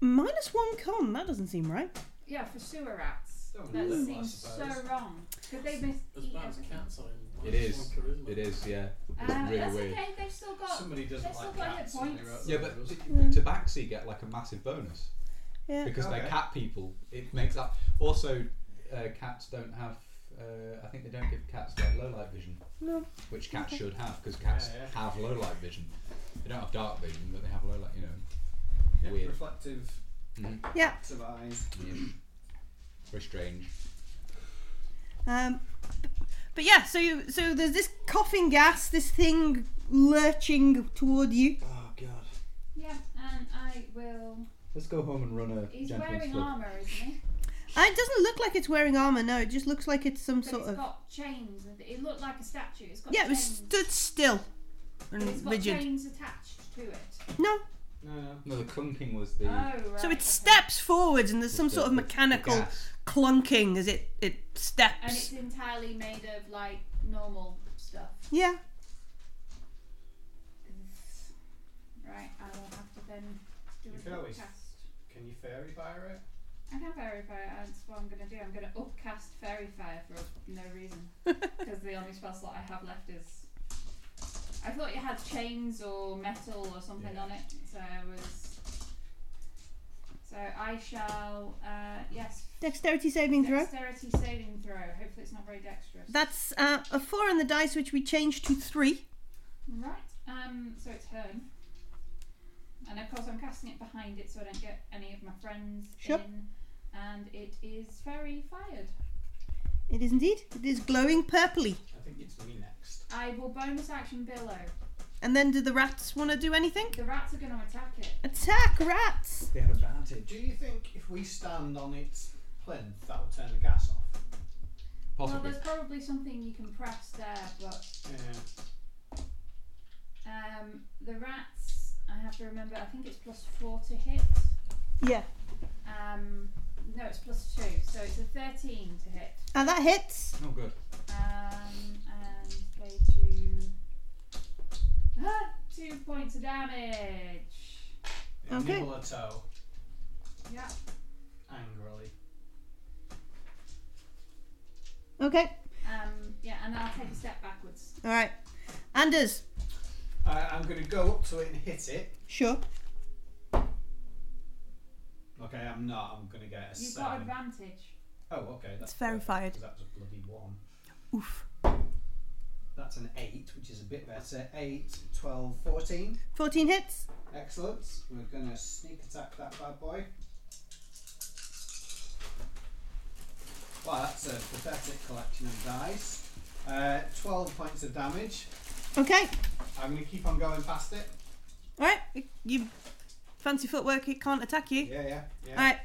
minus one con. That doesn't seem right.
Yeah, for sewer rats.
Don't
That
know, Oh, I
seems so
suppose.
wrong. Because they miss
As
eat
bad as
everything.
cats are.
It is. It is, yeah. It's
Um,
really
that's
weird.
okay, they've still got.
Somebody doesn't
They've still
like
got hit
cats. and they
points.
wrote
Yeah,
that
but
it was-
t-
Hmm.
Mm.
Tabaxi get like a massive bonus
Yeah.
because
Okay.
they're cat people. It makes up. Also, uh, cats don't have. Uh, I think they don't give cats like low light vision,
No.
which cats should have because cats
Yeah, yeah.
have low light vision. They don't have dark vision, but they have low light. You know,
yeah,
weird.
reflective
Yeah.
sets of eyes.
yeah. very strange.
Um, but yeah, so you, so there's this coughing gas, this thing lurching toward you.
Oh god.
Yeah, and I will.
Let's go home and run a
He's
gentleman's
wearing
club.
armour, isn't he?
Uh, It doesn't look like it's wearing armor. No, it just looks like it's some
But
sort
it's
of
got chains. and It looked like a statue. It's got
yeah. It was
chains.
stood still and
it's got
rigid.
chains attached to it.
No,
No, no.
No, the clunking was the.
Oh, right.
so it
okay.
steps forwards and there's some
the-
sort of
the- the
mechanical
gas.
clunking as it it
And it's
steps.
entirely made of like normal stuff.
Yeah.
Right, I will have to then do
You
a
can always-
upcast.
Can you fairy fire it?
I can fairy fire. That's what I'm going to do. I'm going to upcast fairy fire for no (laughs) reason because the only spell slot I have left is. I thought it had chains or metal or something
Yeah.
on it, so I was. So I shall, uh, yes,
Dexterity saving throw.
dexterity saving throw. Hopefully, it's not very dexterous.
That's uh, a four on the dice, which we changed to three.
Right. Um. So it's home. And of course, I'm casting it behind it, so I don't get any of my friends
Sure.
in. And it is fairy fired.
It is indeed. It is glowing purpley.
I think it's me next.
I will bonus action billow.
And then, do the rats want to do anything?
The rats are going to attack it.
Attack rats!
They had advantage.
Do you think if we stand on its plinth, that'll turn the gas off?
Possibly.
Well, there's probably something you can press there, but
Yeah.
um, the rats. I have to remember. I think it's plus four to hit.
Yeah.
Um. No, it's plus two, so it's a thirteen to hit.
And Uh, that hits.
oh good.
Um, and they do Ah, two points of damage.
Yeah,
Okay.
Nibble a toe
Yeah.
angrily.
Okay.
Um, yeah, and I'll take a step backwards.
All right. Anders.
I, I'm going to go up to it and hit it.
Sure.
Okay, I'm not. I'm going to get a
You've got
seven.
advantage.
oh, okay. That's
It's verified.
That was a bloody one.
Oof.
That's an eight, which is a bit better. Eight, 12, 14.
14 hits.
Excellent. We're going to sneak attack that bad boy. Well, that's a pathetic collection of dice. Uh, 12 points of damage.
Okay.
I'm going to keep on going past it.
All right. You fancy footwork, it can't attack you.
Yeah, yeah, yeah.
All right.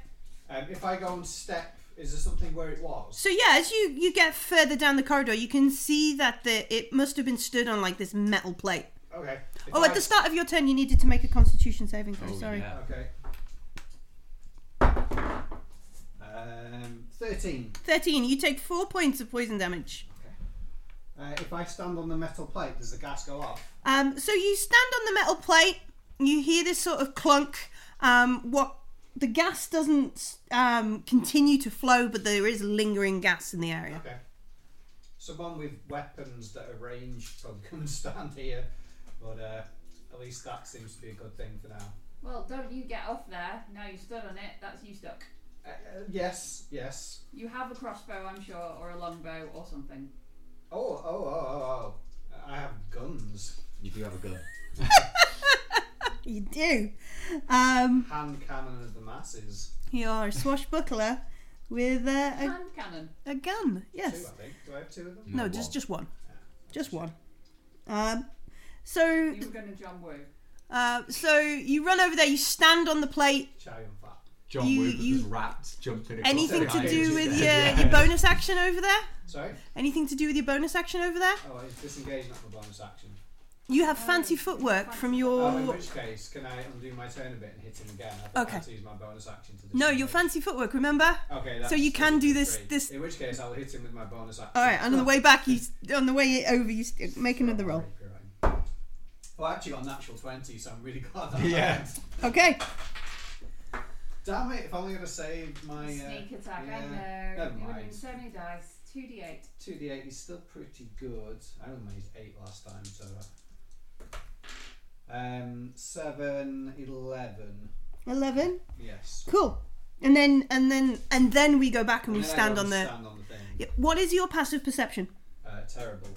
Um, if I go and step, is there something where it was?
So yeah, as you you get further down the corridor, you can see that the it must have been stood on like this metal plate.
Okay. If
Oh,
I-
at the start of your turn, you needed to make a Constitution saving throw.
Oh,
Sorry.
yeah.
Okay. Um, 13.
13. You take four points of poison damage.
Uh, if I stand on the metal plate, does the gas go off?
Um, so you stand on the metal plate. You hear this sort of clunk. Um, what the gas doesn't um, continue to flow, but there is lingering gas in the area.
Okay. Someone with weapons that are ranged (laughs) probably couldn't stand here, but uh, at least that seems to be a good thing for now.
Well, don't you get off there. Now you stood on it. That's you stuck.
Uh, uh, yes, yes.
You have a crossbow, I'm sure, or a longbow or something.
Oh, oh, oh, oh, oh. I have guns.
You do have a gun.
You do. Um,
Hand cannon of the masses.
you're a swashbuckler with a,
Hand cannon.
a, a gun.
Two,
Yes.
I think. Do I have two of them?
No,
No,
just
one.
just one. Just one. Um, so
You were going to John
(laughs)
Woo.
uh, so you run over there. You stand on the plate.
Chai and fat.
John
You-
Woo, but
you-
there's rats jumping across
Anything to
behind
do
you. (laughs)
with your,
Yeah.
your bonus action over there?
Sorry?
Anything to do with your bonus action over there?
Oh, it's disengage, not the bonus action.
You have fancy footwork from your.
Oh, in which case, can I undo my turn a bit and hit him again? I thought I had
Okay.
to use my bonus action to
No,
disengage.
your fancy footwork, remember?
Okay,
So
that's
you can do this-
three.
this-
In which case, I'll hit him with my bonus action.
All right, on the way back, you on the way over, you s- make another roll.
Right, right. Well, I actually got a natural 20, so I'm really (laughs) glad that
Yeah.
happened.
Okay.
Damn it, if I'm only going to save my. Uh,
Sneak attack,
yeah,
I know.
never
It would have been
mind.
so many dice.
(laughs)
2d8.
2d8 is still pretty good. I only used 8 last time, so. Um, 7, 11.
Eleven.
Yes.
Cool. And then and then and then we go back and we
then I
stand
go
on
and
the.
Stand on the thing.
Yeah, What is your passive perception?
Uh, terrible.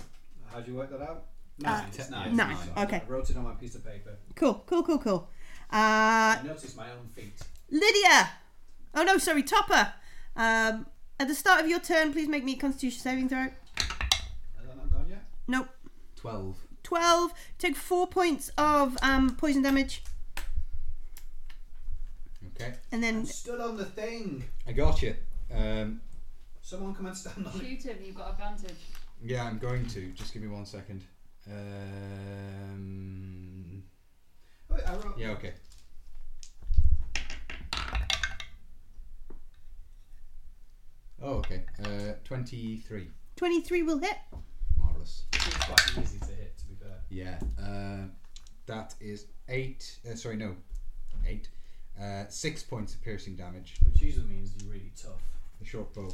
How do you work that out? Nine. it's nine.
Uh, nine,
Sorry,
okay.
I wrote it on my piece of paper.
Cool. Cool. Cool. Cool. Uh,
I noticed my own feet.
Lydia. Oh no, sorry, Topper. Um, at the start of your turn, please make me a Constitution saving throw.
Has that not gone yet?
Nope.
12.
Twelve. Take four points of um, poison damage,
Okay.
and
I
then
stood on the thing.
I got you. Um,
Someone come and stand on
Shoot
it.
him, you've got advantage.
yeah, I'm going to. Just give me one second. Um,
Oh, wait, I wrote.
yeah, okay. Oh, okay. Uh, 23.
twenty-three will hit.
Marvellous.
It's quite easy to hit, to be fair.
Yeah. Uh, that is eight. Uh, sorry, no. Eight. Uh, six points of piercing damage.
Which usually means you're really tough.
The short bow.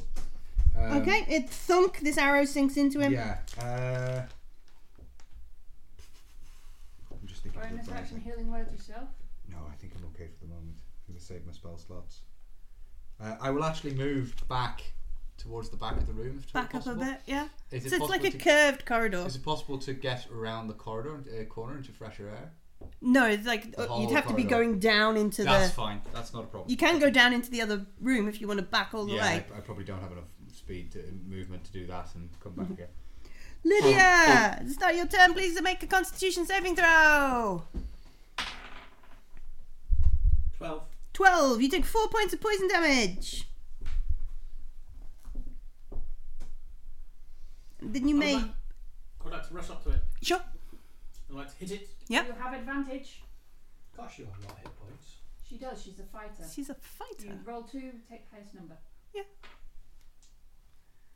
Um,
okay. It thunk. This arrow sinks into him.
Yeah. Uh, I'm just thinking. of the
Bonus
bonus
action
thing.
healing word yourself.
No, I think I'm okay for the moment. I'm going to save my spell slots. Uh, I will actually move back towards the back of the room. If at all
Back up a
possible.
bit. Yeah.
Is it
so it's
possible
like a
to,
curved corridor.
Is it possible to get around the corridor, uh, corner into fresher air?
No, it's like uh,
hollow
you'd have to be
corridor.
going down into
That's
the.
fine. That's not a problem.
You can go down into the other room if you want to back all the
yeah, Oh.
way.
I, I probably don't have enough speed to, uh, movement to do that and come back
Mm-hmm.
again.
Lydia,
Oh.
at the start of your turn, please make a Constitution saving throw.
12.
12. You take 4 points of poison damage. Then you may.
I would, like, I would like to rush up to it.
Sure.
I would like to hit it.
Yep.
You have advantage.
Gosh, you have a lot of hit points.
She does, she's a fighter.
She's a
You
fighter.
roll two, take highest number.
You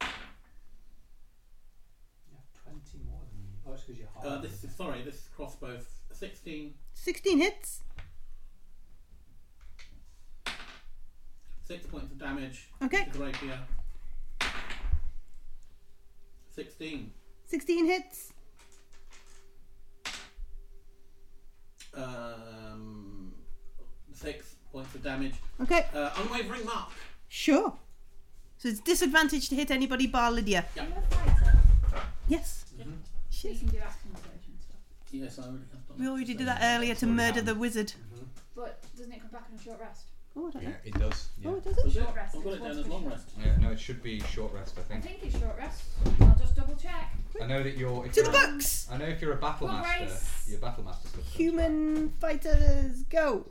have 20 more than me. Oh, it's because you're hard.
Ah.
Uh, this is, sorry, this is crossbow. F- 16,
16 hits.
6 points of damage.
Okay.
To the rapier. 16.
16 hits.
Um, 6 points of damage.
Okay.
Uh, unwavering mark.
Sure. So it's disadvantage to hit anybody bar Lydia.
Are you a fighter?
Yes.
So you
She's.
can do action surge and stuff.
Yes, I already have done.
We already did that earlier to
already
murder
happened.
the wizard.
But doesn't it come back on a short rest?
Oh, I don't know.
it does.
Oh, it doesn't.
Was it?
Short rest,
I've got
it's
it down
one
as long
special.
rest.
Yeah, no, it should be short rest, I
I
think.
think it's short rest. I'll just double check.
I know that you're. If
To the
you're
books!
I know if you're a battle
What
master,
race?
your battle master stuff. comes back.
Human fighters, go!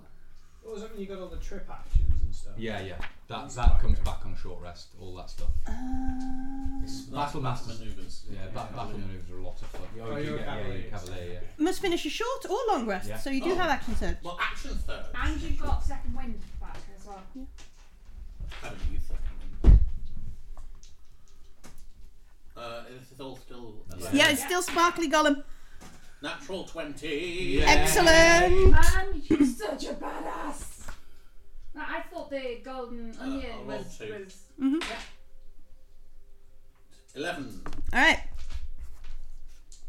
What was that when you got all the trip actions and stuff?
Yeah, yeah. That that comes back on short rest. All that stuff.
Uh,
It's battle master.
maneuvers.
Yeah, ba- battle maneuvers are a lot of fun. Oh,
Oh,
you
you're
get-
a
yeah,
cavalier.
you're a cavalier. Yeah.
Must finish a short or long rest,
Yeah.
so you do
Oh.
have action surge.
Well, action third.
And you've got second wind back as well.
haven't used second one. Uh, this is all still
Yeah.
Yeah, it's still sparkly golem.
natural twenty.
Yeah.
Excellent! (laughs)
And you're such a badass! Now, I thought the golden
Uh,
onion
I'll roll
was,
two.
was.
Eleven.
Alright,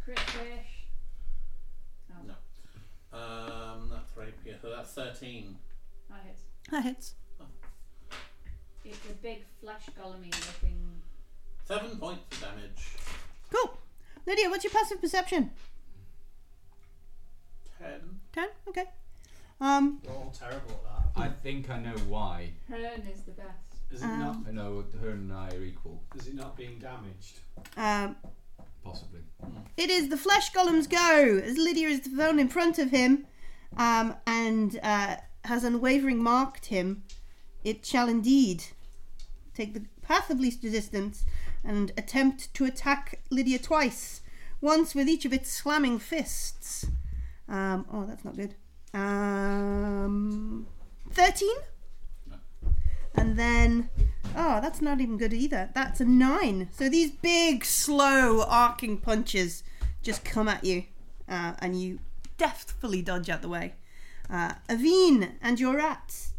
Crit fish. Oh,
No. Um, that's rapier. So that's thirteen.
That hits.
that hits.
It's a big flesh golemy looking.
Seven points of damage.
Cool. Lydia, what's your passive perception?
Ten.
10? Okay. Um,
We're all terrible at that.
I think I know why.
Hern is the best.
Is it,
Um,
not,
I know her and I are equal,
is it not being (laughs) damaged?
um,
possibly.
it is the flesh golem's go as Lydia is thrown in front of him um, and uh, has unwavering marked him. It shall indeed take the path of least resistance and attempt to attack Lydia twice, once with each of its slamming fists. Um, oh, that's not good. Um, 13? And then, oh, that's not even good either. That's a 9. So these big, slow, arcing punches just come at you, uh, and you deftly dodge out the way. Uh, Aveen and your rats.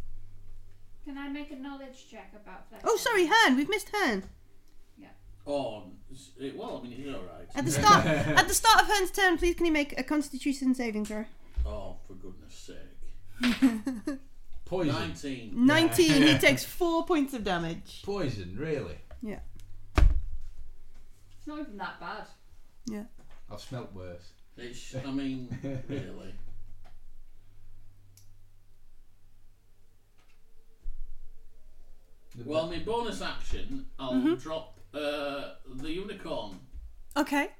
Can I make a knowledge check about flesh?
Oh, sorry, Hearn. We've missed Hearn.
On. s- eh, Well, I mean, he's alright.
At the start, at the start of Hearn's turn, please can you make a Constitution saving throw?
Oh, for goodness sake.
Poison.
19.
19. He takes four points of damage.
Poison, really?
It's not even that bad.
I've smelt worse.
It's, I mean, really.
The-
Well, my bonus action, I'll drop uh, the unicorn.
Okay.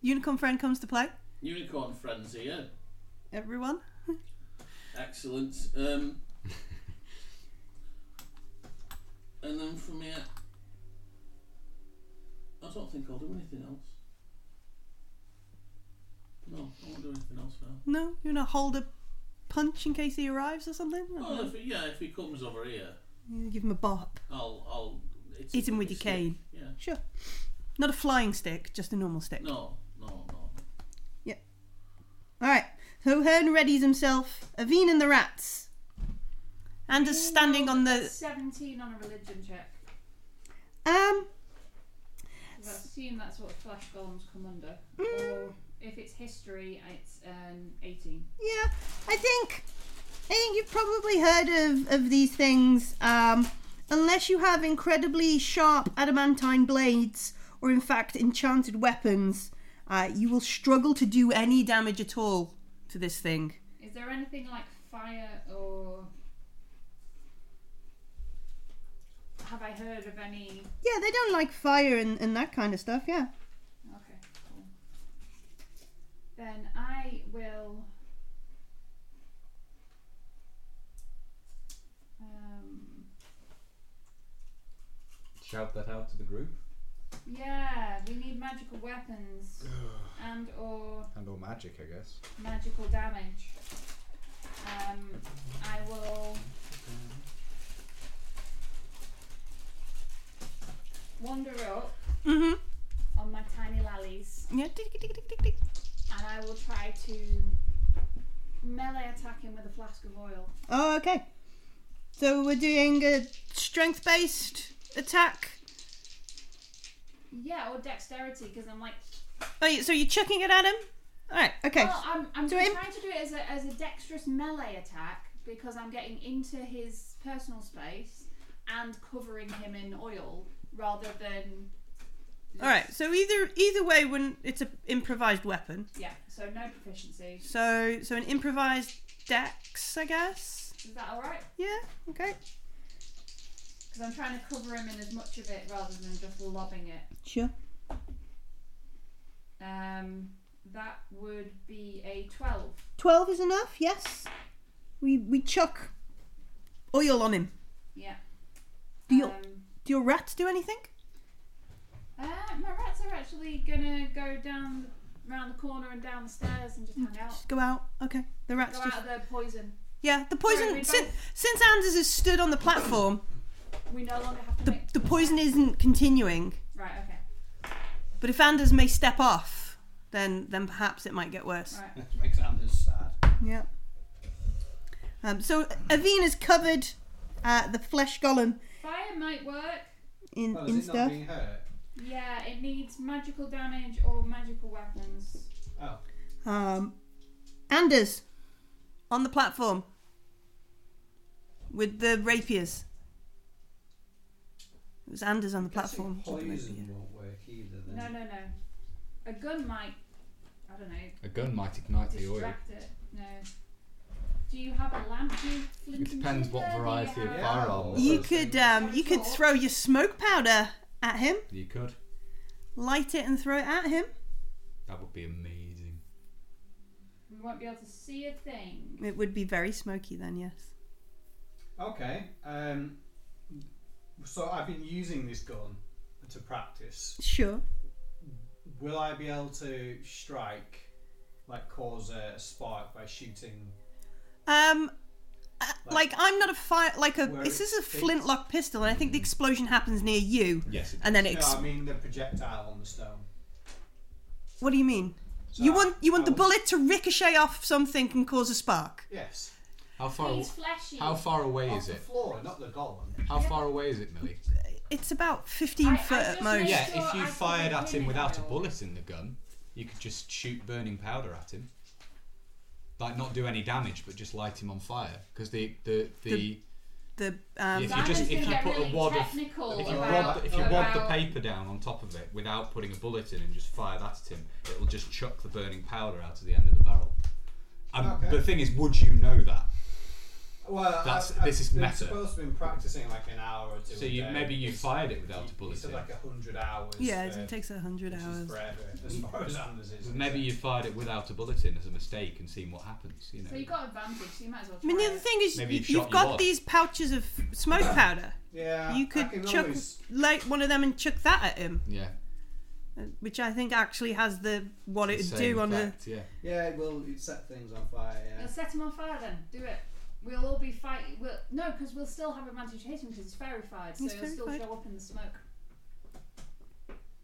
Unicorn friend comes to play.
Unicorn friends here.
Everyone.
Excellent. Um, and then from here, I don't think I'll do anything else. No, I won't do anything else now.
No, you wanna hold a punch in case he arrives or something? I don't
Well,
know.
if he, yeah, if he comes over here,
You give him a bop.
I'll I'll
Hit him with your
stick.
cane.
Yeah.
Sure. Not a flying stick, just a normal stick.
No, no, no.
All right. So Hearn readies himself. Aveen and the rats. And is standing on the
Seventeen on a religion check.
um.
'Cause I assume that's what flash golems come under.
Mm.
Or if it's history, it's um, eighteen.
Yeah, I think I think you've probably heard of of these things. Um, unless you have incredibly sharp adamantine blades, or in fact enchanted weapons, uh, you will struggle to do any damage at all to this thing.
Is there anything like fire or have I heard of any?
Yeah, they don't like fire and, and that kind of stuff. Yeah.
Okay, cool. Then I will. Um,
Shout that out to the group.
yeah, we need magical weapons and or
And or magic, I guess.
magical damage. Um, I will. Wander up
Mhm.
on my tiny lallies
Yeah. tick, tick, tick, tick, tick.
and I will try to melee attack him with a flask of oil.
Oh, okay. So we're doing a strength-based attack.
Yeah, or dexterity because I'm like,
Oh, you- so you're chucking it at him? All right. Okay.
well, I'm, I'm
Do
trying
him.
to do it as a, as a dexterous melee attack because I'm getting into his personal space and covering him in oil rather than.
All right. So either either way, when it's an improvised weapon,
Yeah, so no proficiency.
so so an improvised dex, I guess.
Is that alright?
Yeah. Okay.
Because I'm trying to cover him in as much of it rather than just lobbing it.
Sure.
Um, that would be a 12.
Twelve is enough. Yes. We we chuck oil on him.
Yeah.
Deal.
Um,
Do your rats do anything?
Uh, my rats are actually gonna go down round the corner and down the stairs and just hang out.
Just go out. Okay. The rats
Go
just
out of their poison.
yeah. The
Sorry,
poison
we
since since Anders has stood on the platform,
We no longer have to
the
make.
the poison isn't continuing.
Right. Okay.
But if Anders may step off, then then perhaps it mimight get worse.
Right.
That makes Anders sad.
Yeah. Um, so Aveen has covered uh, the flesh golem
Fire might work.
in,
Well,
in
is it not
stuff.
being hurt?
Yeah, it needs magical damage or magical weapons.
Oh,
Um, Anders on the platform with the rapiers. It was Anders on the platform. with the rapier.
Poison won't work either. Then.
No, no, no. A gun might. I don't know.
A gun might ignite the oil.
Distract it. No. Do you have a lamp? Do you flint
It
and
depends what
tinder? Do you
variety of
have-
Yeah.
firearm.
You
it is.
could um, you could throw your smoke powder at him,
You could.
light it and throw it at him.
That would be amazing.
You won't be able to see a thing.
It would be very smoky then, yes.
Okay. Um, so I've been using this gun to practice.
Sure.
Will I be able to strike, like cause a, a spark by shooting?
Um, uh, like,
Like-
I'm not a fire. Like a
Where
this
it
is a
sticks.
flintlock pistol, and I think the explosion happens near you,
Yes. It
and then
No,
ex-
I mean the projectile on the stone.
what do you mean?
So
You
I-
want you want
I
the
will-
bullet to ricochet off something and cause a spark.
Yes.
How far?
He's fleshy.
How far away
Off
is
the
it?
floor, not the golem.
How far away is it, Millie?
It's about 15
I- I
foot at
just
most.
made-
Yeah,
sure
if
I
you
can
fired at
win
him
it,
without a
Will.
bullet in the gun, you could just shoot burning powder at him. Like, not do any damage, but just light him on fire. Because the, the, the,
The um,
if you just if you
get
put
really
a wad of
technical
if you,
about,
wad, the- if you wad the
about-
paper down on top of it without putting a bullet in and just fire that at him, it'll just chuck the burning powder out of the end of the barrel. And
Okay.
the thing is, would you know that?
Well,
That's-
I've, I've
this is
been
meta.
supposed to have been practicing like an hour or two.
So
a
you
day.
maybe you
It's-
fired it without a
You
bullet
said
in.
like a hundred hours.
yeah,
for-
it takes a hundred
which is
hours.
forever, as far as Anders is.
Maybe you fired it without a bullet in as a mistake and seen what happens. You know.
So you got advantage, so you might as well.
I mean,
try
the other
it.
thing is,
Maybe
you,
you've shot
you've
your
got
wad.
these pouches of smoke powder.
Yeah.
You
I
could
can
chuck
always-
light one of them and chuck that at him,
yeah.
uh, which I think actually has the what it would
same
do on the.
effect, yeah.
Yeah, it will it set things on fire. Yeah.
Let's set him on fire then. Do it. We'll all be fighting. We'll, no, because we'll still have advantage to hit him because it's verified, so
It's
he'll still
verified.
show up in the smoke.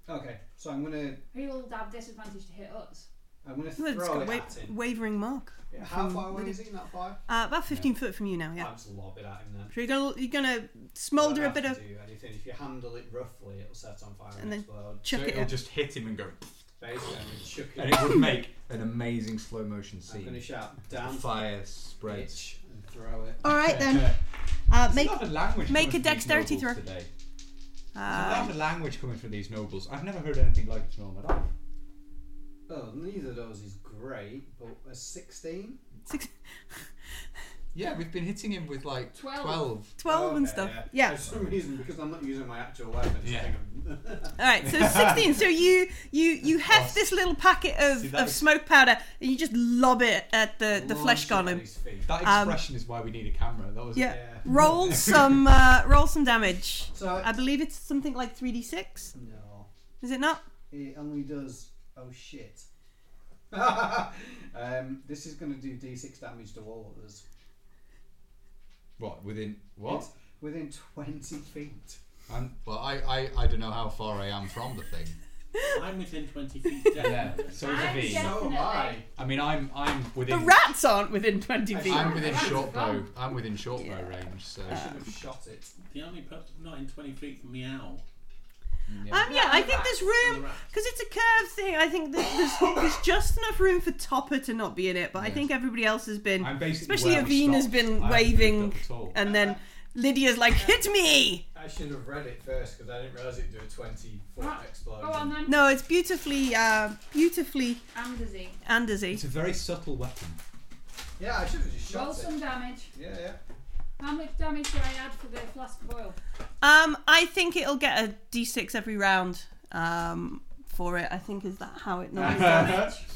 Okay, so I'm gonna
He will have disadvantage to hit us.
I'm gonna
Well, it's
throw
got
it
wa-
at him.
wavering mark.
Yeah, how
from
far away
the-
is he in that fire?
Uh, about 15 foot from you now, yeah.
I'll just lob it at him then.
So you're gonna you're gonna
You don't
smolder a
have
bit
to
of
do anything. If you handle it roughly, it'll set on fire
And
and,
then-
explode.
chuck
so
it
it'll
at
just hit him and go,
Basically, I'm gonna chuck
and
it.
it would make an amazing slow motion
I'm gonna
scene.
shout down
Fire spreads.
bitch and throw it.
All right
(laughs)
then. Uh,
It's
make
another language
make
coming
a
from these
dexterity
nobles
throw.
Today. It's
uh,
another language coming from these nobles. I've never heard anything like it in all my life.
Oh, neither of those is great, but a 16?
six,
Yeah, we've been hitting him with like
Twelve.
12.
12 and
Okay,
stuff.
For
Yeah.
some reason, because I'm not using my actual weapon, I
Yeah.
think I'm-
All right. So 16. so you you you heft this little packet of,
See, that
of
is-
smoke powder and you just lob it at the the flesh
launch it at
golem.
his feet.
That
Um,
expression is why we need a camera. That was
Yeah.
Yeah.
Roll some uh, roll some damage.
So,
I believe it's something like 3d6.
no.
Is it not?
It only does. Oh shit. (laughs) um, this is going to do d6 damage to all of us.
What, within. What?
It's within 20 feet.
I'm, well, I, I, I don't know how far I am from the thing.
I'm within 20 feet.
(laughs) yeah, so is
I'm
V.
just-
So am I.
I mean, I'm, I'm
The
within.
rats aren't within 20 feet.
I'm within
That's
short bow.
wrong.
I'm within short bow range, so.
Uh,
I should have shot it.
The only person not in 20 feet from meow.
yeah.
Um, yeah, I think there's room
Rats.
because it's a curved thing. I think that there's, there's just enough room for Topper to not be in it, but I
Yes.
think everybody else has been,
I'm basically
especially
where I
Avine has
stopped.
been
I haven't
waving,
moved up at all.
and then Lydia's like, "Hit me!"
I should have read it first because I didn't realise it'd do a 20 foot
Right.
Oh,
explosion.
Oh,
Go on then. E.
No, it's beautifully, uh, beautifully
Andersy.
Andersy.
It's a very subtle weapon.
Yeah, I should have just shot
Roll
it.
some damage.
Yeah,
(laughs)
yeah.
How much damage do I add for the flask of oil?
Um, I think it'll get a d6 every round. Um, for it, I think is that how it
(laughs)
normally goes.
(laughs)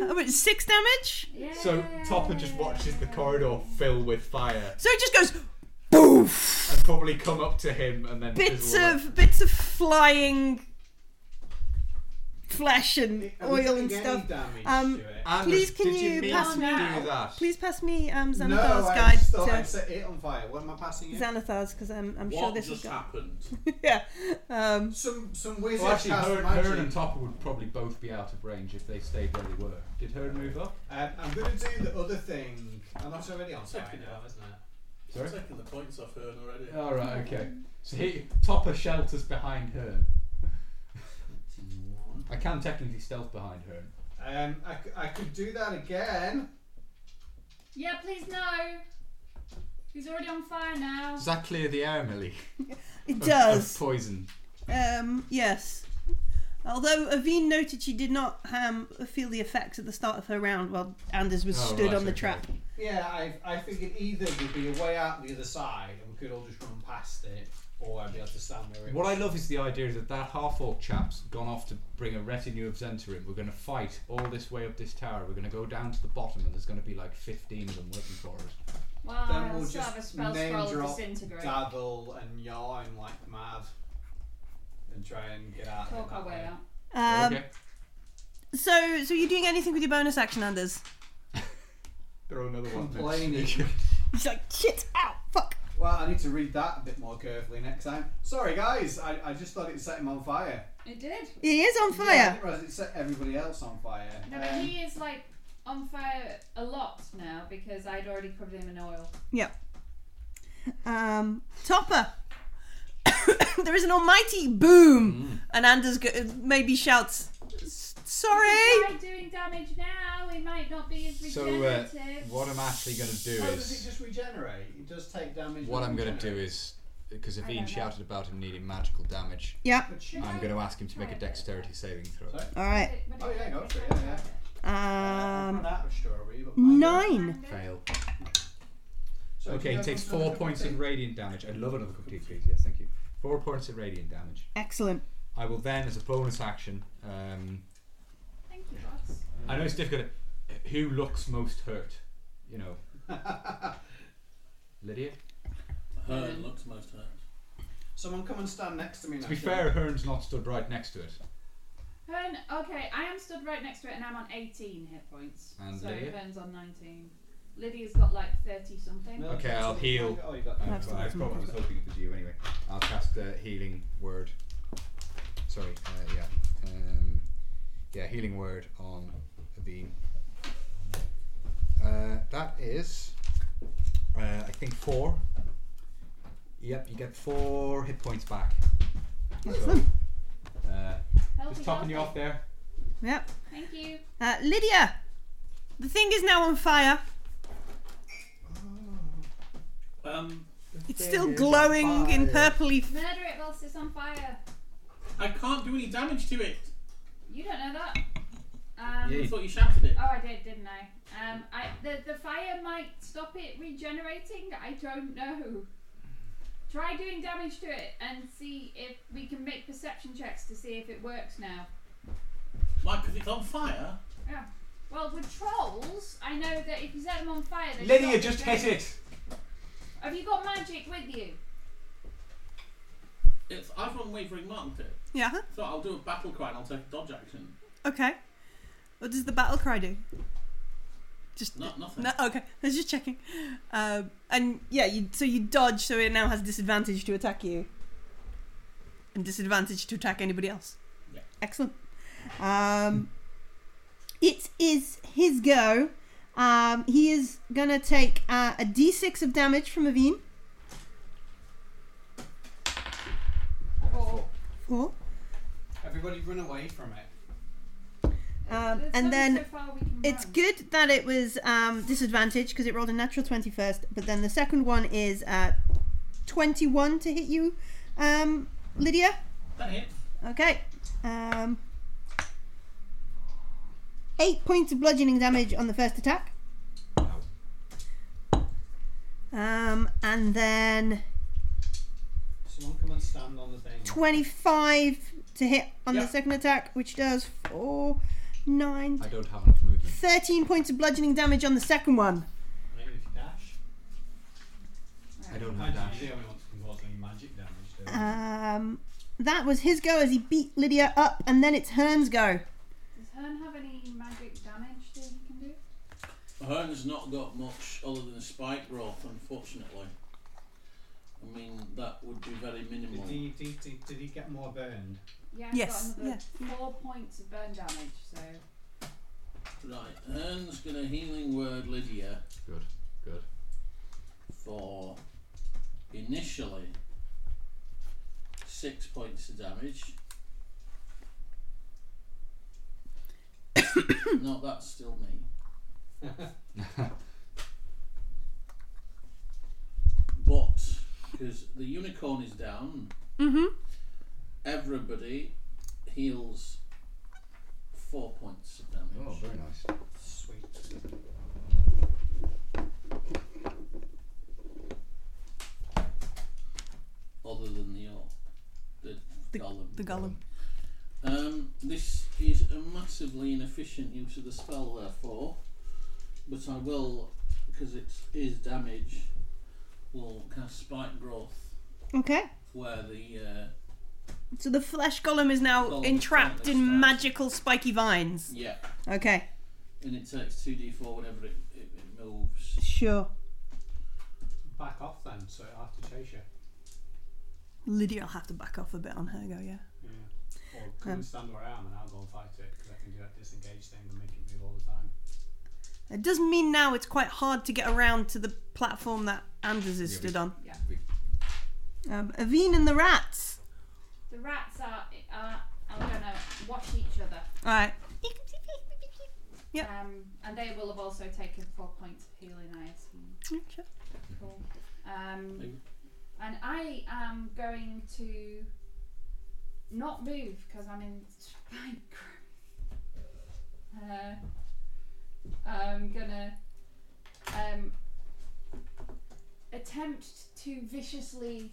Oh, it's six damage.
Yeah.
So Topper just watches the corridor fill with fire
So it just goes, boof.
and probably come up to him and then
bits
fizzle
of bits of flying flesh and
Are we
oil and
doing
stuff.
Any damage
um,
to it?
Anders,
Please can
did you,
you
mean
pass
to
me-
do that?
Please pass me um,
no,
Xanathar's
I
guide
just thought I'd
to
set it on fire. What am I passing it?
Xanathar's because I'm, I'm
what
sure this is
just
go-
happened?
(laughs) yeah. Um,
Some some wizard
Well, actually,
cast
Hearn,
magic.
Hearn and Topper would probably both be out of range if they stayed where they were. Did Hearn move up?
Um, I'm going to do the other thing. I'm not already on fire
Second
now,
half.
isn't it?
Sorry.
I've taken the points off her already.
All right, okay. So he Topper shelters behind Hearn. I can technically stealth behind Hearn.
Um, I, c- I could do that again.
Yeah, please no. He's already on fire now.
Does that clear the air, Millie?
it
(laughs) Of- Of
does.
poison.
Um, yes. Although Avine noted she did not um, feel the effects at the start of her round while Anders was
Oh,
stood
right,
on the
okay.
trap.
Yeah, I, I figured either there'd be a way out the other side and we could all just run past it, or I'd be able to stand where it
What
was.
I love is the idea that that half orc chap's gone off to bring a retinue of Zenta in. We're going to fight all this way up this tower. We're going to go down to the bottom, and there's going to be like 15 of them waiting for us.
Well,
Then
I
we'll
still have a
just
spell
name
scroll of
drop
disintegrate.
dabble and yarn like mad and try and get out of
Talk
it
our
that
way out.
Um,
okay.
So, so you're doing anything with your bonus action, Anders?
Throw another one.
(laughs) Complaining.
He's like, shit, ow, fuck.
Well, I need to read that a bit more carefully next time. Sorry, guys, I, I just thought it set him on fire.
It did.
He is on
Yeah, I didn't
fire.
realise it set everybody else on fire.
No, but
Um,
he is like on fire a lot now because I'd already covered him in oil.
Um, Topper. (coughs) there is an almighty boom, and Anders go- maybe shouts, "S- "Sorry!"
By doing damage now, he might not be as
So, uh,
regenerative.
What I'm actually going to do
oh, does it
is.
just regenerate? It does take damage.
What
and
I'm going to do
regenerate.
is. Because
I don't know.
Aveen shouted about him needing magical damage,
But she-
I'm going to ask him to make a dexterity saving throw.
Sorry?
All right.
But- but
Oh, yeah, go for it,
but-
yeah, I've run
Um,
out of strawberry, but mine don't.
nine.
Fail.
So
Okay,
do
he
you
takes
have
four
another
points
cup
of
of tea?
radiant damage. I'd love another cup of tea, please. Yes, thank you. Four points of radiant damage.
Excellent.
I will then, as a bonus action, um,
Thank you, boss.
I know it's difficult. Who looks most hurt? You know, Lydia.
Her looks most hurt.
Someone come and stand next to me now.
To be
shall
fair, Hearn's not stood right next to it,
Hearn, okay, I am stood right next to it and I'm on 18 hit points.
And
so
Lydia?
Hearn's on 19. Lydia's got like 30 something.
we? No,
Okay, I'll
someone-
heal.
Oh, you got
Um,
That's
well, I was
fine.
probably was hoping it was you anyway. I'll cast uh, healing word. Sorry, uh, yeah, um, yeah, healing word on Aveen. Uh, that is, uh, I think four. Yep, you get four hit points back. So, uh,
Healthy,
just topping you off
healthy.
there.
Yep.
Thank you.
Uh, Lydia, the thing is now on fire.
Um,
It's still glowing in purpley. f-
Murder it whilst it's on fire.
I can't do any damage to it.
You don't know that. Um,
Yeah,
I thought you shouted it.
Oh, I did, didn't I? Um, I the, the fire might stop it regenerating. I don't know. Try doing damage to it and see if we can make perception checks to see if it works now.
Why? Because it's on fire.
Well, with trolls, I know that if you set them on fire, they
Lydia,
stop
just
regenerating.
hit it.
Have you got magic with you?
It's I've unwavering marked it.
Yeah.
So I'll do a battle cry and I'll take a dodge action.
Okay. What does the battle cry do? Just
Not nothing.
no. Okay. I was just checking. Um, and yeah, you so you dodge, so it now has disadvantage to attack you, and disadvantage to attack anybody else.
Yeah.
Excellent. Um, it is his go. Um, he is gonna take uh, a d6 of damage from Aveen.
Or
Four.
Everybody run away from it.
Um,
There's
and
nothing
then
so far we can
It's
run.
good that it was um, disadvantage because it rolled a natural 20 first, but then the second one is uh, 21 to hit you, um, Lydia.
That hits.
Okay. Um, eight points of bludgeoning damage on the first attack. Um, and then
Someone come and stand on the thing.
25 to hit on the
Yeah.
second attack, which does 4, 9,
I don't have enough movement.
13 points of bludgeoning damage on the second one.
Maybe if you dash.
I don't have
Imagine
dash.
you're the only one who can cause any magic damage. do you?
Um, that was his go as he beat Lydia up, and then it's Hearn's go.
Does Hearn have any magic damage that he can do?
Hearn's not got much other than spike wrath, unfortunately. I mean, that would be very minimal.
Did he, did, he, did he get more burned?
Yeah,
Yes,
I've got another four points of burn damage, so
Right, Hearn's gonna healing word Lydia
Good, good.
for initially six points of damage. (coughs) no, that's still me.
(laughs)
But because the unicorn is down,
Mm-hmm.
everybody heals four points of damage.
Oh, very nice.
Sweet.
other than the orc, the,
The-
golem.
The golem.
Um, this is a massively inefficient use of the spell, therefore, but I will, because it is damage, will cast Spike Growth,
Okay.
where the uh,
So the flesh golem is now
Golem,
entrapped
golem,
in
golem.
magical spiky vines.
yeah,
Okay.
and it takes two d4 whenever it, it, it moves.
Sure.
back off then, so I have to chase you.
Lydia will have to back off a bit on her go, yeah.
Yeah. Or come
Um,
and stand where I am and I'll go and fight it because I can do that disengage thing and make it move all the time.
It does mean now it's quite hard to get around to the platform that Anders is
Yeah,
stood
we-
on.
Yeah.
Um, Aveen and the rats.
The rats are, are I'm gonna watch each other.
All right. Yep.
Um, and they will have also taken four points of healing, I assume. Cool. Um,
Maybe.
and I am going to not move because I'm in spike. (laughs) Uh, I'm gonna um, attempt to viciously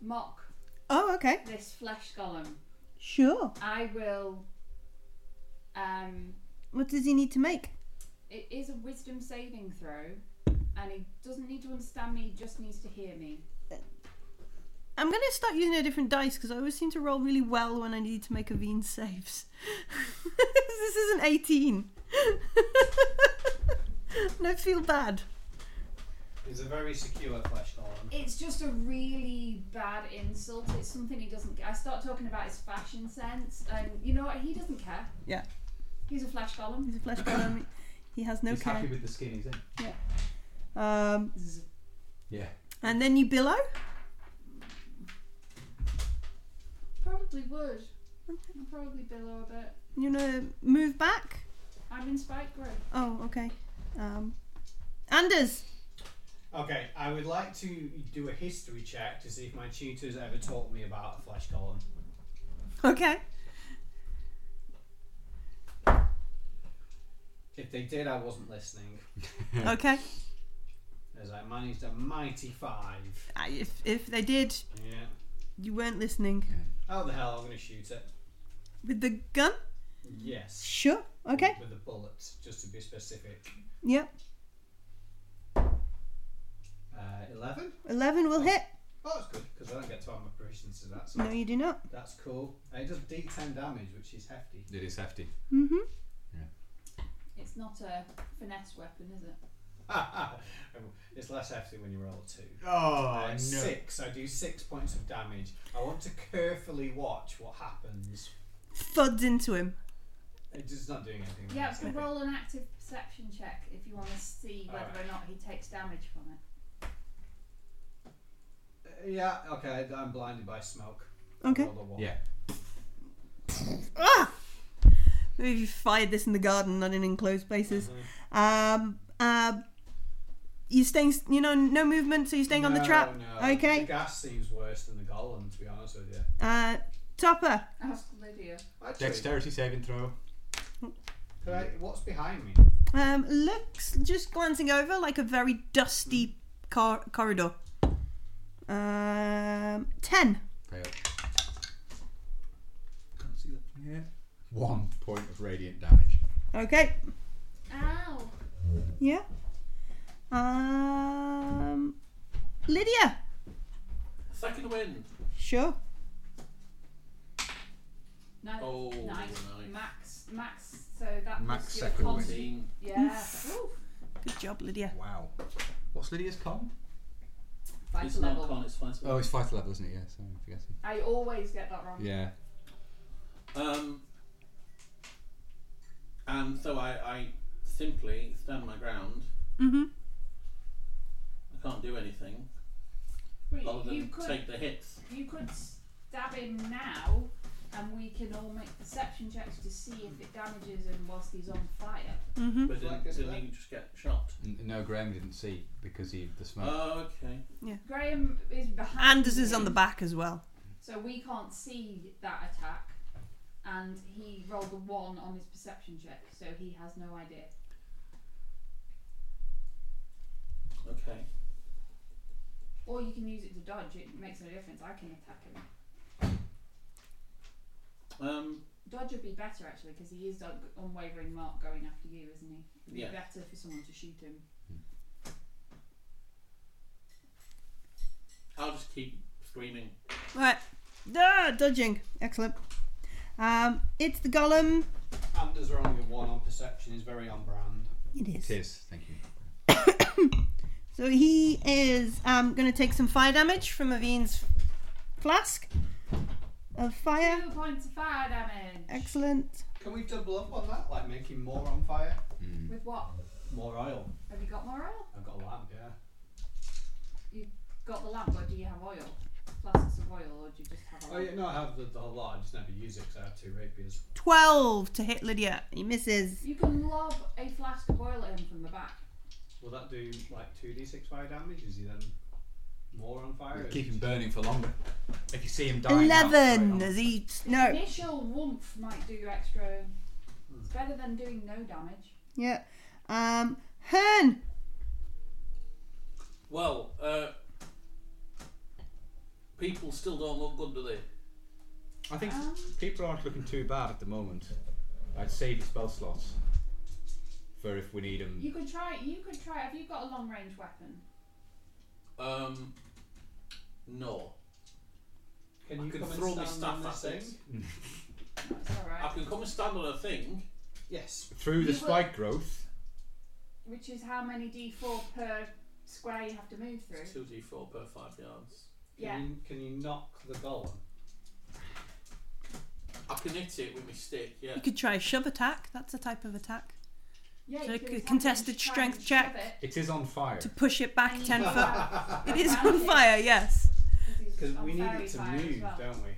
mock
Oh, okay.
this flesh golem.
Sure.
I will. Um,
What does he need to make?
it is a wisdom saving throw, and he doesn't need to understand me; he just needs to hear me.
I'm gonna start using a different dice because I always seem to roll really well when I need to make Aveen saves. (laughs) this is an (laughs) 18. and I feel bad.
He's a very secure flesh golem.
It's just a really bad insult. It's something he doesn't. I start talking about his fashion sense, and you know what? He doesn't care.
Yeah.
He's a flesh golem.
He's a flesh golem. He has no
He's
care.
happy with the skin he's in.
Um,
Yeah.
and then you billow.
Probably would. I'll probably billow a bit.
You gonna move back?
I'm in spike growth.
Oh, okay. Um, Anders.
Okay, I would like to do a history check to see if my tutors ever taught me about a flesh golem.
Okay.
If they did, I wasn't listening,
Okay.
as I managed a mighty five.
Uh, if if they did,
Yeah.
you weren't listening.
How the hell I'm gonna shoot it?
With the gun.
Yes.
Sure. Okay.
With a bullet, just to be specific.
Yep.
Uh, Eleven.
Eleven will hit.
Oh, that's good because I don't get to add my proficiency to that, so
No, you do not.
that's cool. And it does D10 damage, which is hefty.
(laughs)
(laughs)
It is hefty.
Mm-hmm.
It's not a finesse weapon, is it?
it's less hefty when you roll a two.
Oh,
Uh, Six. I do six points of damage. I want to carefully watch what happens.
Thuds into him.
It's just not doing anything.
Yeah,
It's
we can
nothing.
roll an active perception check if you want to see whether
Alright.
or not he takes damage from it.
Uh, yeah. Okay. I'm blinded by smoke.
Okay.
Roll the one.
Yeah.
Ah! Maybe you fired this in the garden, not in enclosed places. Um, uh, you staying, s- you know, no movement, so you're staying on the
No,
trap.
no,
Okay.
The gas seems worse than the golem, to be honest with you.
Uh, Topper,
(laughs) Ask Lydia.
Actually,
Dexterity saving throw.
could I, what's behind me?
um, looks just glancing over like a very dusty cor- corridor. Um, ten.
Fail. Can't see that from here. One point of radiant damage.
Okay.
Ow!
Yeah. Um, Lydia.
Second win.
Sure.
Nice.
Oh,
nice.
nice.
Max. Max. So that
Max
puts you at
second win.
constant-
Team.
Yeah. Ooh,
Good job, Lydia.
Wow.
What's Lydia's con?
vice
It's not
level.
con, it's fight
Oh,
level.
it's fighter level, isn't it? Yeah, sorry, I'm forgetting.
I always get that wrong.
Yeah.
Um, and so I, I simply stand my ground.
Mm-hmm.
I can't do anything other
Well, you,
than
you could
take the hits.
you could stab him now, and we can all make perception checks to see if it damages him whilst he's on fire.
Mm-hmm.
But
Like
didn't,
this,
didn't
isn't
he just get shot?
N- no, Graham didn't see because he the smoke.
Oh, okay.
Graham is behind.
Anders is on
me,
the back as well.
So we can't see that attack, and he rolled a one on his perception check, so he has no idea.
Okay.
Or you can use it to dodge. It makes no difference. I can attack him.
Um,
Dodge would be better actually because he is on unwavering mark going after you, isn't he? It'd be
Yeah.
better for someone to shoot him.
I'll just keep screaming.
Right. Ah, dodging. Excellent. Um, it's the golem.
Anders rolling a one on perception is very on brand.
It is.
It is, thank you.
So he is um, going to take some fire damage from Avine's flask of fire.
Two points of fire damage.
Excellent.
Can we double up on that? Like making more on fire?
Hmm.
With what?
More oil.
Have you got more oil?
I've got a lamp, yeah.
Got the lamp, but do you have oil? Flasks of oil, or do you just have
Oh
oil?
yeah, no, I have the, the whole lot. I just never use it because I have two rapiers.
12 to hit Lydia. He misses.
You can lob a flask of oil at him from the back.
Will that do like two d six fire damage? Is he then more on fire?
Keep him burning for longer. If you see him dying. out,
Eleven
straight
as he no
Initial warmth might do you extra. It's better than doing no damage.
yeah um Hearn
Well, uh, people still don't look good, do they?
on. I think people aren't looking too bad at the moment. I'd save the spell slots for if we need them.
You could try. You could try. Have you got a long range weapon?
Um, no.
Can
I
you
can
come
throw
and
my
stand
staff
on this
at it.
thing?
That's all
I
right.
can come and stand on a thing.
Yes.
Through the
You will-
spike growth,
Which is how many d4 per square you have to move
It's
through.
two d four per five yards.
Can
Yeah.
You, can you knock the golem?
I can hit it with my stick. Yeah.
You could try a shove attack. That's a type of attack.
Yeah.
So
you
a
could
c-
attempt to
contested
try
strength
and
check.
shove
it
it.
is on fire.
To push it back
And
ten
you
foot. (laughs)
have-
It
(laughs)
is
Around
on fire. Yes.
he's
Because
on
we need
fairy
it to
fire as
move,
well.
don't we?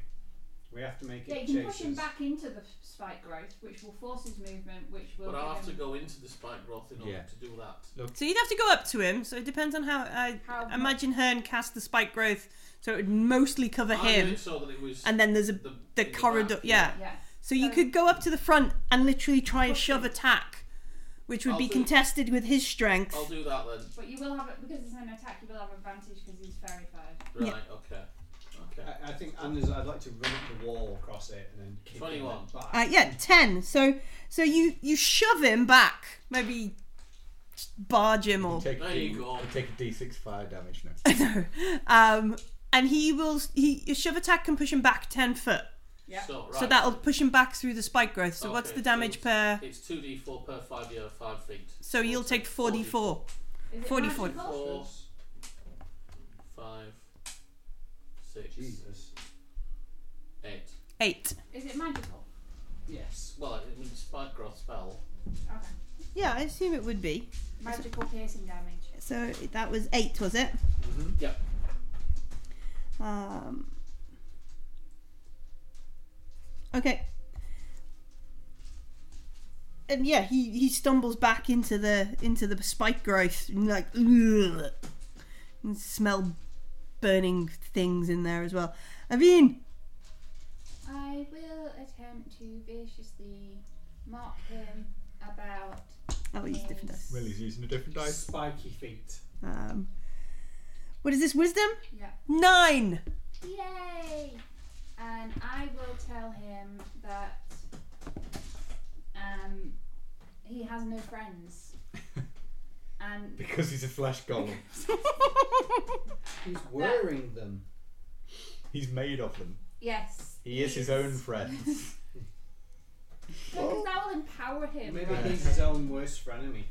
We have to make
Yeah,
it
you can push
chase
him
us.
back into the spike growth, which will force his movement, which will.
But I'll
um,
have
give
to
him-
go into the spike growth in order
Yeah.
to do that.
So you'd have to go up to him. So it depends on how I
How much-
imagine Hearn cast the spike growth. So it would mostly cover
I did
him,
it so that it was
and then there's a
the,
the
in back,
corridor. yeah.
Yeah.
So you
So-
could go up to the front and literally try a shove attack, which would
I'll
be
do-
contested with his strength.
I'll do that then.
But you will have it because it's an attack. You will have advantage because he's fairy fired.
Right.
Yeah.
Okay. Okay.
I, I think Anders, I'd like to run up the wall across it and then kick him
21.
back.
uh, yeah ten so so you you shove him back maybe barge him or
Take
There
a,
you go.
Take a d6 fire damage now.
no um and he will he your shove attack can push him back ten foot
Yeah.
So, right.
So that'll push him back through the spike growth. So what's
Okay,
the damage
so
per?
It's two d four per five year five feet.
So you'll take
forty four.
44.
Is it
40,
magical?
40.
Four, five, six,
Jesus.
eight.
8.
Is it magical?
Yes.
Well, it means spike growth spell.
Okay.
yeah I assume it would be
Magical piercing damage.
so that was eight was it
Yep.
um okay and yeah he he stumbles back into the into the spike growth and like "Ugh," and smell burning things in there as well Avine
I will attempt to viciously mark him about.
oh he's different dice
Well, he's using a different
(laughs)
dice.
Spiky feet.
um what is this wisdom
Yeah.
nine (laughs)
Yay! And I will tell him that um, he has no
(laughs)
friends. and
Because he's a flesh golem.
He's wearing them.
He's made of them.
yes.
He is his own friend.
Because that will empower him.
Maybe
rather
he's
than-
his own worst frenemy.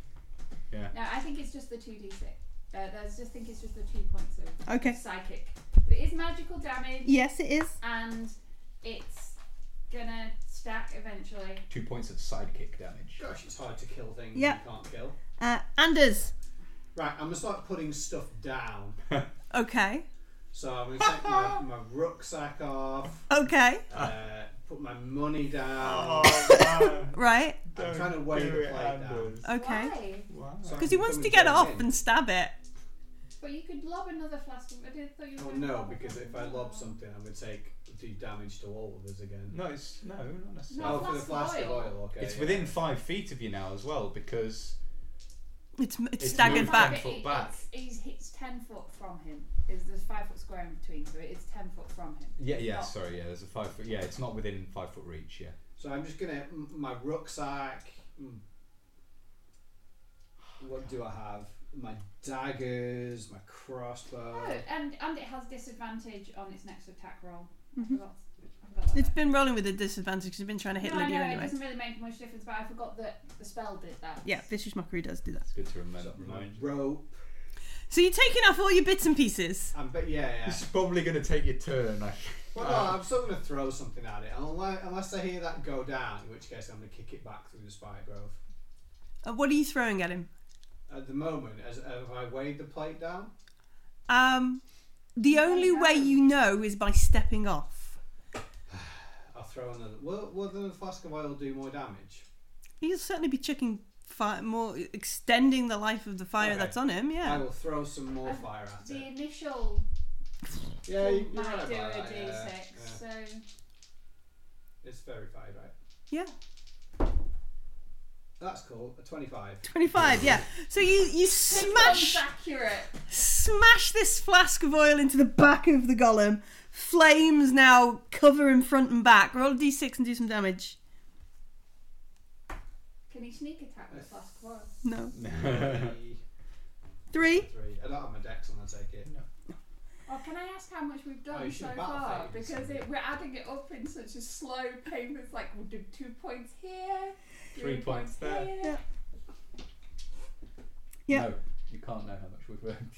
No, I think it's just the two d six. Uh, I just think it's just the two points of
okay
psychic. But it is magical damage,
yes it is
and it's gonna stack eventually.
Two points of sidekick damage.
Gosh, it's hard to kill things
Yeah.
you can't kill.
uh Anders
Right, I'm gonna start putting stuff down.
Okay.
So I'm gonna
(laughs)
take my, my rucksack off,
Okay.
uh, put my
(laughs)
money down.
Right.
I'm trying to weigh the plate down.
Okay.
Why?
So I
Because he
can
wants
come
to
and
get
join
off
in.
and stab it.
But you could lob another flask. of- I did thought you were
Well,
gonna
Oh, no,
lob a
because
flask
if
of
I lob
oil.
something, I would take do damage to all of us again.
No, it's no, not necessarily.
oh,
No,
for the
flask
flask
of
of oil. Okay.
It's
yeah.
within five feet of you now as well because
It's, it's,
It's
staggered
moved
back.
ten foot back.
It's, he's, it's ten foot from him. Is there's five foot square in between, so it is ten foot from him.
yeah, yeah,
Not-
sorry, yeah. There's a five foot. Yeah, it's not within five foot reach. Yeah.
So I'm just gonna m- my rucksack. mm, What do I have? My daggers, my crossbow.
Oh, and and it has disadvantage on its next attack roll. I
Mhm.
forgot- I forgot that
Mm-hmm. It's
bit.
been rolling with a disadvantage 'cause he's been trying to hit
no,
Lydia
I know, it
anyway.
doesn't really make much difference, but I forgot that the spell did that.
yeah vicious mockery does do that
It's good to remember.
Got my rope.
So you're taking off all your bits and pieces.
Um, but yeah, yeah.
This is probably going to take your turn. I
Well, no, I'm still going to throw something at it, unless, unless I hear that go down, in which case I'm going to kick it back through the spire grove.
Uh, what are you throwing at him?
At the moment, as have I weighed the plate down?
Um, the only way you know is by stepping off.
I'll throw another. Will, will the flask of oil do more damage?
He'll certainly be chucking fire, more extending the life of the fire
Okay.
that's on him.
I
Yeah.
will throw some more fire at
The
it.
initial
Yeah, you, you're right
might
about
do a
that,
D6,
yeah,
so
yeah. It's verified, right?
Yeah.
That's cool. A 25.
Twenty-five.
(laughs)
Yeah. So you you smash
One's accurate.
smash this flask of oil into the back of the golem. Flames now cover him front and back. Roll a d6 and do some damage.
Can he sneak attack with flask of oil?
No.
(laughs)
Three.
Three.
I don't have my dex on, I take it.
Or can I ask how much we've done
you
so
should battle
far?
phase.
Because it, we're adding it up in such a slow pace. It's like we'll do two points here,
Three points there.
here.
Yeah. Yeah.
No, you can't know how much we've earned.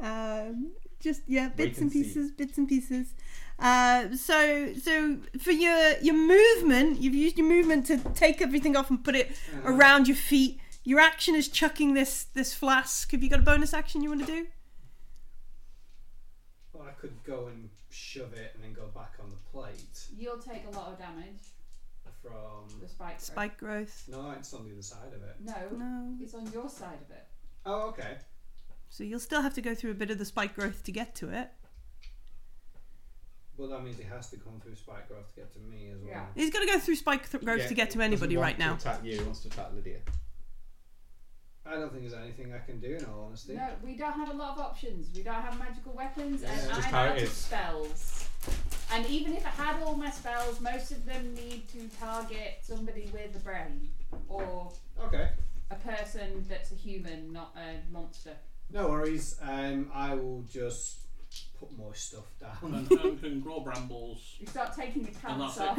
Um, just yeah, bits
can
and
see.
pieces, bits and pieces. Uh, so so for your your movement, you've used your movement to take everything off and put it
Um,
around your feet. Your action is chucking this this flask. Have you got a bonus action you want to do?
Or I could go and shove it and then go back on the plate
You'll take a lot of damage.
from.
The spike. throw.
Spike growth.
No, it's on the other side of it.
No,
No.
it's on your side of it.
Oh, okay.
So you'll still have to go through a bit of the spike growth to get to it.
Well, that means it has to come through Spike Grove to get to me as well.
Yeah.
He's got to go through spike th- growth
Yeah,
to get to
he doesn't
anybody
want
right
to
now.
Attack you. He wants to attack Lydia.
I don't think there's anything I can do in all honesty.
No, we don't have a lot of options. We don't have magical weapons,
Yeah,
and
just
I'm
how it
out of
is.
spells. And even if I had all my spells, most of them need to target somebody with a brain or
Okay.
a person that's a human, not a monster.
No worries. Um, I will just put more stuff down.
(laughs)
And and can grow brambles.
You start taking your pants off.
that's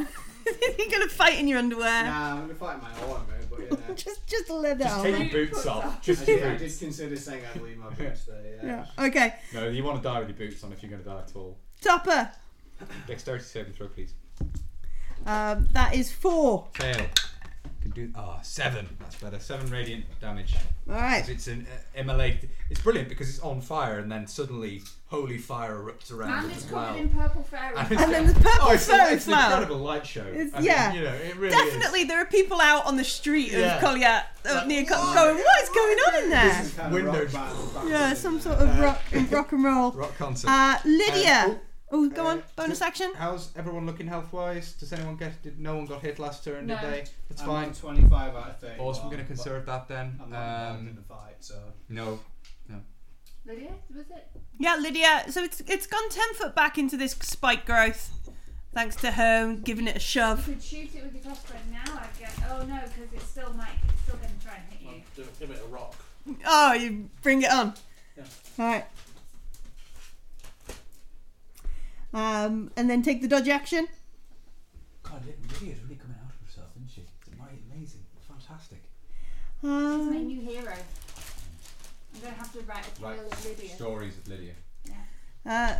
(laughs)
it.
You're gonna fight in your underwear.
nah, I'm gonna fight my armor, but
(laughs)
you know.
Just just let
Oh,
it
Just
out.
take
Leave
your boots
boots
off.
off.
I
(laughs)
Just
did,
your
I
boots.
did consider saying I'd leave my boots there. Yeah.
Yeah. Okay.
No, you want to die with your boots on if you're going to die at all.
Topper.
Dexterity saving throw, please.
Um, that is four.
Fail. Can do ah seven. That's better. Seven radiant damage.
All
'Cause
right.
It's an uh, immolate. It's brilliant because it's on fire, and then suddenly holy fire erupts around
And
it
it's
as
covered
well.
in purple fairy.
And
And then the purple
oh, it's, an-
fairy
it's an
flower.
incredible light show.
It's-
I mean,
yeah.
you know, it really is.
Definitely, there are people out on the street
Yeah.
of Collier uh,
Like,
near Collier
"Whoa,
going, "What is going on in there?"
This is kind
Windows.
Of rock band, back
Yeah,
in
some
there.
sort of rock
(laughs)
rock and roll.
Rock concert.
Uh,
Uh,
Lydia.
oh,
Oh, go on.
uh,
Bonus action.
How's everyone looking health wise? Does anyone get? Did no one got hit last turn?
No.
Did they? That's
I'm
fine.
on 25 out of 30.
Awesome. We're going to
but
conserve that then.
I'm not involved in
Um,
the fight, so.
no.
Lydia, was it?
Yeah, Lydia. So it's it's gone ten foot back into this spike growth, thanks to her giving it a
You
shove.
could shoot it with your crossbow now. I guess. Oh no, because it's still might. It's still going to try and hit
Well,
you.
do- give it a rock.
Oh, you bring it on.
Yeah.
All right. Um, and then take the dodge action.
God, Lydia's really coming out of herself, isn't she? It's amazing. Fantastic.
He's my
Um,
new hero. I'm going to have to write a
Right.
tale of Lydia.
Stories of Lydia.
Uh,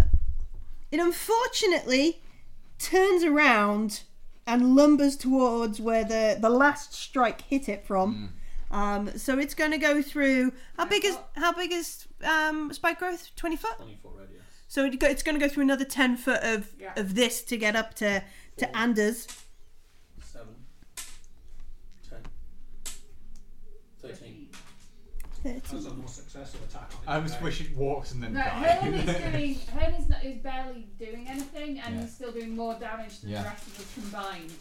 it unfortunately turns around and lumbers towards where the, the last strike hit it from. Um, so it's going to go through how big is how big is um, spike growth? Twenty foot.
24 radius.
So it go, it's going to go through another ten foot of
Yeah.
of this to get up to to Anders.
7. 10. 13.
That's a more successful attack. on eh? it,
I almost
okay.
wish it walks and then
No, Hearn
(laughs)
is
dies.
doing. Hearn is, not, is barely doing anything, and
Yeah.
he's still doing more damage than
Yeah.
the rest of us combined.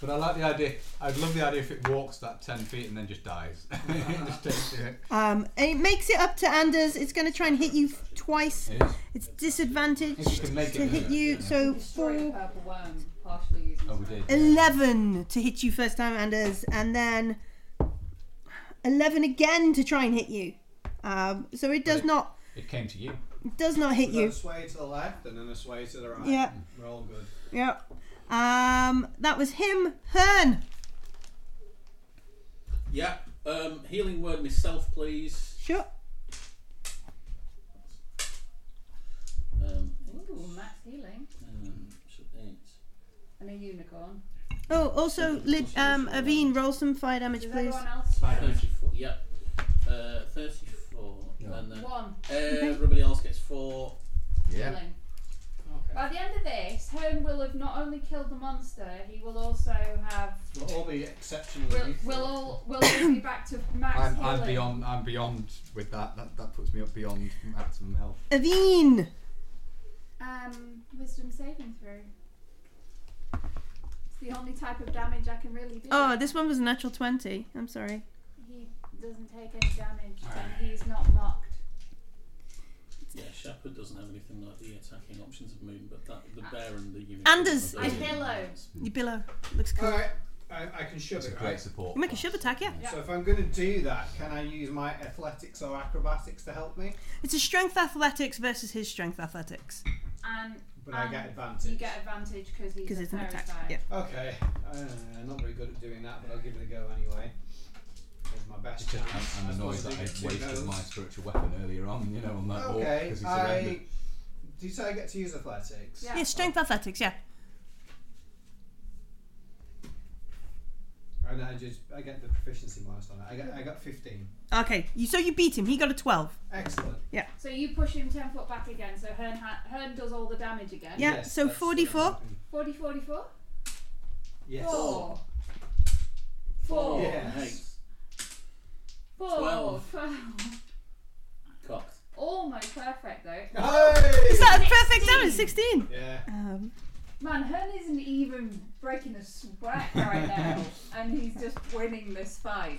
but I like the idea. I'd love the idea if it walks that ten feet and then just dies. (laughs) It just takes it.
Um, and it makes it up to Anders. It's going to try and hit you f- twice.
It is.
It's disadvantage
If you can make
to
it,
hit
yeah.
you. So
Destroy the
four.
purple worm, partially using.
Oh, we
spell.
did.
11 to hit you first time, Anders, and then 11 again to try and hit you. Um, so it does not
It came to you.
does not hit
We've got
you.
a sway to the left and then a sway to the right.
Yeah.
We're all good.
Yeah. Um, that was him. Hearn.
Yeah. Um, healing word myself, please.
Sure.
Um,
and a unicorn.
Oh, also, Lid, um, Aveen, roll some fire damage,
Does
please.
everyone else?
Spider-Man.
34. Yep. Uh, 34.
No.
And then
One.
everybody else gets 4.
Yeah.
Healing.
Okay.
By the end of this, Hearn will have not only killed the monster, he will also have.
We'll all be exceptionally
Will,
youthful.
will all will all be back to max
I'm,
healing.
I'm beyond. I'm beyond with that. That that puts me up beyond maximum health.
Aveen!
Um, wisdom saving throw. It's the only type of damage I can really do.
Oh, this one was a natural 20. I'm sorry.
He doesn't take any damage, and he's not mocked.
Yeah, Shepherd doesn't have anything like the attacking options of Moon, but that the bear and the unit.
Anders!
I pillow.
Your pillow looks cool.
Alright, I, I can shove
It's a
it.
great
Right?
support.
Make a shove attack, yeah.
So if I'm going to do that, can I use my athletics or acrobatics to help me?
It's a strength athletics versus his strength athletics.
And
But I
Um,
get
you
advantage.
get advantage because he's
Because
a
it's an attack.
parasite.
Yeah.
Okay, uh, I'm not very good at doing that, but I'll give it a go anyway. It's my best chance.
I'm,
I
I'm annoyed
suppose
that
I
I
do get two
wasted
goals.
my spiritual weapon earlier on. You know, on that walk
Okay,
because he
I.
surrendered.
Do you say I get to use athletics?
Yeah.
Yeah, strength athletics, yeah.
And I just I get the proficiency bonus on it. I got I got 15.
Okay, you, so you beat him. He got a 12.
Excellent.
So you push him ten foot back again. So Hearn ha- Hearn does all the damage again.
Yeah,
Yes,
so
that's what I'm
44.
hoping.
40, 44?
Yes.
Four. Four.
Four.
Yes.
Four.
Twelve.
Twelve.
Cocked.
Almost perfect though.
Hey!
Is that a perfect
16?
damage? 16.
(laughs) Yeah.
Um,
Man, Hearn isn't even breaking a sweat
(laughs)
right now, and he's just winning this fight.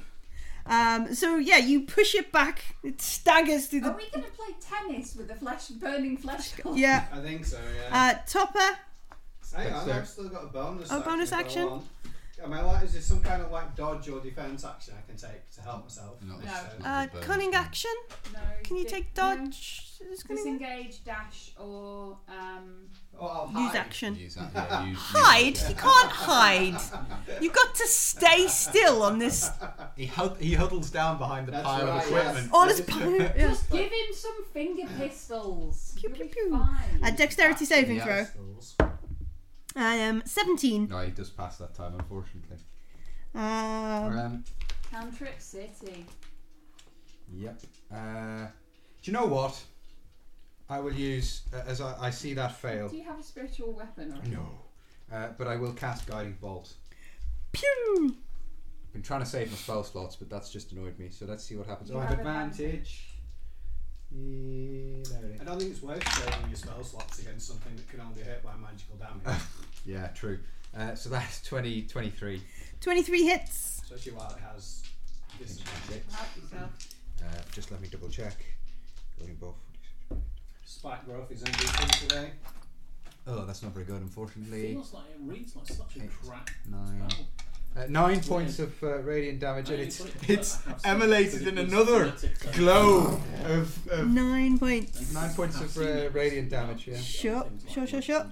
um, so, yeah, you push it back. It staggers through
Are
the.
we going to play tennis with a flesh burning flesh gun?
Yeah.
I think so. Yeah.
Uh, topper.
Hang on,
there.
I've still got a bonus.
Oh,
action
bonus
if I
action?
want. Am I like? Is there some kind of like dodge or defense action I can take to help myself?
No.
No.
Uh,
Burn.
cunning action.
No.
Can you
di-
take
no.
dodge? Is cunning-
Disengage, dash, or um,
Oh, I'll
Use
hide.
action.
Use that. Yeah, use,
Hide? You can't hide. You've got to stay still on this.
He, hud- he huddles down behind the
That's
pile
right,
of equipment.
On
(laughs)
his. Yeah.
Just give him some
(sighs)
finger pistols.
Pew,
You'll
pew,
be
pew. A
fine.
dexterity saving throw.
Pistols.
Um, 17.
No, he does pass that time, unfortunately.
Um,
Um,
Cantrip City.
Yep. Uh, do you know what? I will use uh, as I, I see that fail.
Do you have a spiritual weapon?
Mm.
Or
No. Uh, but I will cast guiding bolt.
pew!
Been trying to save my spell slots, but that's just annoyed me. So let's see what happens.
You
oh, I have
have
advantage. Yeah, there it
I
is.
don't think it's worth saving your spell slots against something that can only hurt by magical damage,
yeah, true. Uh, so that's (laughs) 20, 23,
23 hits.
especially while it has disadvantage.
six.
Help yourself.
Uh, just let me double check. Guiding bolt.
Spike growth is MVP today.
Oh, that's not very good, unfortunately.
Feels like it reads like such a
Eight.
crap
Nine.
spell.
Uh, nine points of uh, radiant damage, and
Nine
it's
points,
(laughs) it's
but I have some
emanated
pretty
in
good
another
schematics
(laughs)
there.
glow of, of
Nine points.
Nine points of, uh, radiant damage, yeah.
Sure, sure, sure, sure.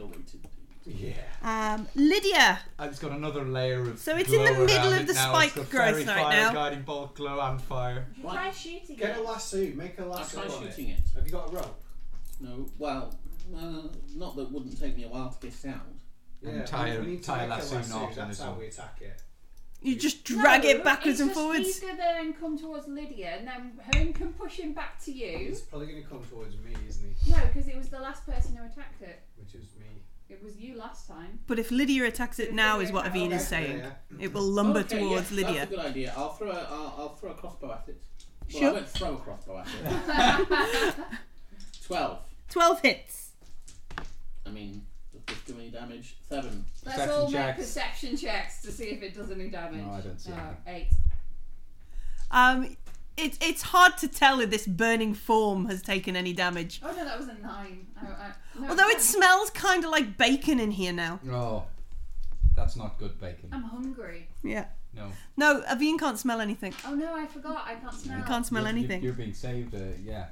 Yeah.
Um, Lydia.
And uh, it's got another layer of.
So it's in the
glow
middle of
around it
the
now.
spike
It's got
growth
fairy
right
fire,
now.
Guiding bolt, glow, and fire.
You Try shooting
Get a
it.
lasso. Make a
I
lasso.
tried
on it.
shooting it.
Have you got a rope?
No, well, uh, not that it wouldn't take me a while to get it out.
And
Yeah,
tie
we-
a-
we need to
tie a
make
lasso knot on
That's
this
how
one.
we attack it.
You just drag
No,
it backwards
it's
and
just
forwards.
He's going to then come towards Lydia, and then Home can push him back to you.
He's probably going to come towards me, isn't he?
No, because it was the last person who attacked it.
Which is me.
It was you
(laughs)
last time.
But if Lydia attacks it now, is what Aveen is saying.
Yeah,
It will lumber
Okay,
towards
yes,
Lydia.
That's a good idea. I'll throw a, I'll, I'll throw a crossbow at it. Well,
Sure.
I won't throw a crossbow at
(laughs)
it. Twelve.
12 hits.
I mean, does this do any damage? Seven.
Let's
Perception
all make
checks.
perception checks to see if it does any damage.
No, I don't see
Oh,
anything.
eight.
Um, it, it's hard to tell if this burning form has taken any damage.
Oh no, that was a nine. I, I, no,
Although it
it's
smells kind of like bacon in here now.
Oh, that's not good bacon.
I'm hungry.
Yeah.
No.
No, Aveen can't smell anything.
Oh no, I forgot. I can't smell.
He can't smell
You're-
anything.
You're being saved, uh, yeah.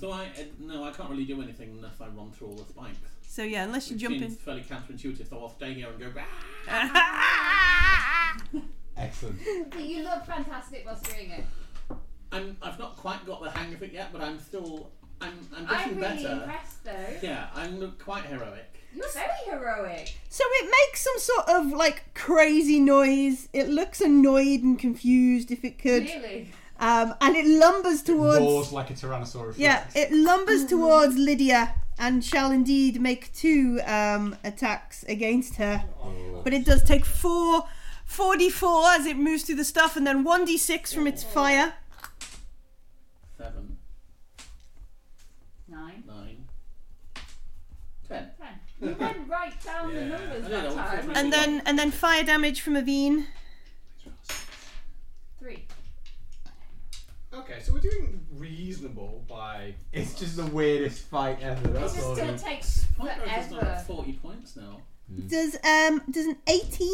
So I uh, no, I can't really do anything unless I run through all the spikes.
So yeah, unless you
Which
jump
seems
in.
fairly counterintuitive. So I'll stay here and go. "Bah!"
(laughs)
Excellent.
But you look fantastic whilst doing it.
I'm. I've not quite got the hang of it yet, but I'm still. I'm.
I'm
I'm getting
really
better.
impressed though.
Yeah, I'm quite heroic.
You're very heroic.
So it makes some sort of like crazy noise. It looks annoyed and confused if it could.
Really?
Um, and it lumbers towards.
Roars like a Tyrannosaurus.
Yeah,
Rex.
it lumbers towards Lydia and shall indeed make two um, attacks against her. But it does take four. 4d4 as it moves through the stuff, and then 1d6 from its fire.
Seven,
Nine.
nine, ten.
Ten. You went right down the
Yeah.
numbers
I
that
know,
time.
it's-
And then and then fire damage from Aveen.
Three.
Okay, so we're doing reasonable by.
It's just the weirdest fight ever.
This
That's
is
all.
going to take s-
Point Road is now
forever.
at forty points now.
Does um does an 18 hit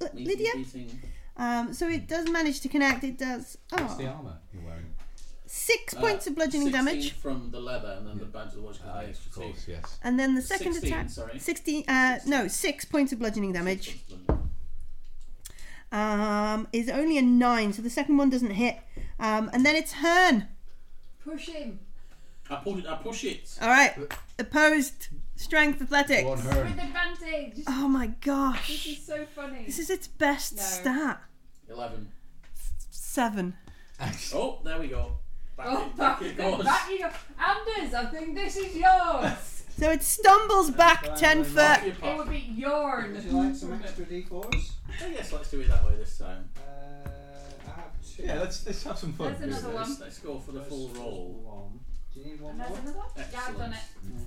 L-
Meeting,
Lydia?
beating.
Um, so it does manage to connect. It does.
What's the
Oh,
armor you're wearing?
six
Uh,
points of bludgeoning
16
damage,
from the leather, and then the badge of the watch goes away
Ah, of
extra two.
course, yes.
and then the second
16,
attack.
Sorry.
Sixteen. Uh, no, six points of bludgeoning damage. Um, is only a nine, so the second one doesn't hit. Um, and then it's Hern.
Push him.
I pulled it. I push it.
All right, opposed strength athletics.
Go on her.
With advantage.
Oh my
This is
gosh,
so funny.
(laughs) this is its best
No.
stat.
Eleven.
Seven.
Oh, there we go. Back,
Oh, back,
it, back
you
it
go.
goes.
back you go. Anders, I think this is
(laughs)
yours.
So it stumbles back ten foot.
Back your
it
pot.
would be yours.
Would you like some extra d4s?
Oh, yes, let's do it that way this time.
Uh, I have two.
Yeah, let's let's have some fun.
That's another
Let's,
one.
let's go for the
Let's
full
just
roll.
One. Do you need one
And
more?
there's another one. Yeah, I've done
Excellent.
it.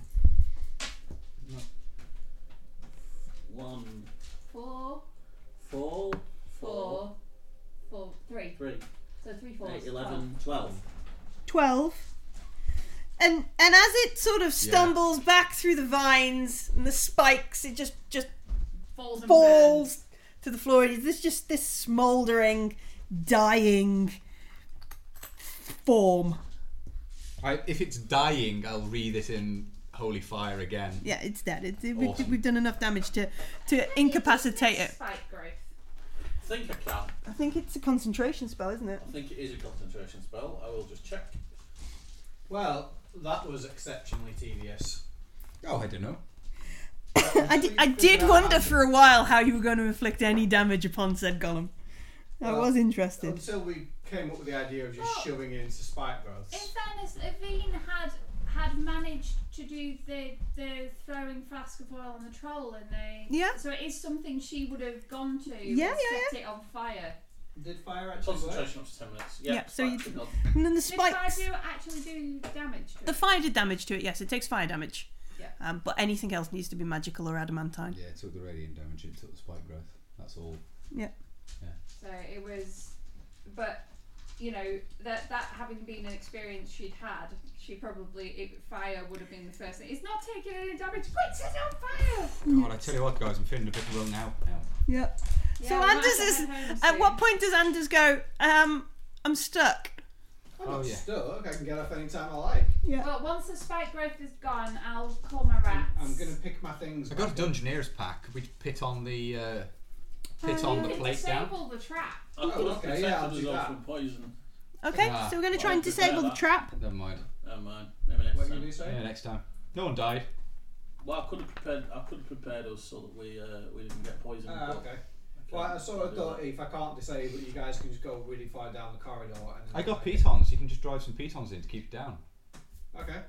One,
Four,
four, four,
four, four, three.
three,
So three fours.
eight, eleven, twelve.
12 and and as it sort of stumbles back through the vines and the spikes it just just
Falls and burns.
falls to the floor is this just this smoldering dying form
I, if it's dying, I'll re this in holy fire again.
yeah it's dead it, it- we,
Awesome.
we've done enough damage to to incapacitate it
Spike growth.
I think I can.
i think it's a concentration spell isn't it
I think it is a concentration spell. I will just check.
Well, that was exceptionally tedious.
Oh, I don't know.
(laughs) (laughs) I, di- I did wonder for a while how you were going to inflict any damage upon said golem i
Well,
was interested
Until we came up with the idea of just
Well,
shoving it into spike growths.
In fairness, Aveen had had managed to do the the throwing flask of oil on the troll, and they
Yeah.
So it is something she would have gone to.
Yeah,
and
yeah,
set
Set it on fire.
Did fire actually work?
Concentration up to ten minutes. Yeah.
Yeah, so you
spike
did-
signal.
and then the
Did I
spikes
do actually do damage to
The
it?
fire did damage to it, yes, it takes fire damage.
Yeah.
Um, but anything else needs to be magical or adamantine.
Yeah, it took the radiant damage, it took the spike growth. That's all.
So it was, but you know that that having been an experience she'd had, she probably it, fire would have been the first thing. It's not taking any damage. Quick, set it on fire!
God, I tell you what, guys, I'm feeling a bit low now. now.
Yeah.
Yeah,
So
we might
Anders
have to
is.
head home
At
soon.
what point does Anders go, um, I'm stuck?
I'm
Oh,
not
yeah.
stuck. I can get off any time I like.
Well, once the spike growth is gone, I'll call my rats.
I'm gonna pick my things.
I got a
back up.
Dungeoneer's pack. Could we pit on the uh, pit
You
on the
can
plate down?
disable Oh, the trap.
I could have
Oh, okay, yeah, I'll
protected us
do
all
that.
from poison.
Okay,
Ah,
so we're going to try and
well,
disable the
that-
trap.
Never mind.
Never mind. Maybe next
What you
time.
do say?
Yeah, next time. No one died.
Well, I could have prepared. I could have prepared us so that we uh, we didn't get poisoned.
Ah,
but
okay.
I
Well, I
can't
sort of
do
thought
that.
if I can't disable, it, you guys can just go really far down the corridor. And
I got
like-
pitons. You can just drive some pitons in to keep it down.
Okay.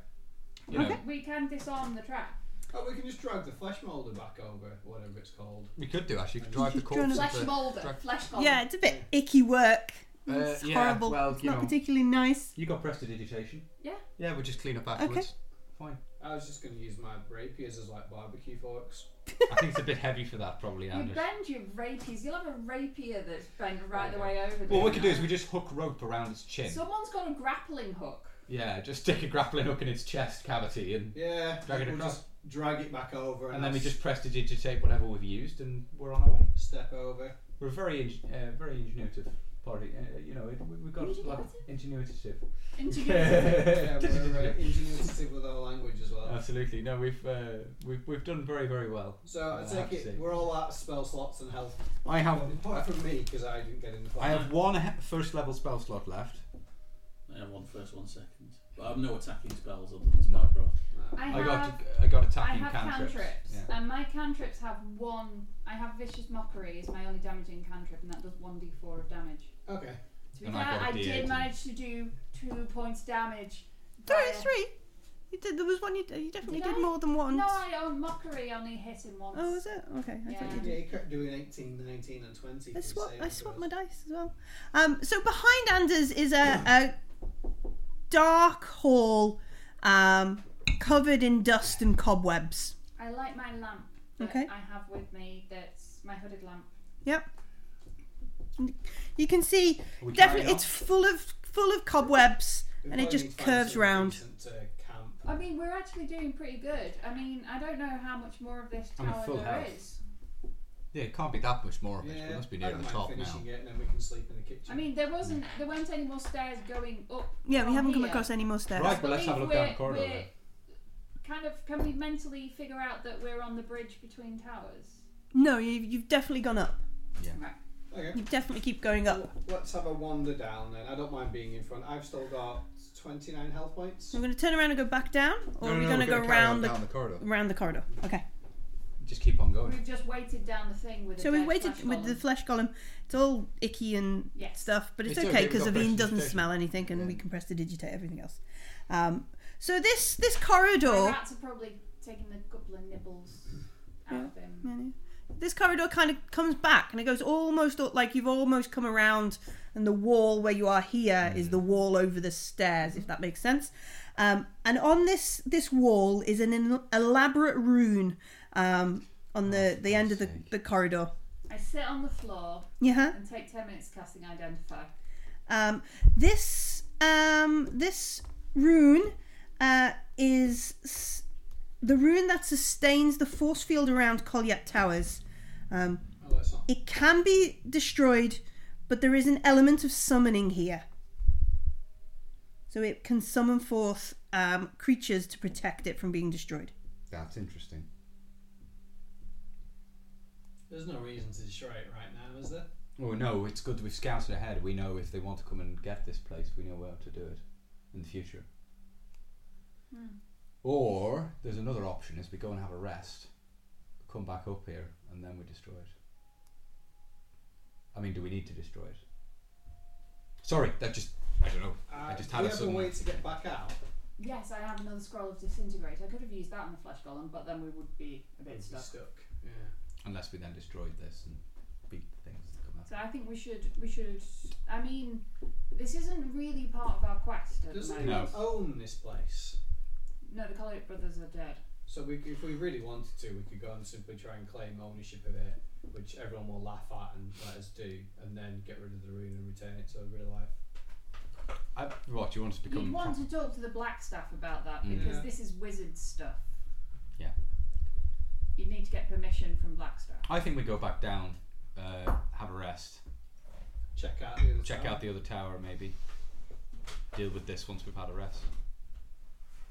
You know,
We can disarm the trap.
Oh, we can just drag the flesh molder back over, whatever it's called.
we could do actually. You could drive the
Just draw an
corpse.
Flesh
of the-
moulder.
Drag-
Flesh golem.
Yeah, it's a bit icky work.
Uh,
It's
yeah,
horrible.
well,
it's
you
not
know.
particularly nice.
You got prestidigitation.
Yeah.
Yeah, we'll just clean up afterwards. Fine.
I was just going to use my rapiers as like barbecue forks.
I think it's a bit heavy for that, probably,
You
Anders.
bend your rapiers. You'll have a rapier that's bent right the
Okay.
way over.
Well,
there
what we could do
now.
is we just hook rope around its chin.
Someone's got a
(laughs)
grappling hook.
yeah, just stick a grappling hook in its chest cavity, and
Yeah.
Drag it
we'll
across.
Just drag it back over, and,
and then we
I'll
just prestidigitate whatever we've used, and we're on our way. (laughs)
step over.
We're a very, ing- uh, very ingenuitive party. Uh, you know, it, we, we've got a lot of ingenuitive. (laughs)
Introduce.
Yeah, we're (laughs) uh, ingenuitive with our language as well.
Absolutely. No, we've uh, we've we've done very very well.
So I
I'll have
take
to
it
say.
we're all out of spell slots and health.
I have
Apart from me, because I didn't get in the
I
fight.
have one he- first level spell slot left.
I have one first, one second. But I've no attacking spells other than Spark Breath.
I,
I
have,
got I got
I
attacking
have
cantrips.
cantrips, and my cantrips have one. I have vicious mockery is my only damaging cantrip, and that does one d4 of damage.
Okay.
To be
And I
fair,
got a
I,
D8
did
and-
manage to do two points damage.
Sorry,
via-
three. You did. There was one. You, you definitely
Did
did,
I?
more than once.
No, I oh, mockery only hit him once.
oh, was it? Okay, I thought
Yeah.
you
Yeah,
did.
you kept doing 18, 19, and 20.
I
for
swap. I
saving
swapped
throws.
my dice as well. Um, so behind Anders is
(clears throat)
a, a dark hall, um, covered in dust and cobwebs.
I light my lamp that
Okay.
I have with me. That's my hooded lamp.
You can see
Are we
definitely
carrying
it's full of full of cobwebs.
We
and it
probably
just
need to find
curves
something
round.
decent to camp.
I mean, we're actually doing pretty good. I mean, I don't know how much more of this
I'm a
tower
full
there
health.
is.
Yeah, it can't be that much more of it. we must be
I
near
don't
the
mind
top now.
finishing it and then we can sleep in the kitchen.
I mean, there wasn't, there weren't any more stairs going up.
Yeah, we
from
haven't come
here.
across any more stairs.
Right, well, let's have a look
We're-
down the corridor
we're-
then.
Kind of, can we mentally figure out that we're on the bridge between towers?
No, you, you've definitely gone up.
okay.
You definitely keep going up.
Well, Let's have a wander down then. I don't mind being in front. I've still got 29 health points.
So we're going to turn around and go back down, or are we going to go round the
down the corridor.
round the corridor? Okay.
Just keep on going.
We've just weighted down the thing with. a
So we
dead
waited
flash
with the
column.
flesh golem. It's all icky and
Yes.
stuff, but it's,
It's
okay
okay, we've
because
got
Avine doesn't
prestidigitation.
smell anything, and we
Yeah.
can press to digitate everything else. Um, so this this
My
corridor,
rats are probably taking a couple of nibbles out of him.
this corridor kind of comes back, and it goes almost o- like you've almost come around, and the wall where you are here is the wall over the stairs, if that makes sense. Um, and on this this wall is an en- elaborate rune um, on the the end of the, the corridor.
I sit on the floor
Yeah.
and take ten minutes casting identify.
Um, this um, this rune uh, is s- the rune that sustains the force field around Kolyat Towers. Um,
Oh, that's not.
it can be destroyed, but there is an element of summoning here. So it can summon forth um, creatures to protect it from being destroyed.
That's interesting.
There's no reason to destroy it right now, is there?
Oh no, it's good that we've scouted ahead. We know if they want to come and get this place, we know where to do it in the future. Or there's another option: is we go and have a rest, come back up here, and then we destroy it. I mean, do we need to destroy it? Sorry, that just I don't know. I just had a
Uh, do we have a
sudden.
way to get back out?
Yes, I have another scroll of disintegrate. I could have used that on the flesh golem, but then we would be a bit
It's
stuck.
stuck. Yeah.
Unless we then destroyed this and beat the things that come out.
So I think we should we should. I mean, this isn't really part of our quest. At
Does
the
anyone
moment.
own this place?
No, the Collier brothers are dead.
So we, if we really wanted to, we could go and simply try and claim ownership of it, which everyone will laugh at and let us do, and then get rid of the rune and return it to real life.
I, what do you want us to become?
You'd want
pro-
to talk to the black staff about that
Mm.
because
Yeah.
this is wizard stuff.
Yeah.
You need to get permission from black staff.
I think we go back down, uh, have a rest,
Check out the other
check
side.
out the other tower, maybe. Deal with this once we've had a rest.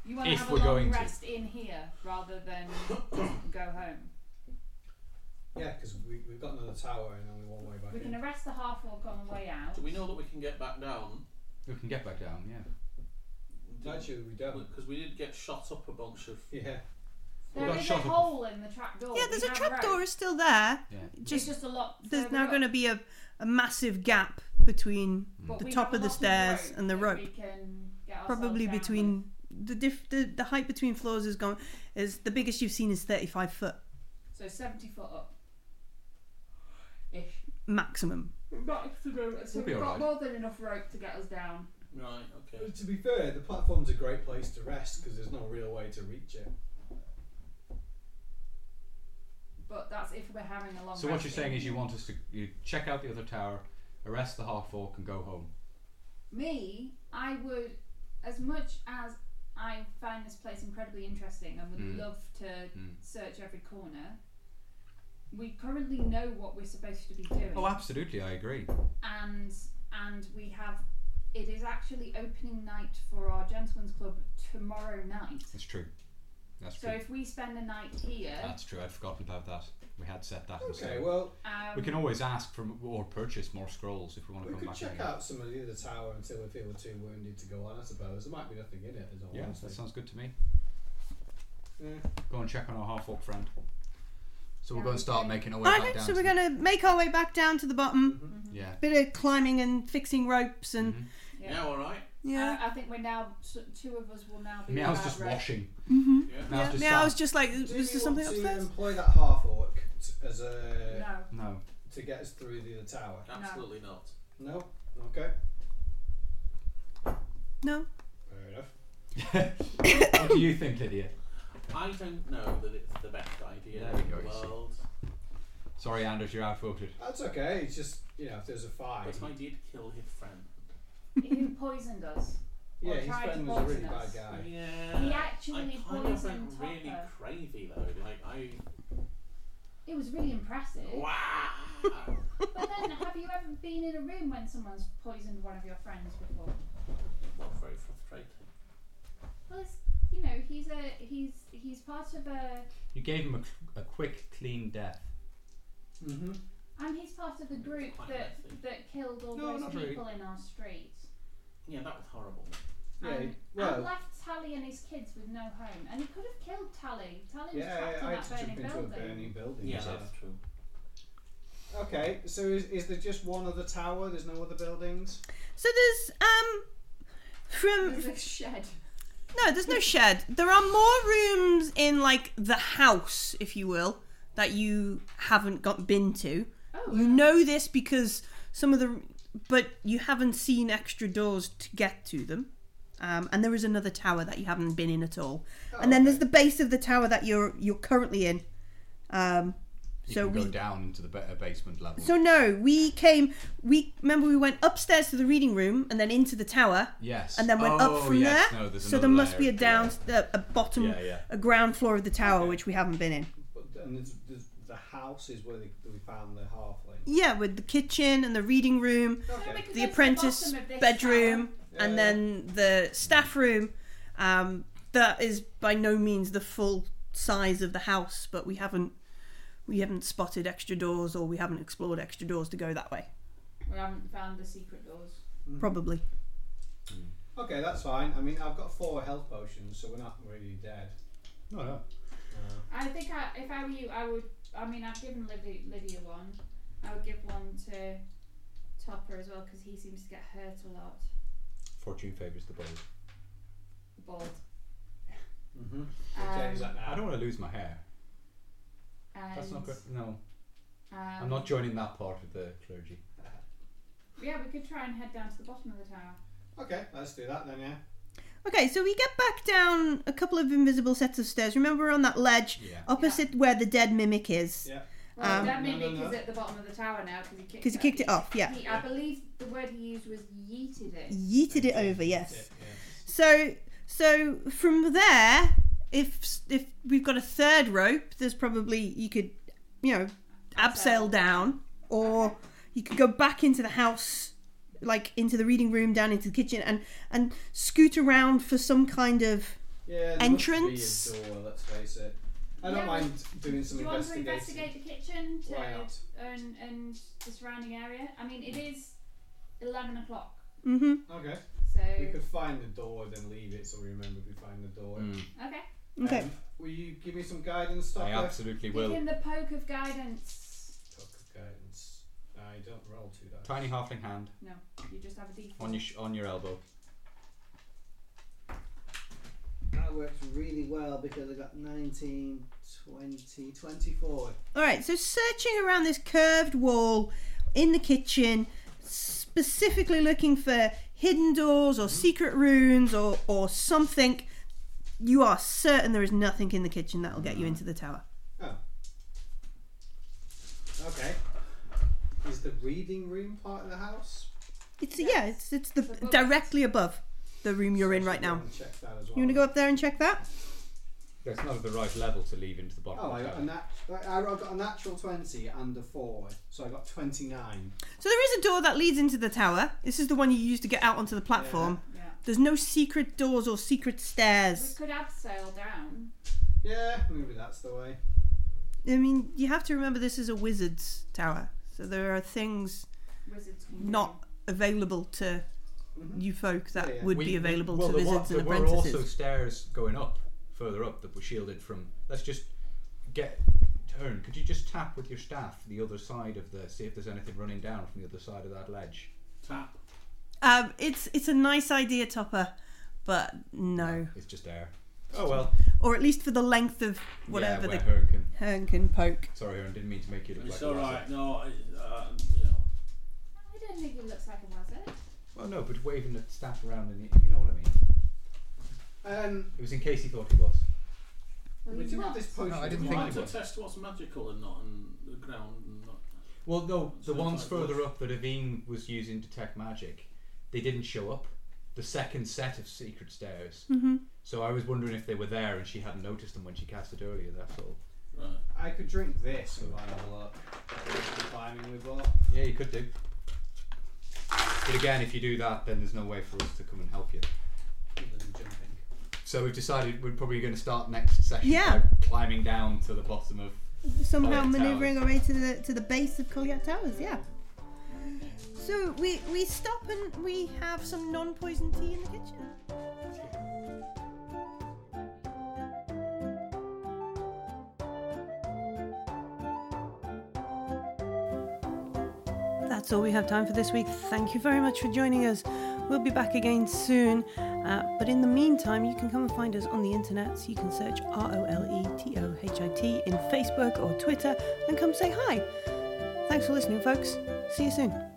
You want to
If
have
we're
a long
going to.
rest in here rather than (coughs) go home.
Yeah, because we, we've got another tower and only one way back
We
in.
can arrest the half orc on the way out.
Do we know that we can get back down?
We can get back down, yeah.
Actually, we don't.
Because we did get shot up a bunch of.
Yeah.
There
Well,
is a
shut up.
hole in the trap door.
Yeah,
We
there's a
have
trapdoor
rope.
is still there.
Yeah.
It's
Just
just a lot.
there's
further
now
up,
going to be a, a massive gap between
but
the
we
top
have a
of the
lot
stairs
rope
and the
that
rope.
we can get ourselves
probably
down
between the, diff, the the height between floors is gone is the biggest you've seen is 35 foot
with. So 70 foot up. Ish.
maximum
Right, so
We'll be
we've got
alright.
more than enough rope to get us down.
Right, okay.
But to be fair, the platform's a great place to rest because there's no real way to reach it.
But that's if we're having a long.
So what
rest
you're saying
in.
is you want us to you check out the other tower, arrest the half orc, and go home.
me, I would, as much as I find this place incredibly interesting and would
Mm.
love to
Mm.
search every corner. We currently know what we're supposed to be doing,
Oh, absolutely, I agree.
and and we have. It is actually opening night for our gentlemen's club tomorrow night.
That's true. That's
So
true.
if we spend a night here,
That's true. I'd forgotten about that. We had set that.
Okay,
aside.
well,
um,
Uh, we can always ask for m- or purchase more scrolls if we want to
we
come
could
back
check
again.
out some of the other tower until we feel too wounded to go on, I suppose. There might be nothing in it at all.
Yeah,
honestly.
that sounds good to me.
Yeah.
Go and check on our half orc friend. So we'll
Yeah,
go and start
okay.
making our way back
Okay,
down.
so we're
to
gonna make our way back down to the bottom.
Mm-hmm.
the- Yeah.
Bit of climbing and fixing ropes and
Mhm.
Yeah.
Yeah, all right.
yeah.
I, I think we're now so two of us will now be.
Meow's
without
just
rest.
washing.
Mm-hmm.
Yeah.
Meow's
yeah.
just
Now I was
sat-
just like,
Do
is
you
there something
want to
upstairs?
employ that half orc t- as a
(laughs)
No,
No.
to get us through the other tower?
Absolutely not.
No. Okay.
No.
Fair enough.
what do you think, Lydia?
I don't know that it's the best idea
There we
in
go,
the
you see.
world,
Sorry, Anders, you're outvoted.
That's okay. It's just you know if there's a fight.
but I did kill his friend.
he poisoned us.
Yeah,
Or
his
tried to
friend was a really
poison
bad
us.
guy.
Yeah.
He actually
I kind of went
poisoned
really
Topper.
crazy though. Like I.
It was really impressive.
Wow. (laughs)
But then, have you ever been in a room when someone's poisoned one of your friends before?
well, very frustrating.
Well, it's, you know, he's a he's he's part of a
You gave him a, cl- a quick, clean death.
Mm-hmm.
and he's part of the group
Quite
that
messy.
that killed all
No,
those
not really.
people in our street.
Yeah, that was horrible.
Yeah.
and, and
well.
left Tally and his kids with no home, and he could have killed Tally. Tally was
Yeah,
trapped
I
in
had
that
to
burning
jump into
building.
a burning building.
Yeah,
so-
that's true.
Okay, so is, is there just one other tower? There's no other buildings?
So there's um from
There's a shed.
No, there's no shed. There are more rooms in like the house, if you will, that you haven't got been to.
(laughs)
Oh,
You know this because some of the, but you haven't seen extra doors to get to them. Um, and there is another tower that you haven't been in at all. and then there's the base of the tower that you're you're currently in. Um,
You
so
can
we
go down into the ba- uh, basement level.
so no, we came. We remember we went upstairs to the reading room and then into the tower
yes.
and then went
Oh,
up from
yes,
there.
No, there's
so
another
there must
layer
be a
to it.
down, a, a bottom,
Yeah, yeah.
a ground floor of the tower
Okay.
which we haven't been in.
But, and there's, there's, the house is where they, we found the halfling.
Yeah, with the kitchen and the reading room,
so we
Okay.
could
the
go to
apprentice
bottom of this
bedroom,
tower.
Yeah,
and then the
Mm.
staff room. Um, that is by no means the full size of the house, but we haven't we haven't spotted extra doors or we haven't explored extra doors to go that way.
We haven't found the secret doors.
Mm.
Probably.
Okay, that's fine. I mean, I've got four health potions, so we're not really dead. Uh,
No, no.
I think I, if I were you, I would. I mean, I've given Lydia, Lydia one. I would give one to Topper as well because he seems to get hurt a lot.
Fortune favours the bold.
Bald.
Mm-hmm.
Um,
is that
I
now?
don't want to lose my hair.
and,
That's not good. No,
Um,
I'm not joining that part of the clergy.
Yeah, we could try and head down to the bottom of the tower.
Okay, let's do that then, yeah.
Okay, so we get back down a couple of invisible sets of stairs. Remember we're on that ledge
Yeah.
opposite where the dead mimic is
Yeah.
Well,
Um,
that
No, no,
maybe
no.
is at the bottom of the tower now because he kicked.
because he kicked it off. Yeah.
He, I believe the word he used was yeeted it.
yeeted it
Yeah,
over yes
yeah, yeah.
so so from there if if we've got a third rope there's probably you could you know abseil down or you could go back into the house like into the reading room down into the kitchen and and scoot around for some kind of
Yeah, there
Entrance.
Must be a door, let's face it. I don't
Yeah,
mind doing some
Do you want to
investigation.
investigate the kitchen to,
Why not? Mm.
and and the surrounding area? I mean, it is eleven o'clock,
mm-hmm
Okay.
so
We could find the door, then leave it so we remember we find the door.
Mm.
okay.
okay
Um, will you give me some guidance,
I
Doctor?
absolutely
Give
will.
him the poke of guidance.
Talk of guidance. I don't roll two dice.
Tiny halfling hand
No, you just have a D4.
on your sh- on your elbow.
That works really well because I got 19, 20, 24.
All right, so searching around this curved wall in the kitchen, specifically looking for hidden doors or secret rooms or, or something, you are certain there is nothing in the kitchen that'll get you into the tower.
Okay. Is the reading room part of the house?
It's yeah, it's it's the
Above.
directly above the room you're in
Should
right
go
now.
and Check that as well.
You want to go up there and check that?
That's not at the right level to leave into the bottom.
Oh, I
of the
got,
tower.
a nat- I I got a natural 20 and a 4, so I got 29.
So there is a door that leads into the tower. This is the one you use to get out onto the platform.
Yeah.
There's no secret doors or secret
We
stairs.
could abseil down.
Yeah, maybe that's the way.
I mean, you have to remember this is a wizard's tower, so there are things
Wizards can do.
not available to
Mhm.
you folk that
Yeah, yeah.
would
We-
be available
well,
to
there wa-
wizards and
there were
apprentices.
also stairs going up, further up, that were shielded from. Let's just get turn. Could you just tap with your staff the other side of the? See if there's anything running down from the other side of that ledge.
Tap.
Um, it's it's a nice idea, Topper, but no,
It's just air. Oh well.
or at least for the length of whatever
yeah, where
the
Hearn can.
Hearn can poke.
Sorry, Hearn, didn't mean to make you look like.
It's
a
all
wizard.
right. No, I- uh, you know.
I don't think it looks like a wizard.
Well, no, but waving the staff around in the. You know what I mean.
Um,
It was in case he thought he was.
Well,
we
he's
do
not.
have this potion.
No, I didn't
of
We
think
life.
like
it
to
was.
test what's magical and not, and the ground and not.
Well, no, the
Sounds
ones
like
further
wolf.
up that Avine was using to detect magic, they didn't show up. The second set of secret stairs.
Mm-hmm.
So I was wondering if they were there and she hadn't noticed them when she cast it earlier, that's all.
Right.
I could drink this with my other luck. The climbing we've got.
Yeah, you could do. But again, if you do that, then there's no way for us to come and help you.
Other than jumping.
So we've decided we're probably going to start next session
Yeah.
by climbing down to the bottom of.
Somehow
Collier
manoeuvring our way to the to the base of Collier Towers. Yeah. So we we stop and we have some non-poison tea in the kitchen.
That's all we have time for this week. Thank you very much for joining us. We'll be back again soon. Uh, but in the meantime, you can come and find us on the internet. You can search R O L E T O H I T in Facebook or Twitter and come say hi. Thanks for listening, folks. See you soon.